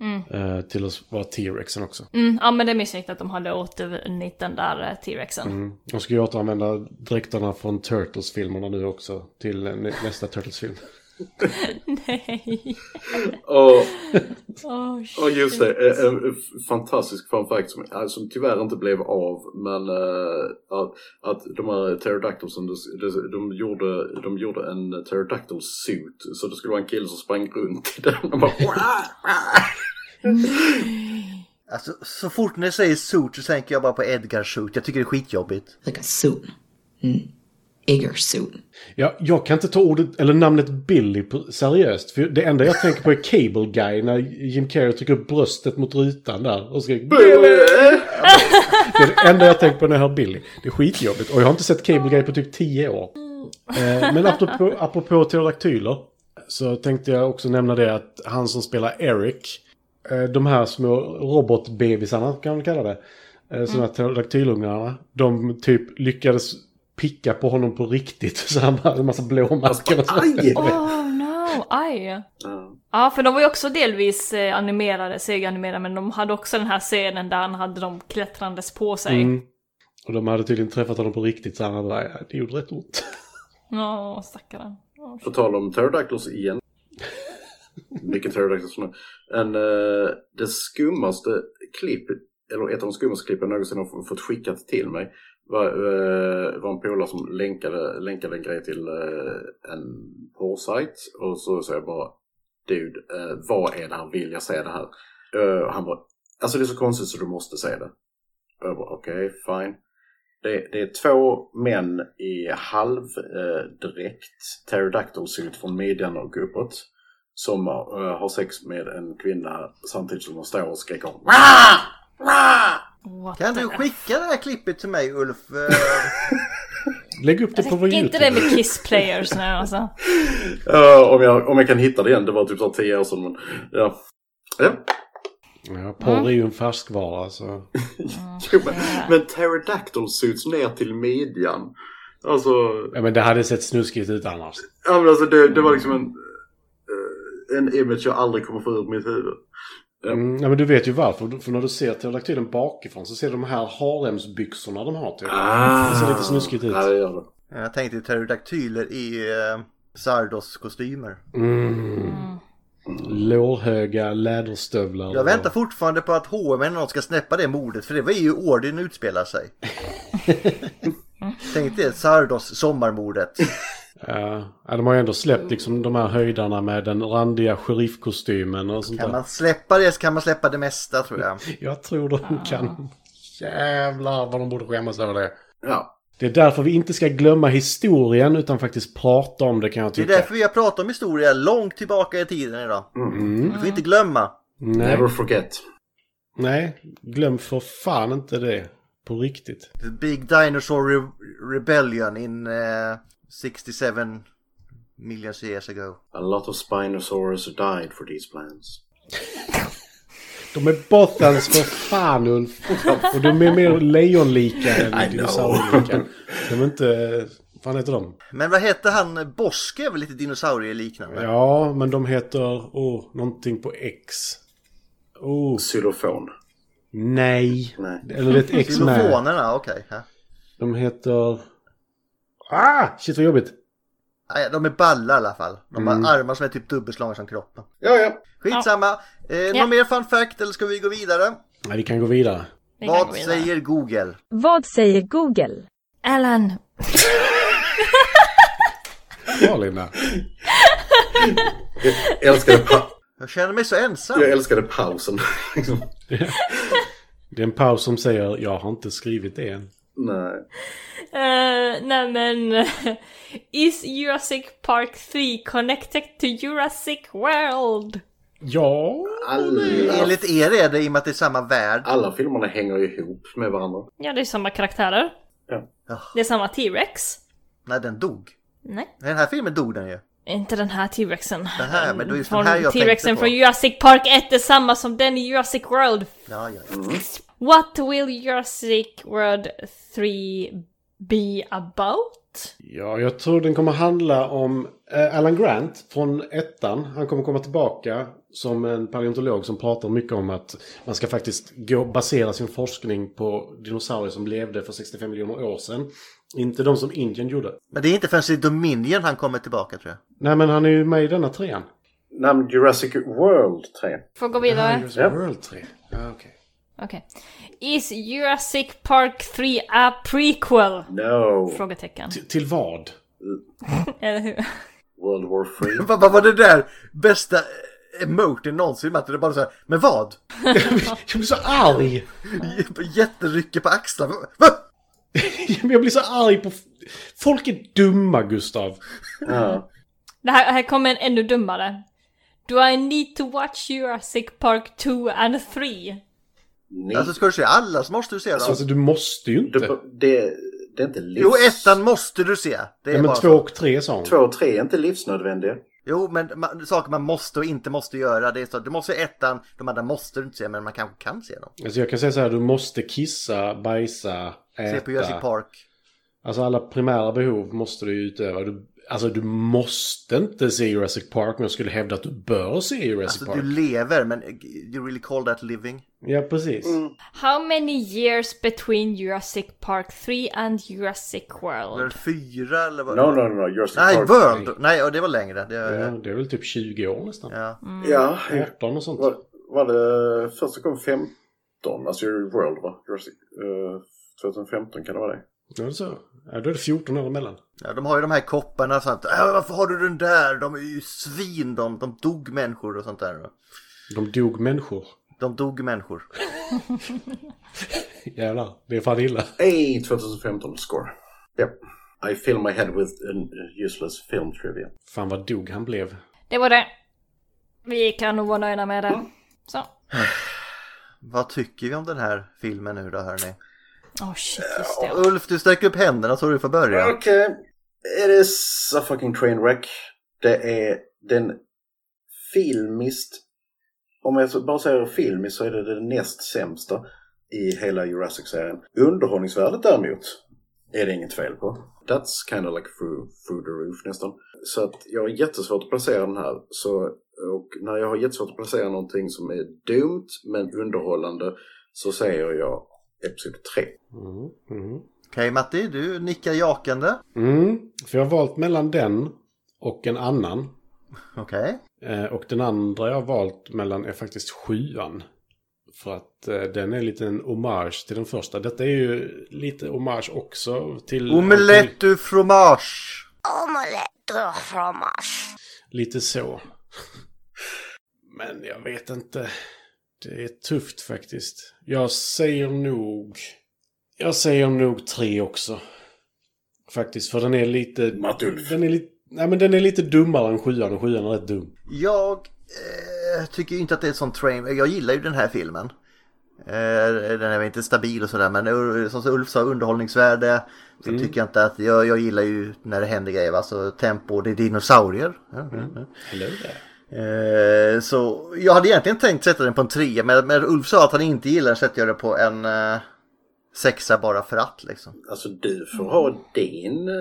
A: Mm.
E: eh, Till att vara T-Rexen också.
A: Mm, ja men det är misstänkt att de hade återvunnit den där eh, T-rexen.
E: Mm. De ska ju återanvända dräkterna från Turtles-filmerna nu också till eh, nä- nästa Turtles-film.
A: (laughs) Nej.
C: Och,
A: Oh,
C: och just
A: shit.
C: det, en, en fantastisk fun fact som, eh, som tyvärr inte blev av. Men eh, att, att de här pterodactylsen, de, de, de, gjorde, de gjorde en pterodactyl suit. Så det skulle vara en kille som sprang runt i den. Och bara,
D: Alltså, så fort ni säger suit så tänker jag bara på Edgar suit. Jag tycker det är skitjobbigt.
R: Like a suit. Igger suit.
E: Ja, jag kan inte ta ordet, eller namnet Billy på, seriöst. För det enda jag tänker på är Cable Guy när Jim Carrey trycker upp bröstet mot rutan där och skriker Billy! Det är det enda jag tänker på när jag hör Billy. Det är skitjobbigt. Och jag har inte sett Cable Guy på typ 10 år. Eh, men apropå, apropå pterodaktyler så tänkte jag också nämna det att han som spelar Eric, eh, de här små robotbebisarna kan man kalla det, eh, sådana
A: Mm.
E: här pterodaktylungarna, de typ lyckades picka på honom på riktigt. (laughs) Så han hade en massa blåmärken och
A: Aj! Oh no, aj. Ja, för de var ju också delvis eh, animerade, serianimerade, men de hade också den här scenen där han hade dem klättrandes på sig.
E: Mm. Och de hade tydligen träffat honom på riktigt så han hade bara, "Ja, det gjorde rätt ont.
A: Ja, stackaren. Åh,
C: På tal om pterodactyls igen. Mycket pterodactyls nu. En, eh, det skummaste klipp, eller ett av de skummaste klippen jag någonsin har fått skickat till mig. Var, eh, var en polare som länkade, länkade en grej till eh, en porrsajt. Och så sa jag bara, dude, eh, vad är det han vill? Jag säger det här. Eh, och han bara, alltså det är så konstigt så du måste säga det. Och jag bara, okej, fine. Det, det är två män i halvdräkt, eh, pterodactylsylt från midjan och uppåt, som har- eh, har sex med en kvinna samtidigt som de står och skriker
D: Kan du skicka det här klippet till mig Ulf? Eh,
E: Lägg upp det på vår
A: Är inte det med Kiss Players nu alltså?
C: Eh, om, jag, om jag kan hitta det igen, det var typ så här tio år sedan. Men, ja. Ja.
E: Ja,
A: Mm.
E: porr är ju en färskvara så...
C: Jo, men, men pterodactyl suits ner till midjan. Alltså,
E: Ja, men det hade sett snuskigt ut annars.
C: ja, men alltså det, det var liksom en, eh, en image jag aldrig kommer få ur mitt huvud.
E: Mm, ja, men du vet ju varför. För när du ser pterodaktylen bakifrån så ser du de här haremsbyxorna de har. Till. Ah. Det ser lite snuskigt ut.
C: Ja, det gör det.
D: Eh, Jag tänkte pterodaktyler i eh, Sardos kostymer.
E: Mm. Lårhöga läderstövlar.
D: Jag väntar fortfarande på att H&M eller något ska snäppa det mordet för det var ju år den utspelar sig. Tänk dig Sardos sommarmordet.
E: Ja, ja, de har ju ändå släppt liksom de här höjdarna med den randiga sheriffkostymen och sånt
D: Kan
E: där.
D: man släppa det så kan man släppa det mesta tror jag.
E: Jag tror de kan. Ah. Jävlar vad de borde skämmas över det.
C: Ja.
E: Det är därför vi inte ska glömma historien utan faktiskt prata om det kan jag
D: Det är
E: tycka.
D: därför vi har pratat om historia långt tillbaka i tiden idag.
E: Mm.
D: Du får inte glömma.
E: Nej.
C: Never forget.
E: Nej, glöm för fan inte det. På riktigt.
D: The Big Dinosaur Re- Rebellion in eh, 67 million years ago.
C: A lot of spinosaurus died for these plans.
E: De är bottens för fan Ulf. Och de är mer lejonlika än
D: know.
E: dinosaurielika. De är inte... Vad fan heter de?
D: Men vad hette han? Boske är väl lite dinosaurieliknande?
E: Ja, men de heter... Oh, någonting på X. Oh.
C: Xylofon.
E: Nej.
D: (laughs)
E: Eller ett X med.
D: Xylofonerna, okej. ja.
E: De heter... Ah! Shit vad jobbigt.
D: Nej, De är balla i alla fall. De har
E: Mm.
D: armar som är typ dubbelt så långa som kroppen.
C: Ja, ja.
D: Skitsamma. Eh, Någon mer fun fact eller ska vi gå vidare?
E: Nej, vi kan gå vidare.
D: Vad säger Google?
S: Vad säger Google?
A: Alan.
E: Ja, Linda.
C: Jag älskade, pa-
D: Jag känner mig så ensam.
C: jag älskade pausen. (laughs) Liksom.
E: Det är en paus som säger jag har inte skrivit det än.
C: Nej.
A: Eh, nej men... (laughs) Is Jurassic Park 3 connected to Jurassic World?
E: Ja.
C: Alla,
D: Enligt er är det i och med att det är samma värld.
C: alla filmerna hänger ju ihop med varandra.
A: Ja, det är samma karaktärer.
C: Ja.
A: Det är samma T-Rex.
D: Nej, den dog.
A: Nej.
D: Den här filmen dog den ju.
A: Inte den här T-Rexen.
D: Den här, men det är just
A: Från
D: den här jag tänkte
A: T-Rexen
D: på.
A: från Jurassic Park 1 är samma som den i Jurassic World.
D: Ja, ja.
A: What will Jurassic World 3 be about?
E: Ja, jag tror den kommer handla om eh, Alan Grant från ettan. Han kommer komma tillbaka som en paleontolog som pratar mycket om att man ska faktiskt gå, basera sin forskning på dinosaurier som levde för 65 miljoner år sedan. Inte de som Indien gjorde.
D: Men det är inte förrän i Dominion han kommer tillbaka tror jag.
E: Nej, men han är ju med i denna trean.
C: Namn Jurassic World 3.
A: Får gå vidare.
E: Jurassic World 3. Ja, okej.
A: Okej. Is Jurassic Park 3 a prequel?
C: No.
A: Frågetecken.
E: Till- Till vad?
A: (laughs)
E: (laughs)
A: Eller hur?
C: World War
D: (laughs)
C: 3.
D: Vad vad var det där bästa emoten någonsin? Matte? Det är bara så här, men vad?
E: Jag blir så arg!
D: Jätterycke på axlarna. Va?
E: Jag blir så arg på... Folk är dumma, Gustav.
A: Det här, här kommer en ännu dummare. Do I need to watch Jurassic Park 2 and 3?
C: Nej.
D: Alltså ska du se alla så måste du se dem.
E: Alltså, du måste ju inte.
C: Det, det är inte livs...
D: Jo, ettan måste du se. Det är
E: Nej, men
D: bara
E: två
D: så.
E: och tre sa hon.
C: Två och tre är inte livsnödvändiga.
D: Jo, men ma- saker man måste och inte måste göra. Det är så, du måste se ettan, de andra måste du inte se, men man kanske kan se dem.
E: Alltså jag kan säga så här, du måste kissa, bajsa, äta.
D: Se på Jurassic Park.
E: Alltså alla primära behov måste du ju utöva. Du, alltså du måste inte se Jurassic Park, men jag skulle hävda att du bör se Jurassic
D: Alltså
E: Park.
D: du lever, men you really call that living?
E: Ja, precis.
D: Mm.
A: How many years between Jurassic Park 3 and Jurassic
D: Var det
A: World?
D: fyra eller vad?
C: No, no, no, no, Jurassic
D: Nej,
C: Park.
D: World! Nej, och det var längre. Det,
E: Ja, det är väl typ 20 år nästan.
D: Ja.
C: Ja.
E: 18 och sånt.
C: Var, var det första kom 15? Alltså World va? Jurassic, eh, 2015 kan det vara det.
E: Ja, det är så. Ja, då är det 14 år emellan.
D: Ja, de har ju de här kopparna och sånt. Äh, varför har du den där? De är ju svin de. De dog människor och sånt där.
E: De dog människor. (laughs)
D: De dog människor.
E: Jävlar, det är fan illa.
C: Hey, 2015 score. Yep. I fill my head with an useless film trivia.
E: Fan vad dog han blev.
A: Det var det. Vi kan nog vara nöjda med
D: Mm.
A: det. Så.
D: Vad tycker vi om den här filmen nu då hörni?
A: Åh shit, just det.
D: Ulf, du sträcker upp händerna så du får börja.
C: Okej. It is a fucking train wreck. Det är den filmiskt... Om jag så- bara säger filmiskt så är det den näst sämsta i hela Jurassic-serien. Underhållningsvärdet däremot är det inget fel på. That's kind of like through, through the roof nästan. Så att jag har jättesvårt att placera den här. Så, och när jag har jättesvårt att placera någonting som är dumt men underhållande så säger jag Episod 3.
E: Mm, mm.
D: Okej Matti, du nickar jakande.
E: Mm, för jag har valt mellan den och en annan.
D: Okej.
E: Eh, Och den andra jag har valt mellan är faktiskt sjuan. För att eh, den är lite en hommage till den första. Detta är ju lite hommage också till...
D: Omelett du fromage.
T: Omelette fromage.
E: Lite så. Men jag vet inte. Det är tufft faktiskt. Jag säger nog... Jag säger nog tre också. Faktiskt, för den är lite...
C: Mattulf.
E: Den är lite... Nej men den är lite dummare än sjuan och sjuan är rätt dum.
D: Jag eh, tycker ju inte att det är ett sånt train. Jag gillar ju den här filmen. Eh, den är väl inte stabil och sådär men eh, som Ulf sa underhållningsvärde. Så
E: Mm.
D: tycker jag inte att, jag, jag gillar ju när det händer grejer va. Så tempo, det är dinosaurier. Ja, ja, ja.
E: Hello there.
D: Eh, Så jag hade egentligen tänkt sätta den på en trea men men Ulf sa att han inte gillar den så sätter jag den på en eh, sexa bara för att liksom.
C: Alltså du får ha din... eh,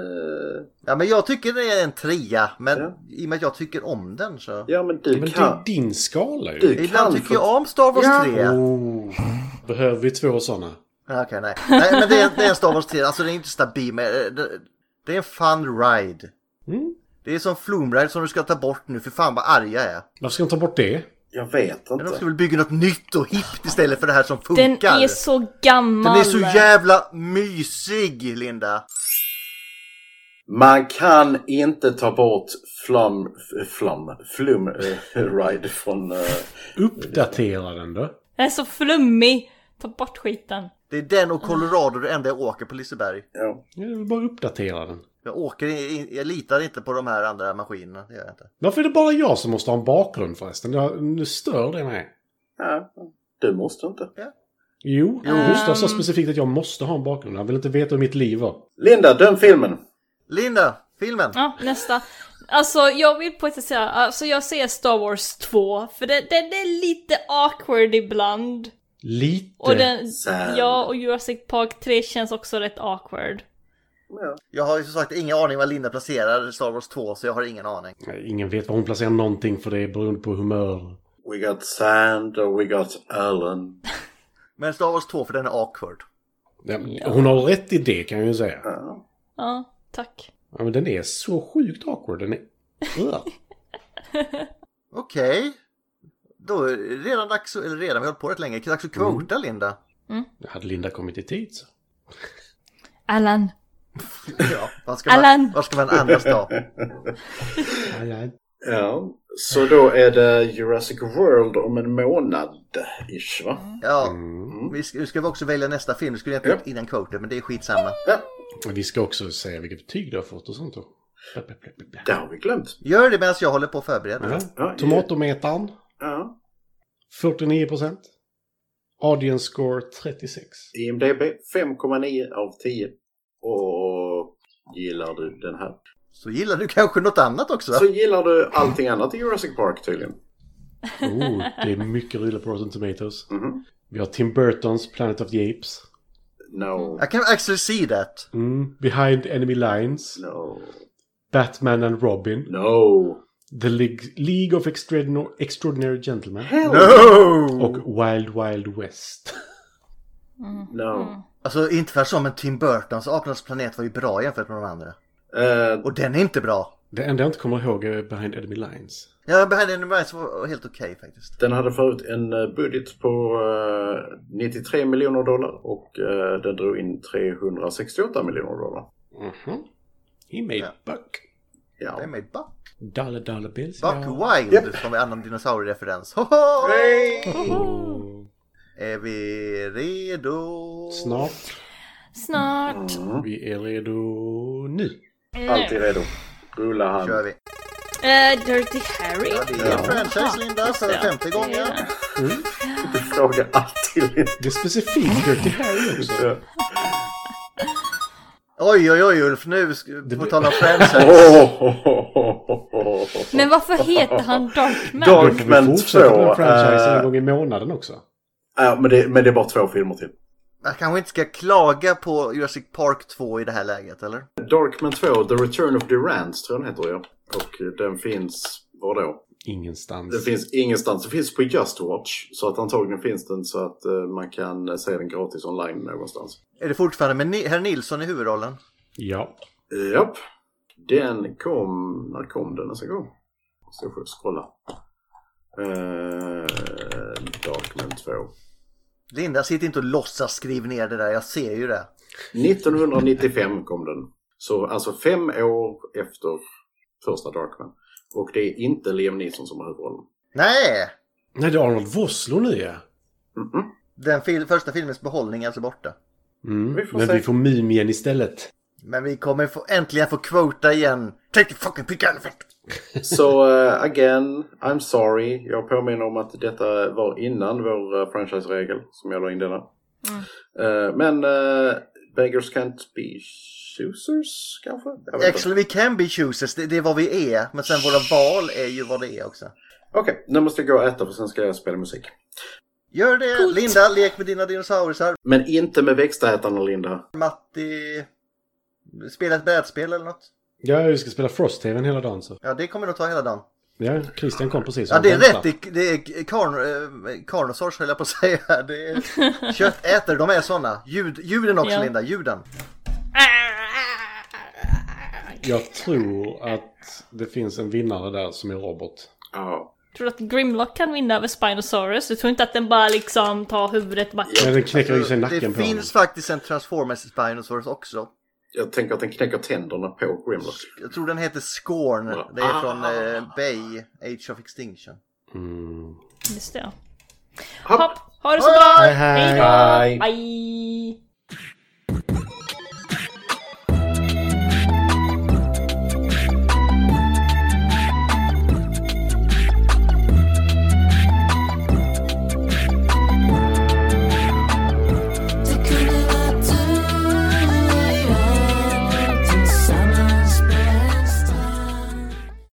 D: Ja men jag tycker det är en trea men i och med att jag tycker om den så.
C: Ja men
E: Men
C: du
E: det
C: kan...
E: är din skala ju.
C: Du
D: Ibland tycker jag om Star Wars
E: Ja.
D: 3.
E: Oh. Behöver vi två sådana?
D: Ja, Okej, nej. nej. men det är, det är en Star Wars 3. Alltså det är inte stabil men eh, det, det är en fun ride.
E: Mm.
D: Det är som Flumride som du ska ta bort nu. För fan vad arg jag är.
E: Varför ska de ta bort det?
C: Jag vet
D: Men de ska
C: inte.
D: väl bygga något nytt och hippt istället för det här som
A: Den
D: funkar.
A: är så gammal!
D: Den är så jävla mysig Linda.
C: Man kan inte ta bort flum... f- Flum... Flum... eh, (laughs) ride från... eh,
E: Uppdatera den då.
A: Den är så flummig! Ta bort skiten.
D: Det är den och Colorado det enda jag åker på Liseberg.
C: ja.
E: Jag vill bara uppdatera den.
D: Jag åker i- jag litar inte på de här andra maskinerna. Det gör jag inte.
E: Varför är det bara jag som måste ha en bakgrund förresten? Jag, nu stör det mig.
C: ja. Du måste inte.
E: Jo,
D: Jo.
E: Gustav sa specifikt att jag måste ha en bakgrund. Han vill inte veta hur mitt liv var.
C: Linda, döm filmen!
D: Linda, filmen.
A: Ja, nästa. Alltså jag vill poängtera, alltså jag ser Star Wars 2, för den, den är lite awkward ibland.
E: Lite.
A: Och den,
D: Sand.
A: ja, och Jurassic Park 3 känns också rätt awkward.
D: Jag har ju som sagt ingen aning var Linda placerar Star Wars 2 så jag har ingen aning.
E: Nej, Ingen vet var hon placerar någonting för det är beroende på humör.
C: We got Sand och we got Alan.
D: Men Star Wars 2 för den är awkward.
E: Ja, Hon har rätt i det kan jag ju säga.
A: Ja, tack.
E: Ja, men den är så sjukt awkward. Den är... Ugh.
D: Okej. Då är det redan dags, eller redan, vi har hållit på rätt länge. Dags att kvota Linda.
E: Hade Linda kommit i tid så.
A: Alan.
D: Ja, vad ska man,
A: Allan.
D: vad ska man annars ta?
C: Ja. Så då är det Jurassic World om en månad, ish va?
D: Ja,
E: Mm.
D: vi ska, nu ska vi också välja nästa film. Du skulle egentligen gjort innan kvoten, men det är skitsamma.
E: Vi ska också säga vilket betyg du har fått och sånt då. Bla, bla, bla, bla, bla.
C: Det har vi glömt.
D: Gör det medan jag håller på och förbereder.
E: Ja.
C: Ja,
E: Tomatometern
C: Ja.
E: 49 procent. Audience score 36.
C: IMDB 5,9 av 10. Och gillar du den här?
D: Så gillar du kanske något annat också?
C: Så gillar du allting annat i Jurassic Park tydligen.
E: Oh, det är mycket rulle på Rotten Tomatoes.
C: Mhm.
E: Vi har Tim Burtons Planet of the Apes.
C: No.
D: I can actually see that.
E: Mm. Behind Enemy Lines.
C: No.
E: Batman and Robin.
C: No.
E: The League, League of Extraordinary, Extraordinary Gentlemen.
C: Hell
D: no!
E: Och Wild Wild West.
C: No.
D: Alltså inte för att så, men Tim Burtons Apornas planet var ju bra jämfört med de andra.
C: Eh,
D: Och den är inte bra.
E: Det enda jag inte kommer ihåg är Behind Enemy Lines.
D: Ja, Behind Enemy Lines var helt okej faktiskt.
C: den hade förut en eh, budget på eh, 93 miljoner dollar och eh, den drog in 368 miljoner dollar.
E: Mhm. He made buck.
C: Ja.
D: They made Buck.
E: Dollar dollar bills.
D: Buck Wild som är annan dinosauriereferens. Ho, ho! Är vi redo?
E: Snart.
A: Snart.
D: Mm.
E: Vi är redo nu.
A: Nu.
C: Alltid redo. Rulla han.
D: kör vi.
A: Eh, Dirty Harry.
D: Ja, det är en franchise Linda för
A: Ja.
D: femte gången.
C: Du frågar alltid.
E: Det är specifikt
D: Mm.
E: Dirty Harry också.
D: Oj, oj, oj Ulf, nu sk- på tal om franchise.
C: Åh!
A: Men varför heter
D: (laughs)
A: han Darkman?
C: Dark-
E: Då får
C: Men
E: vi fortsätta
C: två,
E: med franchisen
C: eh,
E: en gång i månaden också.
C: Ja, men, det, men det är bara två filmer till.
D: Jag kanske inte ska klaga på Jurassic Park 2 i det här läget, eller?
C: Darkman 2, The Return of Durant tror jag den heter ja. Och eh, den finns, var då?
E: Ingenstans.
C: Den finns ingenstans. Den finns på Just Watch. Så att antagligen finns den så att eh, man kan eh, se den gratis online någonstans.
D: Är det fortfarande med Ni- herr Nilsson i huvudrollen?
E: Ja.
C: Japp. Den kom, när kom den nästa gång? Så jag får scrolla. Eh, Darkman 2.
D: Linda, sitt inte och låtsas skriv ner det där, jag ser ju det.
C: 1995 kom den. Så alltså fem år efter första Darkman. Och det är inte Liam Neeson som har huvudrollen.
D: Nej!
E: Nej, det är Arnold Vosloo nu ja.
C: Mm-mm.
D: Den fil- första filmens behållning är alltså borta.
E: Mm.
C: Vi får
E: Men
C: se.
E: vi får Mumien istället.
D: Men vi kommer få, äntligen få kvota igen. Take the fucking pick elephant!
C: Så eh, again, I'm sorry. Jag påminner om att detta var innan vår eh, franchise-regel som jag la in denna. Eh, men eh, beggars can't be choosers kanske? Jag vet inte.
D: Actually, we can be choosers, det, det är vad vi är. Men sen våra val är ju vad det är också.
C: Okej, nu måste jag gå och äta för sen ska jag spela musik.
D: Gör det! Linda, lek med dina dinosaurier.
C: Men inte med växtätarna Linda.
D: Matti, spela ett brädspel eller något.
E: Ja, vi ska spela Frost-TVn hela dagen så.
D: Ja, det kommer nog ta hela dagen.
E: Ja, Christian kom precis.
D: Ja, det är
E: Han väntar.
D: rätt. Det, det är karn- eh, karnosaurs höll jag på att säga. (laughs) Det är köttätare, de är sådana. Ljud, ljuden också
A: Ja.
D: Linda, ljuden.
E: Jag tror att det finns en vinnare där som är Robert.
C: Ja.
A: Tror du att Grimlock kan vinna över Spinosaurus? Du tror inte att den bara liksom tar huvudet bara...
E: Men den knäcker ju sig
D: Det
E: nacken på honom.
D: finns faktiskt en Transformers Spinosaurus också.
C: Jag tänker att den knäcker tänderna på Grimlock.
D: Jag tror den heter Scorn. Det är från eh, Bay, Age of Extinction.
E: Mm.
A: Just det.
C: Hopp.
A: Hopp! Ha det så bra!
E: Hej, hej.
A: Hej då! Bye!